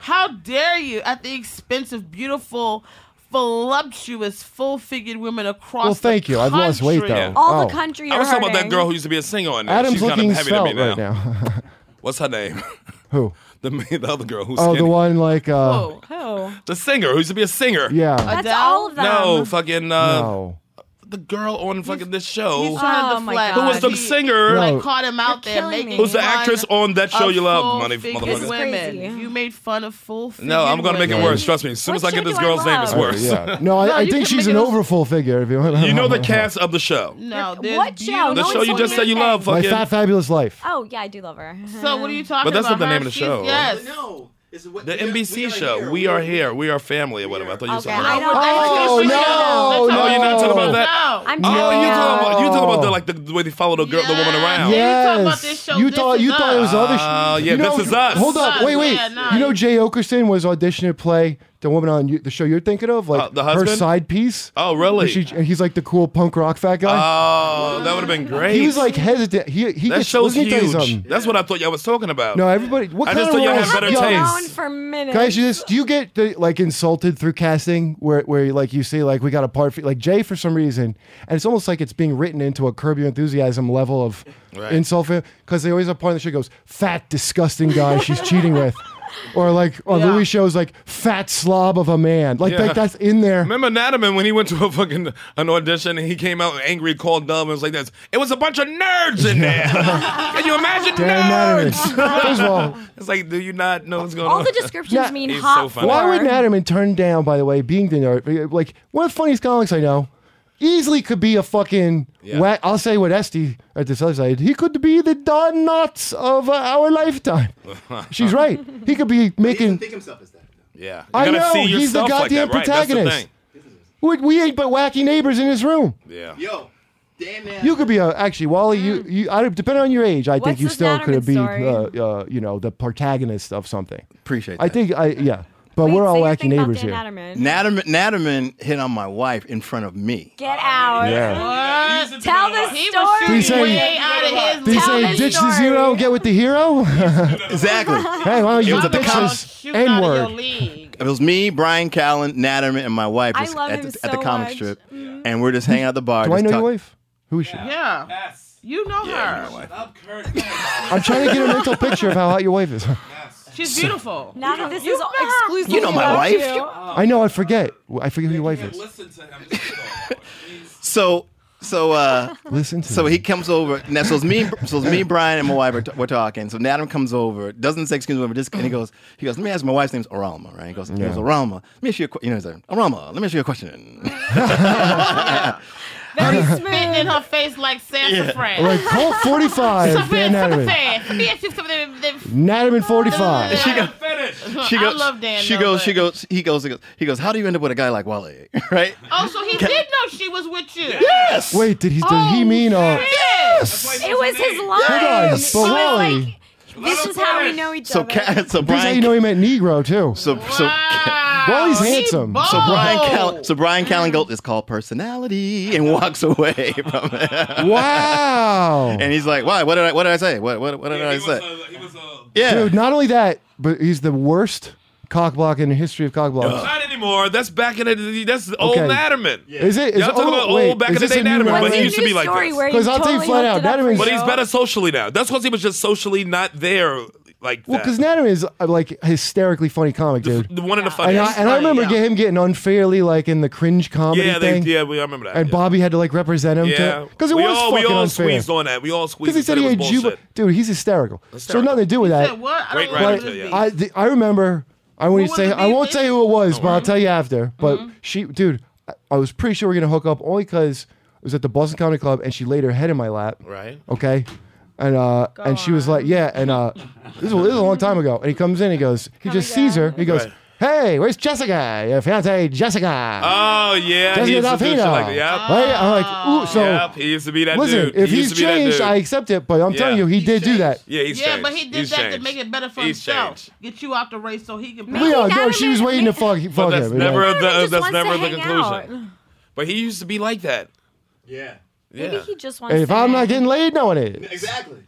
Speaker 7: How dare you at the expense of beautiful, voluptuous, full-figured women across
Speaker 6: Well, thank
Speaker 7: the
Speaker 6: you. I've lost weight
Speaker 7: country?
Speaker 6: though.
Speaker 8: All
Speaker 6: Oh.
Speaker 8: the country
Speaker 5: I
Speaker 8: are
Speaker 5: was talking about that
Speaker 8: hurting.
Speaker 5: girl who used to be a singer on there.
Speaker 6: Adam's
Speaker 5: She's kind
Speaker 6: looking
Speaker 5: of heavy to me
Speaker 6: svelte
Speaker 5: now.
Speaker 6: right now. *laughs*
Speaker 5: What's her name? *laughs*
Speaker 6: Who?
Speaker 5: The ma- the other girl who's
Speaker 6: Oh,
Speaker 5: skinny.
Speaker 6: the one like uh,
Speaker 7: Oh,
Speaker 8: Oh,
Speaker 5: the singer who used to be a singer.
Speaker 6: yeah.
Speaker 8: that's
Speaker 7: Adele?
Speaker 8: all of them.
Speaker 5: No, fucking uh,
Speaker 6: no.
Speaker 5: the girl on fucking this show.
Speaker 7: he's trying
Speaker 8: Oh,
Speaker 7: to
Speaker 8: my
Speaker 7: flex.
Speaker 8: God.
Speaker 5: who was the
Speaker 7: He,
Speaker 5: singer?
Speaker 6: No.
Speaker 7: Like caught him out
Speaker 8: You're
Speaker 7: there
Speaker 8: killing
Speaker 7: making
Speaker 8: me.
Speaker 5: Who's the
Speaker 7: fun
Speaker 5: actress on that show
Speaker 7: of
Speaker 5: you love? Money,
Speaker 7: full-figured
Speaker 5: motherfucker.
Speaker 8: women. This is
Speaker 7: Women.
Speaker 8: crazy.
Speaker 7: You made fun of full.
Speaker 5: No, I'm gonna make it
Speaker 7: women.
Speaker 5: worse. Trust me. As soon as
Speaker 8: What
Speaker 5: I
Speaker 8: show
Speaker 5: get this
Speaker 8: do I
Speaker 5: girl's name, it's
Speaker 8: love?
Speaker 5: worse.
Speaker 6: Yeah. No, I,
Speaker 7: No,
Speaker 6: I
Speaker 7: you
Speaker 6: think
Speaker 7: can
Speaker 6: she's
Speaker 7: make
Speaker 6: an
Speaker 7: it a-
Speaker 6: overfull figure. If you,
Speaker 5: You *laughs* know the cast of the show.
Speaker 7: No,
Speaker 8: What
Speaker 7: there's
Speaker 8: show?
Speaker 5: The
Speaker 8: No
Speaker 7: beautiful-
Speaker 5: show you just said you love,
Speaker 6: My
Speaker 5: fucking.
Speaker 6: Fat Fabulous Life.
Speaker 7: Uh,
Speaker 8: Oh yeah, I do love her. *laughs*
Speaker 7: So what are you talking about?
Speaker 5: But that's not the
Speaker 7: her?
Speaker 5: name of the
Speaker 7: She's-
Speaker 5: show.
Speaker 7: Yes.
Speaker 9: No, it's what-
Speaker 5: The
Speaker 9: we are- we
Speaker 5: NBC
Speaker 9: are
Speaker 5: show.
Speaker 9: here.
Speaker 5: We are here. We are family or whatever. I thought you
Speaker 8: Okay,
Speaker 5: said. something
Speaker 8: I don't.
Speaker 5: else.
Speaker 6: Oh, no,
Speaker 8: I'm
Speaker 7: no,
Speaker 5: Oh, you're not talking about
Speaker 6: no.
Speaker 5: that.
Speaker 7: No.
Speaker 8: I'm
Speaker 5: Oh,
Speaker 8: talking
Speaker 5: you
Speaker 8: about-
Speaker 5: talking about you talking about the like the, the way they follow the girl, the woman
Speaker 7: Yeah.
Speaker 5: around?
Speaker 7: Yeah. You talking about
Speaker 6: Yes.
Speaker 7: this show,
Speaker 6: you
Speaker 7: This
Speaker 6: thought
Speaker 7: Is
Speaker 6: you thought it was
Speaker 7: Us?
Speaker 6: other. sh-
Speaker 5: Uh, yeah,
Speaker 6: you know,
Speaker 5: This Is Us.
Speaker 6: Hold up,
Speaker 7: Us,
Speaker 6: wait, wait.
Speaker 7: yeah, nah.
Speaker 6: You know Jay Okerson was auditioning to play the woman on you, the show you're thinking of, like
Speaker 5: Uh, the
Speaker 6: her
Speaker 5: husband?
Speaker 6: side piece.
Speaker 5: Oh, really?
Speaker 6: And she- and he's like the cool punk rock fat guy.
Speaker 5: Oh, that would have been great.
Speaker 6: he was like hesitant. He he
Speaker 5: that
Speaker 6: gets,
Speaker 5: show's
Speaker 6: let me tell you
Speaker 5: huge.
Speaker 6: something.
Speaker 5: That's what I thought y'all was talking about.
Speaker 6: No, everybody. What
Speaker 5: I
Speaker 6: kind
Speaker 5: just
Speaker 6: of
Speaker 5: thought y'all
Speaker 8: I
Speaker 5: had
Speaker 6: roles-
Speaker 5: better
Speaker 8: haven't
Speaker 6: Yo,
Speaker 5: taste.
Speaker 8: known for minutes.
Speaker 6: Can I ask you this? Do you get the, like insulted through casting where, where like you see like we got a part for like Jay for some reason, and it's almost like it's being written into a Curb Your Enthusiasm level of
Speaker 5: Right.
Speaker 6: insult because they always have part of the show goes fat disgusting guy she's cheating with, or like on
Speaker 7: Yeah.
Speaker 6: Louis shows like fat slob of a man like
Speaker 5: Yeah.
Speaker 6: like that's in there.
Speaker 5: Remember Natterman when he went to a fucking an audition and he came out angry, called dumb, and was like this. It was a bunch of nerds in
Speaker 6: *laughs*
Speaker 5: there. Can you imagine
Speaker 6: Dan Natterman.
Speaker 5: nerds?
Speaker 6: First of all,
Speaker 5: It's like, do you not know what's going
Speaker 8: All
Speaker 5: on?
Speaker 8: the descriptions
Speaker 6: Nah,
Speaker 8: mean
Speaker 5: he's
Speaker 8: hot.
Speaker 5: so funny.
Speaker 6: Why would
Speaker 8: for-
Speaker 6: Natterman turn down, by the way, being the nerd? Like, one of the funniest comics I know easily could be a fucking.
Speaker 5: Yeah.
Speaker 6: whack- I'll say what Esty at this other side, he could be the Don Knotts of uh, our lifetime. She's right. He could be
Speaker 9: He doesn't
Speaker 6: making.
Speaker 9: think himself as that.
Speaker 5: yeah, you
Speaker 6: I
Speaker 5: gotta
Speaker 6: know,
Speaker 5: see
Speaker 6: he's the
Speaker 5: yourself like that,
Speaker 6: goddamn
Speaker 5: right? That's the
Speaker 6: protagonist.
Speaker 5: thing.
Speaker 6: We, we ain't but wacky neighbors in this room.
Speaker 5: Yeah.
Speaker 9: Yo, damn man.
Speaker 6: You could be a actually Wally. You you. I, depending on your age, I think
Speaker 8: What's
Speaker 6: you
Speaker 8: this
Speaker 6: still could
Speaker 8: Natterman
Speaker 6: be
Speaker 8: story?
Speaker 6: uh, uh, you know the protagonist of something.
Speaker 9: Appreciate
Speaker 6: I
Speaker 9: that.
Speaker 6: think I yeah. But
Speaker 8: Wait,
Speaker 6: we're all
Speaker 8: say your
Speaker 6: wacky
Speaker 8: thing about
Speaker 6: neighbors
Speaker 8: Dan
Speaker 6: here.
Speaker 8: Natterman.
Speaker 9: Natterman, Natterman hit on my wife in front of
Speaker 5: *laughs*
Speaker 9: me.
Speaker 8: Get out.
Speaker 6: Yeah.
Speaker 7: What?
Speaker 8: Uh, Tell the
Speaker 7: He
Speaker 8: story.
Speaker 7: was
Speaker 6: Please say-
Speaker 7: shooting way out of
Speaker 6: They
Speaker 7: his
Speaker 8: Tell
Speaker 6: say
Speaker 8: his
Speaker 6: ditch the
Speaker 8: story.
Speaker 6: zero, get with the
Speaker 8: *laughs*
Speaker 6: hero.
Speaker 9: Exactly.
Speaker 6: Hey, why don't you
Speaker 9: was at the
Speaker 6: bitches?
Speaker 7: Shooting
Speaker 6: N
Speaker 7: out of your
Speaker 6: word.
Speaker 7: league.
Speaker 9: It was me, Brian Callen, Natterman, and my wife
Speaker 8: I
Speaker 9: was
Speaker 8: love
Speaker 9: at,
Speaker 8: him
Speaker 9: the, at the
Speaker 8: so
Speaker 9: comic
Speaker 8: much.
Speaker 9: strip, and we're just hanging out at the bar.
Speaker 6: Do I
Speaker 9: just
Speaker 6: know your
Speaker 9: talk-
Speaker 6: wife? Who is she?
Speaker 7: Yeah. You know her.
Speaker 6: I'm trying to get a mental picture of how hot your wife is.
Speaker 7: She's
Speaker 8: *laughs*
Speaker 7: beautiful.
Speaker 8: Now that this
Speaker 7: You
Speaker 8: is
Speaker 7: know her.
Speaker 8: exclusively
Speaker 9: You know my
Speaker 8: about
Speaker 9: wife?
Speaker 8: you. *laughs*
Speaker 6: I know, I forget. I forget who your wife is.
Speaker 5: Listen to him.
Speaker 9: So, so, uh,
Speaker 6: Listen to
Speaker 9: so
Speaker 6: me.
Speaker 9: he comes over. Now, so it's me, so it's me, Brian, and my wife are t- we're talking. So Natterman comes over, doesn't say excuse me, but just and he goes, he goes, let me ask my wife's name's Oralma, right? He goes, he goes, Oralma, let me ask you a question. You know, he's like, Oralma, let me ask you a question.
Speaker 7: Very
Speaker 6: *laughs*
Speaker 7: spitting in her face like sassafras. *laughs*
Speaker 6: Like Colt 45, Dan
Speaker 7: Something, something
Speaker 6: Natterman.
Speaker 7: fast. Let me ask you something. that-
Speaker 9: *laughs*
Speaker 7: that-
Speaker 6: Natterman
Speaker 7: *laughs*
Speaker 6: 45.
Speaker 7: She
Speaker 9: goes-
Speaker 7: Finish.
Speaker 9: She goes,
Speaker 7: I love Dan.
Speaker 9: She
Speaker 7: though,
Speaker 9: goes,
Speaker 7: but-
Speaker 9: she goes, he goes, he goes, he goes. How do you end up with a guy like Wale, *laughs* right?
Speaker 7: Oh, so he did know she was with you.
Speaker 9: Yes.
Speaker 6: Wait, did he? Did he
Speaker 7: Oh,
Speaker 6: mean? Uh,
Speaker 7: Yes.
Speaker 8: It was his line.
Speaker 6: Hold on,
Speaker 8: It
Speaker 6: but
Speaker 8: was
Speaker 6: Wally.
Speaker 8: like, this is how we know each
Speaker 9: So,
Speaker 8: other.
Speaker 9: Ca- so
Speaker 6: That's how
Speaker 9: Brian,
Speaker 6: you know he meant Negro too.
Speaker 9: so so.
Speaker 7: Wow.
Speaker 6: Wally's
Speaker 7: He
Speaker 6: handsome. So
Speaker 9: So Brian,
Speaker 7: bold.
Speaker 9: Cal- so Brian Callen goes, it's called personality, and walks away *laughs* from it.
Speaker 6: Wow.
Speaker 9: *laughs* And he's like, why? What did I? What did I say? What? What? What did I say?
Speaker 5: He was a.
Speaker 9: yeah.
Speaker 6: Dude, not only that, but he's the worst cock block in the history of cock blocks.
Speaker 5: Not anymore. That's back in the. That's old
Speaker 6: Okay.
Speaker 5: Natterman.
Speaker 6: Is it? Is
Speaker 5: Y'all talking
Speaker 6: oh,
Speaker 5: about
Speaker 6: wait,
Speaker 5: old back
Speaker 6: is
Speaker 5: in the
Speaker 6: this
Speaker 5: day
Speaker 6: a new
Speaker 5: Natterman,
Speaker 6: one?
Speaker 5: but
Speaker 8: What's
Speaker 5: he
Speaker 8: your
Speaker 5: used to
Speaker 8: new
Speaker 5: be like
Speaker 8: story
Speaker 5: this.
Speaker 8: where you
Speaker 6: 'Cause I'll tell you
Speaker 8: totally
Speaker 6: flat
Speaker 8: hooked
Speaker 6: out,
Speaker 8: it up
Speaker 6: Natterman's-
Speaker 8: for
Speaker 5: But he's
Speaker 8: Joe?
Speaker 5: better socially now. That's because he was just socially not there like
Speaker 6: Well,
Speaker 5: that.
Speaker 6: because Natterman is uh, like hysterically funny comic, dude.
Speaker 5: The- one of the
Speaker 6: And
Speaker 5: funniest.
Speaker 6: I, and I remember get him getting unfairly like in the cringe comedy
Speaker 5: yeah,
Speaker 6: thing.
Speaker 5: yeah, we, I remember that.
Speaker 6: And
Speaker 5: yeah.
Speaker 6: Bobby had to like represent him
Speaker 5: yeah,
Speaker 6: because it
Speaker 5: we
Speaker 6: was
Speaker 5: all,
Speaker 6: fucking
Speaker 5: we all
Speaker 6: unfair.
Speaker 5: squeezed on that. We all squeezed.
Speaker 6: Because he said he
Speaker 5: it
Speaker 6: had
Speaker 5: was
Speaker 6: Juba,
Speaker 5: bullshit.
Speaker 6: dude. He's hysterical. So
Speaker 5: Hysterical.
Speaker 6: nothing to do with
Speaker 7: He
Speaker 6: that.
Speaker 7: said, what? I
Speaker 5: Great
Speaker 7: don't know
Speaker 5: writer,
Speaker 7: what this
Speaker 5: too,
Speaker 7: is.
Speaker 5: yeah.
Speaker 6: I the, I remember I won't
Speaker 7: Who
Speaker 6: say.
Speaker 7: was the
Speaker 6: I won't
Speaker 7: baby?
Speaker 6: say who it was, but I'll tell you after. But
Speaker 7: Mm-hmm.
Speaker 6: she, dude, I, I was pretty sure we are gonna hook up only because it was at the Boston Comedy Club, and she laid her head in my lap.
Speaker 5: Right.
Speaker 6: Okay. And uh, and she was like, yeah, and uh, this is, this is a long time ago. And he comes in, he goes, he just sees her, he goes,
Speaker 5: Right.
Speaker 6: hey, where's Jessica? Your fiance, Jessica.
Speaker 5: Oh yeah, he
Speaker 6: Jessica
Speaker 5: used to do shit
Speaker 6: Delfino.
Speaker 5: like that. Yep.
Speaker 6: Right? I'm like, ooh, so
Speaker 5: Yep, he used to be that
Speaker 6: listen,
Speaker 5: dude.
Speaker 6: if
Speaker 5: he used
Speaker 6: he's
Speaker 5: to be that
Speaker 6: changed,
Speaker 5: dude.
Speaker 6: I accept it, but I'm telling you, he
Speaker 7: He's
Speaker 6: did do
Speaker 7: changed.
Speaker 6: that.
Speaker 5: yeah, he's
Speaker 7: yeah,
Speaker 5: changed.
Speaker 7: but he did
Speaker 5: He's
Speaker 7: that to
Speaker 5: changed.
Speaker 7: make it better for
Speaker 5: He's
Speaker 7: himself.
Speaker 5: changed.
Speaker 7: Get you out the race so he can.
Speaker 6: We all know
Speaker 8: He got
Speaker 6: she
Speaker 8: him
Speaker 6: was
Speaker 8: in-
Speaker 6: waiting to fuck, fuck
Speaker 5: But that's
Speaker 6: him. you know?
Speaker 5: never the uh,
Speaker 8: Maybe he just
Speaker 5: that's
Speaker 8: wants
Speaker 5: never
Speaker 8: to
Speaker 5: the
Speaker 8: hang
Speaker 5: conclusion. But he used to be like that.
Speaker 9: Yeah.
Speaker 5: Yeah.
Speaker 8: Maybe he just wants.
Speaker 6: If
Speaker 8: to
Speaker 6: I'm
Speaker 8: hang.
Speaker 6: not getting laid, no one is.
Speaker 9: Exactly.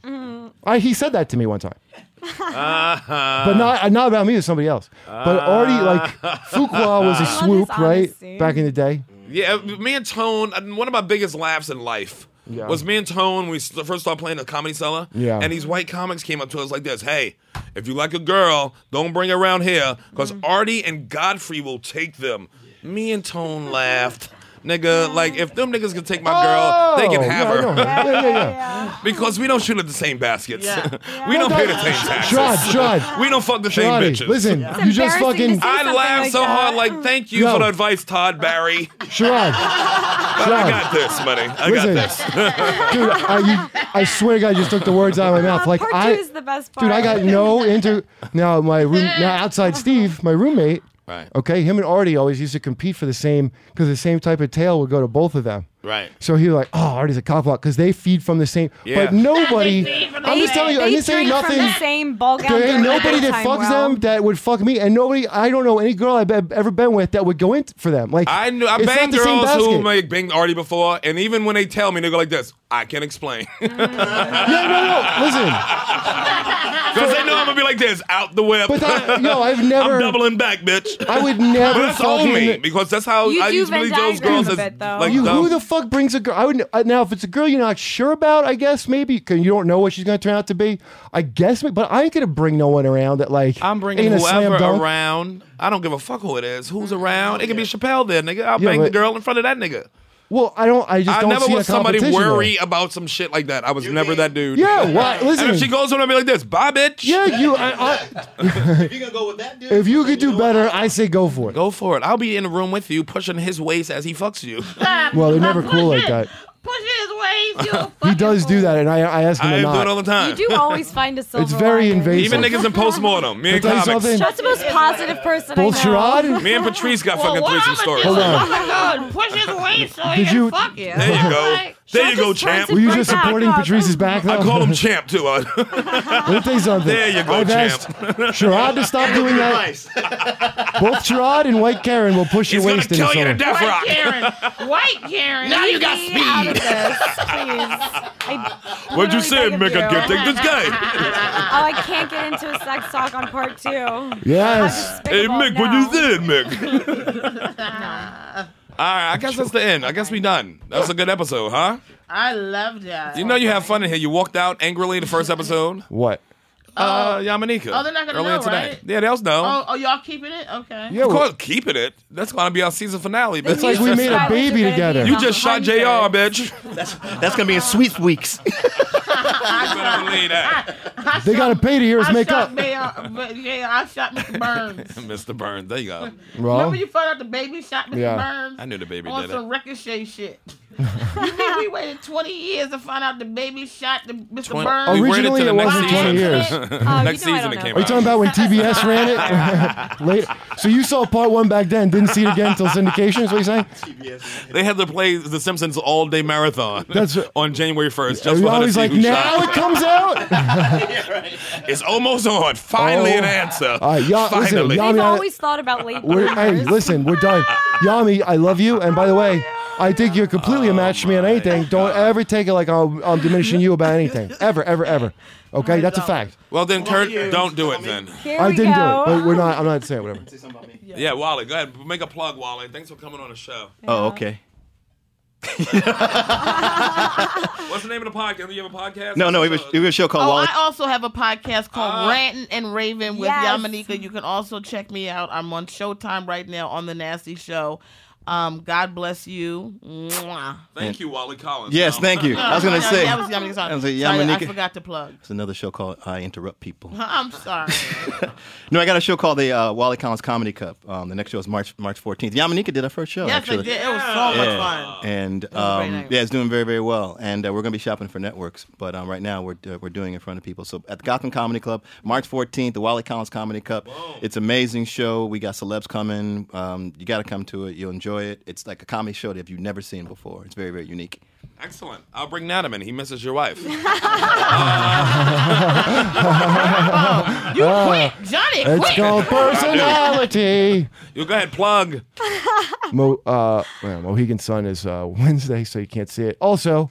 Speaker 6: I, he said that to me one time. But not uh, not about me, it's somebody else. But
Speaker 5: Ah.
Speaker 6: already, like, Fuqua was a
Speaker 8: his
Speaker 6: swoop, right?
Speaker 8: honesty.
Speaker 6: Back in the day.
Speaker 5: Yeah, uh, me and Tone. and One of my biggest laughs in life was me and Tone. We s- first started playing at Comedy Cellar.
Speaker 6: Yeah.
Speaker 5: And these white comics came up to us like this: Hey, if you like a girl, don't bring her around here, cause
Speaker 6: Mm-hmm.
Speaker 5: Artie and Godfrey will take them. Me and Tone laughed. Nigga, like if them niggas can take my girl, they can
Speaker 6: Oh,
Speaker 5: have
Speaker 6: yeah, I
Speaker 5: her.
Speaker 6: know. Yeah, yeah, yeah.
Speaker 5: *laughs* Because we don't shoot at the same baskets.
Speaker 7: Yeah.
Speaker 5: *laughs* we don't pay the same
Speaker 6: John,
Speaker 5: taxes.
Speaker 6: John,
Speaker 5: We don't fuck the *laughs* same
Speaker 6: Johnny,
Speaker 5: bitches.
Speaker 6: listen, you just
Speaker 8: embarrassing to
Speaker 6: fucking,
Speaker 8: say.
Speaker 5: I
Speaker 8: Something
Speaker 5: laugh
Speaker 8: like
Speaker 5: so
Speaker 8: that.
Speaker 5: hard. Like, thank you
Speaker 6: Yo.
Speaker 5: for the advice, Todd Barry.
Speaker 6: Sherrod,
Speaker 5: I
Speaker 6: Sherrod,
Speaker 5: got this, buddy. I
Speaker 6: listen,
Speaker 5: got this.
Speaker 6: dude, I, you, I swear to God, you just took the words out of my mouth.
Speaker 8: Uh,
Speaker 6: Like
Speaker 8: part
Speaker 6: I,
Speaker 8: two is the best part.
Speaker 6: dude, I got no inter. Now my
Speaker 8: *laughs*
Speaker 6: room, now outside Steve, my roommate.
Speaker 5: Right.
Speaker 6: Okay, him and Artie always used to compete for the same because the same type of tail would go to both of them.
Speaker 5: Right.
Speaker 6: So he was like, oh, Artie's a cop out because they feed from the same.
Speaker 5: Yeah.
Speaker 6: But nobody,
Speaker 7: feed from the
Speaker 6: I'm just
Speaker 7: same-
Speaker 6: telling you, I
Speaker 8: They
Speaker 6: didn't say
Speaker 8: drink
Speaker 6: nothing.
Speaker 8: From the same ball gown
Speaker 6: There ain't
Speaker 8: during the
Speaker 6: nobody that
Speaker 8: daytime
Speaker 6: fucks
Speaker 8: well.
Speaker 6: them that would fuck me, and nobody. I don't know any girl I've e- ever been with that would go in for them. Like
Speaker 5: I knew I
Speaker 6: it's not
Speaker 5: banged
Speaker 6: the same
Speaker 5: girls
Speaker 6: basket.
Speaker 5: who make banged Artie before, and even when they tell me, they go like this. I can explain *laughs* because
Speaker 6: Yeah, no, no. Listen,
Speaker 5: they know I'm gonna be like this out the whip. *laughs*
Speaker 6: but that, yo, I've never.
Speaker 5: I'm doubling back, bitch.
Speaker 6: I would
Speaker 5: but
Speaker 6: never.
Speaker 5: that's all
Speaker 6: fucking,
Speaker 5: me because that's how
Speaker 8: You
Speaker 5: I
Speaker 8: do
Speaker 5: usually
Speaker 8: Venn
Speaker 5: those
Speaker 8: diagram
Speaker 5: girls.
Speaker 8: a
Speaker 5: as,
Speaker 8: bit, though.
Speaker 5: like
Speaker 6: You,
Speaker 5: dumb.
Speaker 6: who the fuck brings a girl? I would uh, now if it's a girl you're not sure about, I guess maybe 'cause you don't know what she's gonna turn out to be. I guess, but I ain't gonna bring no one around that like
Speaker 5: I'm bringing
Speaker 6: ain't a
Speaker 5: whoever
Speaker 6: slam dunk.
Speaker 5: around. I don't give a fuck who it is.
Speaker 8: Mm.
Speaker 5: Who's around? It could be Chappelle there, nigga. I'll
Speaker 6: Yeah,
Speaker 5: bang the
Speaker 6: but-
Speaker 5: girl in front of that nigga.
Speaker 6: Well, I don't. I just
Speaker 5: I
Speaker 6: don't
Speaker 5: never
Speaker 6: see
Speaker 5: was
Speaker 6: a
Speaker 5: somebody
Speaker 6: competition there.
Speaker 5: worried about some shit like that. I was never that dude.
Speaker 6: Yeah, why? Listen,
Speaker 5: And if she goes on, I'll be like this. Bye, bitch.
Speaker 6: yeah, you. I, I,
Speaker 9: *laughs* If you're going to go with that dude,
Speaker 6: if you could do better, I say go for it.
Speaker 5: Go for it. I'll be in the room with you, pushing his waist as he fucks
Speaker 8: *laughs*
Speaker 5: you.
Speaker 6: Well, they're never
Speaker 7: Push
Speaker 6: cool like
Speaker 7: it.
Speaker 6: that.
Speaker 7: Push it his ways. You
Speaker 6: *laughs* He
Speaker 7: fucking
Speaker 6: does do
Speaker 7: fool.
Speaker 6: that, and I, I ask him
Speaker 5: I *laughs*
Speaker 6: to
Speaker 5: do it
Speaker 6: not.
Speaker 5: all the time.
Speaker 8: You do always find a silver.
Speaker 6: It's very
Speaker 8: lining.
Speaker 6: invasive.
Speaker 5: Even niggas in postmortem. Me and
Speaker 6: Tell you
Speaker 5: comics.
Speaker 6: something?
Speaker 8: That's the most positive person
Speaker 6: Both
Speaker 8: I know.
Speaker 6: Sherrod and
Speaker 5: Me and Patrice got
Speaker 7: Well,
Speaker 5: fucking
Speaker 7: what
Speaker 5: threesome
Speaker 7: I'm
Speaker 5: stories.
Speaker 7: gonna
Speaker 6: Hold
Speaker 7: do
Speaker 6: on.
Speaker 7: is I'm gonna go and push his waist so he
Speaker 6: Did
Speaker 7: can
Speaker 6: you-
Speaker 7: fuck you.
Speaker 5: There you go.
Speaker 7: Like,
Speaker 5: There you go,
Speaker 8: just turns
Speaker 5: champ.
Speaker 8: it
Speaker 6: Were you
Speaker 8: Right
Speaker 6: just
Speaker 8: back
Speaker 6: supporting
Speaker 8: up.
Speaker 6: Patrice's back?
Speaker 5: I
Speaker 6: though?
Speaker 5: call him champ too. *laughs* I-
Speaker 6: Let me tell you something.
Speaker 5: There you go,
Speaker 6: I've asked
Speaker 5: champ.
Speaker 6: Sherrod to stop doing that. Both Sherrod and White Karen will push
Speaker 5: He's
Speaker 6: your
Speaker 5: gonna
Speaker 6: waist in
Speaker 5: kill you to
Speaker 6: someone.
Speaker 5: death,
Speaker 7: White
Speaker 5: Rock. *laughs*
Speaker 7: Karen. White Karen. Now
Speaker 8: Leave me Out of this, please. I
Speaker 5: What'd you
Speaker 8: literally
Speaker 5: say,
Speaker 8: beg of
Speaker 5: Mega?
Speaker 8: you.
Speaker 5: Get take this guy.
Speaker 8: Oh, *laughs* I can't get into a sex talk on part two.
Speaker 6: Yes.
Speaker 5: Hey,
Speaker 8: Despicable
Speaker 5: Mick, what you
Speaker 8: now.
Speaker 5: said, Mick?
Speaker 8: *laughs*
Speaker 5: All right, I guess that's the end. I guess we done. That was a good episode, huh?
Speaker 7: I love that.
Speaker 5: You know you have fun in here. You walked out angrily the first episode.
Speaker 6: What?
Speaker 5: Uh, Yamanika.
Speaker 7: oh, they're not gonna
Speaker 5: earlier
Speaker 7: know,
Speaker 5: today.
Speaker 7: right?
Speaker 5: Yeah, they else know.
Speaker 7: Oh, oh, y'all keeping it? Okay.
Speaker 6: Yeah,
Speaker 5: Of
Speaker 6: well,
Speaker 5: course, keeping it. That's gonna be our season finale. bitch.
Speaker 6: It's like we made a
Speaker 8: Subscribers
Speaker 6: baby
Speaker 8: are gonna be
Speaker 6: together.
Speaker 5: You just shot
Speaker 8: 100.
Speaker 5: JR,
Speaker 6: *laughs*
Speaker 5: bitch.
Speaker 9: that's going to be in sweet weeks.
Speaker 5: I cannot believe that. *laughs*
Speaker 6: they gotta pay to hear us
Speaker 7: I
Speaker 6: make
Speaker 7: shot
Speaker 6: up.
Speaker 7: Mayor, but yeah, I shot
Speaker 5: *laughs*
Speaker 7: Mr. Burns.
Speaker 5: Mr. Burns, there you go.
Speaker 6: Well,
Speaker 7: Remember you found out the baby shot Mr.
Speaker 6: Yeah.
Speaker 7: Burns?
Speaker 5: I knew the baby
Speaker 7: on
Speaker 5: did
Speaker 7: some
Speaker 5: it.
Speaker 7: ricochet
Speaker 9: *laughs*
Speaker 7: shit. you mean we waited 20 years to find out the baby shot the, Mr.
Speaker 5: 20
Speaker 7: Burns?
Speaker 9: Oh,
Speaker 5: we waited
Speaker 6: Originally,
Speaker 5: till the
Speaker 6: it
Speaker 5: next
Speaker 6: wasn't
Speaker 5: season.
Speaker 6: 20 years.
Speaker 8: Oh, you
Speaker 5: Next
Speaker 8: know I
Speaker 5: season
Speaker 8: don't
Speaker 5: it
Speaker 8: know.
Speaker 5: came
Speaker 6: are you
Speaker 5: out.
Speaker 6: talking about when TBS ran it? Later. So you saw part one back then, didn't see it again until syndication. Is what you're saying?
Speaker 5: *laughs* They had to play The Simpsons all day marathon
Speaker 6: *laughs* That's right.
Speaker 5: on January 1st.
Speaker 6: Are
Speaker 5: Just
Speaker 6: you
Speaker 5: for her to
Speaker 6: always
Speaker 5: see
Speaker 6: like,
Speaker 5: who
Speaker 6: now
Speaker 5: shot.
Speaker 6: it comes out?
Speaker 5: It's almost on. Finally,
Speaker 6: Oh.
Speaker 5: an answer.
Speaker 6: All right, y'all- listen,
Speaker 5: Finally.
Speaker 6: y'all-
Speaker 8: I've
Speaker 6: mean, I-
Speaker 8: always thought about late *laughs*
Speaker 6: We're, hey,
Speaker 8: bloomers.
Speaker 6: listen, we're done. Yami, I love you. And by the way, I think you're completely a match to me on anything. Don't ever take it like I'm, I'm diminishing you about anything. Ever, ever, ever. Okay, that's a fact.
Speaker 5: well, then, Kurt, don't do it then.
Speaker 8: Here
Speaker 6: I
Speaker 8: we
Speaker 6: didn't
Speaker 8: go.
Speaker 6: do it. But we're not. I'm not saying whatever.
Speaker 5: Yeah. Wally, go ahead. Make a plug, Wally. Thanks for coming on the show.
Speaker 9: Oh, okay.
Speaker 5: What's the name of the podcast? Do you have a podcast?
Speaker 9: No, no, we have a, we have a show called
Speaker 7: Oh,
Speaker 9: Wally.
Speaker 7: I also have a podcast
Speaker 5: Uh,
Speaker 7: called Ranting and Raving with
Speaker 8: Yes.
Speaker 7: Yamanika. You can also check me out. I'm on Showtime right now on The Nasty Show. Um, God bless you. Mwah.
Speaker 5: Thank you, Wally Collins.
Speaker 9: Yes, thank you. I was
Speaker 7: *laughs*
Speaker 9: gonna
Speaker 7: Yeah,
Speaker 9: say.
Speaker 7: that was Yamanika song.
Speaker 9: I was like,
Speaker 7: Sorry, I
Speaker 9: Yamanika-
Speaker 7: forgot to plug. *laughs*
Speaker 9: It's another show called I Interrupt People.
Speaker 7: I'm sorry.
Speaker 9: No, I got a show called the uh, Wally Collins Comedy Cup. Um, the next show is March March 14th. Yamanika did our first show.
Speaker 7: yes,
Speaker 9: actually.
Speaker 7: I did. It was so much
Speaker 9: Yeah.
Speaker 7: fun.
Speaker 9: And
Speaker 7: was a great
Speaker 9: um,
Speaker 7: night.
Speaker 9: yeah, it's doing very, very well. And uh, we're going to be shopping for networks, but um, right now we're uh, we're doing it in front of people. So at the Gotham Comedy Club, March 14th, the Wally Collins Comedy Cup. It's an amazing show. We got celebs coming. Um, you got to come to it. You'll enjoy it. It's like a comedy show that you've never seen before. It's very, very unique.
Speaker 5: Excellent. I'll bring Nadam in. He misses your wife. *laughs*
Speaker 7: You quit, Johnny. Quit.
Speaker 6: It's called personality.
Speaker 5: you go ahead, plug.
Speaker 6: Mo, uh, well, Mohegan Sun is uh, *laughs* Wednesday, so you can't see it. Also,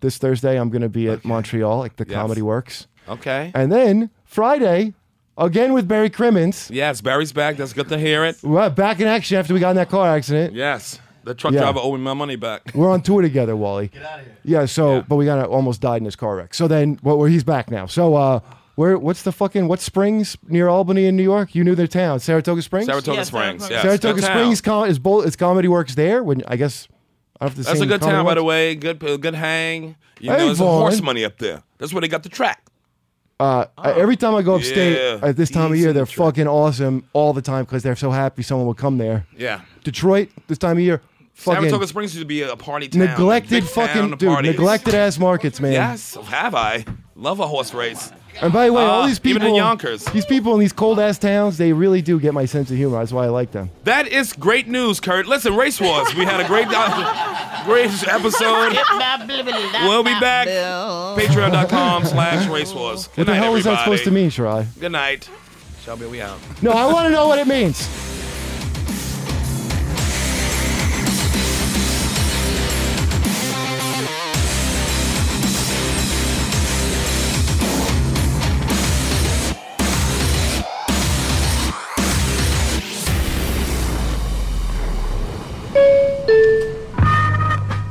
Speaker 6: this Thursday, I'm going to be at Montreal, at the Comedy Works.
Speaker 5: Okay.
Speaker 6: And then Friday, again with Barry Crimmins.
Speaker 5: Yes, Barry's back. That's good to hear it.
Speaker 6: We're back in action after we got in that car accident.
Speaker 5: Yes. The truck
Speaker 6: Yeah.
Speaker 5: driver owed me my money back.
Speaker 6: We're on tour together, Wally. Get out of here. Yeah, so, but we got almost died in this car wreck. So then, well, well, he's back now. So, uh, where, what's the fucking, what Springs near Albany in New York? You knew their town, Saratoga Springs?
Speaker 5: Saratoga
Speaker 7: Yeah,
Speaker 5: Springs.
Speaker 7: Saratoga.
Speaker 5: Yes.
Speaker 6: Saratoga
Speaker 5: Good town.
Speaker 6: Springs com- is both, it's Comedy Works there. When I guess, I don't have to
Speaker 5: That's a good town, by the way. Good, good hang. You
Speaker 6: Hey,
Speaker 5: know, there's some
Speaker 6: Vaughn.
Speaker 5: horse money up there. That's where they got the track.
Speaker 6: Uh, I- every time I go upstate
Speaker 5: Yeah.
Speaker 6: at this time of
Speaker 5: Easy
Speaker 6: year, they're
Speaker 5: trip.
Speaker 6: fucking awesome all the time because they're so happy someone will come there.
Speaker 5: Yeah.
Speaker 6: Detroit this time of year, fucking
Speaker 5: Saratoga Springs used to be a party town.
Speaker 6: neglected
Speaker 5: Big town
Speaker 6: fucking
Speaker 5: to
Speaker 6: dude,
Speaker 5: parties.
Speaker 6: neglected ass markets, man.
Speaker 5: Yes, have I? Love a horse race.
Speaker 6: And by the way, all
Speaker 5: Uh,
Speaker 6: these
Speaker 5: even
Speaker 6: people,
Speaker 5: in Yonkers.
Speaker 6: these people in these cold ass towns, they really do get my sense of humor. That's why I like them.
Speaker 5: That is great news, Kurt. Listen, Race Wars. We had a great, *laughs* great episode. We'll
Speaker 7: we'll
Speaker 5: be back. Patreon.com slash Race Wars. Good
Speaker 6: What the
Speaker 5: night,
Speaker 6: hell is that
Speaker 5: everybody.
Speaker 6: supposed to mean, Shirai?
Speaker 5: Good night. Shelby, we out.
Speaker 6: No, I want to know what it means.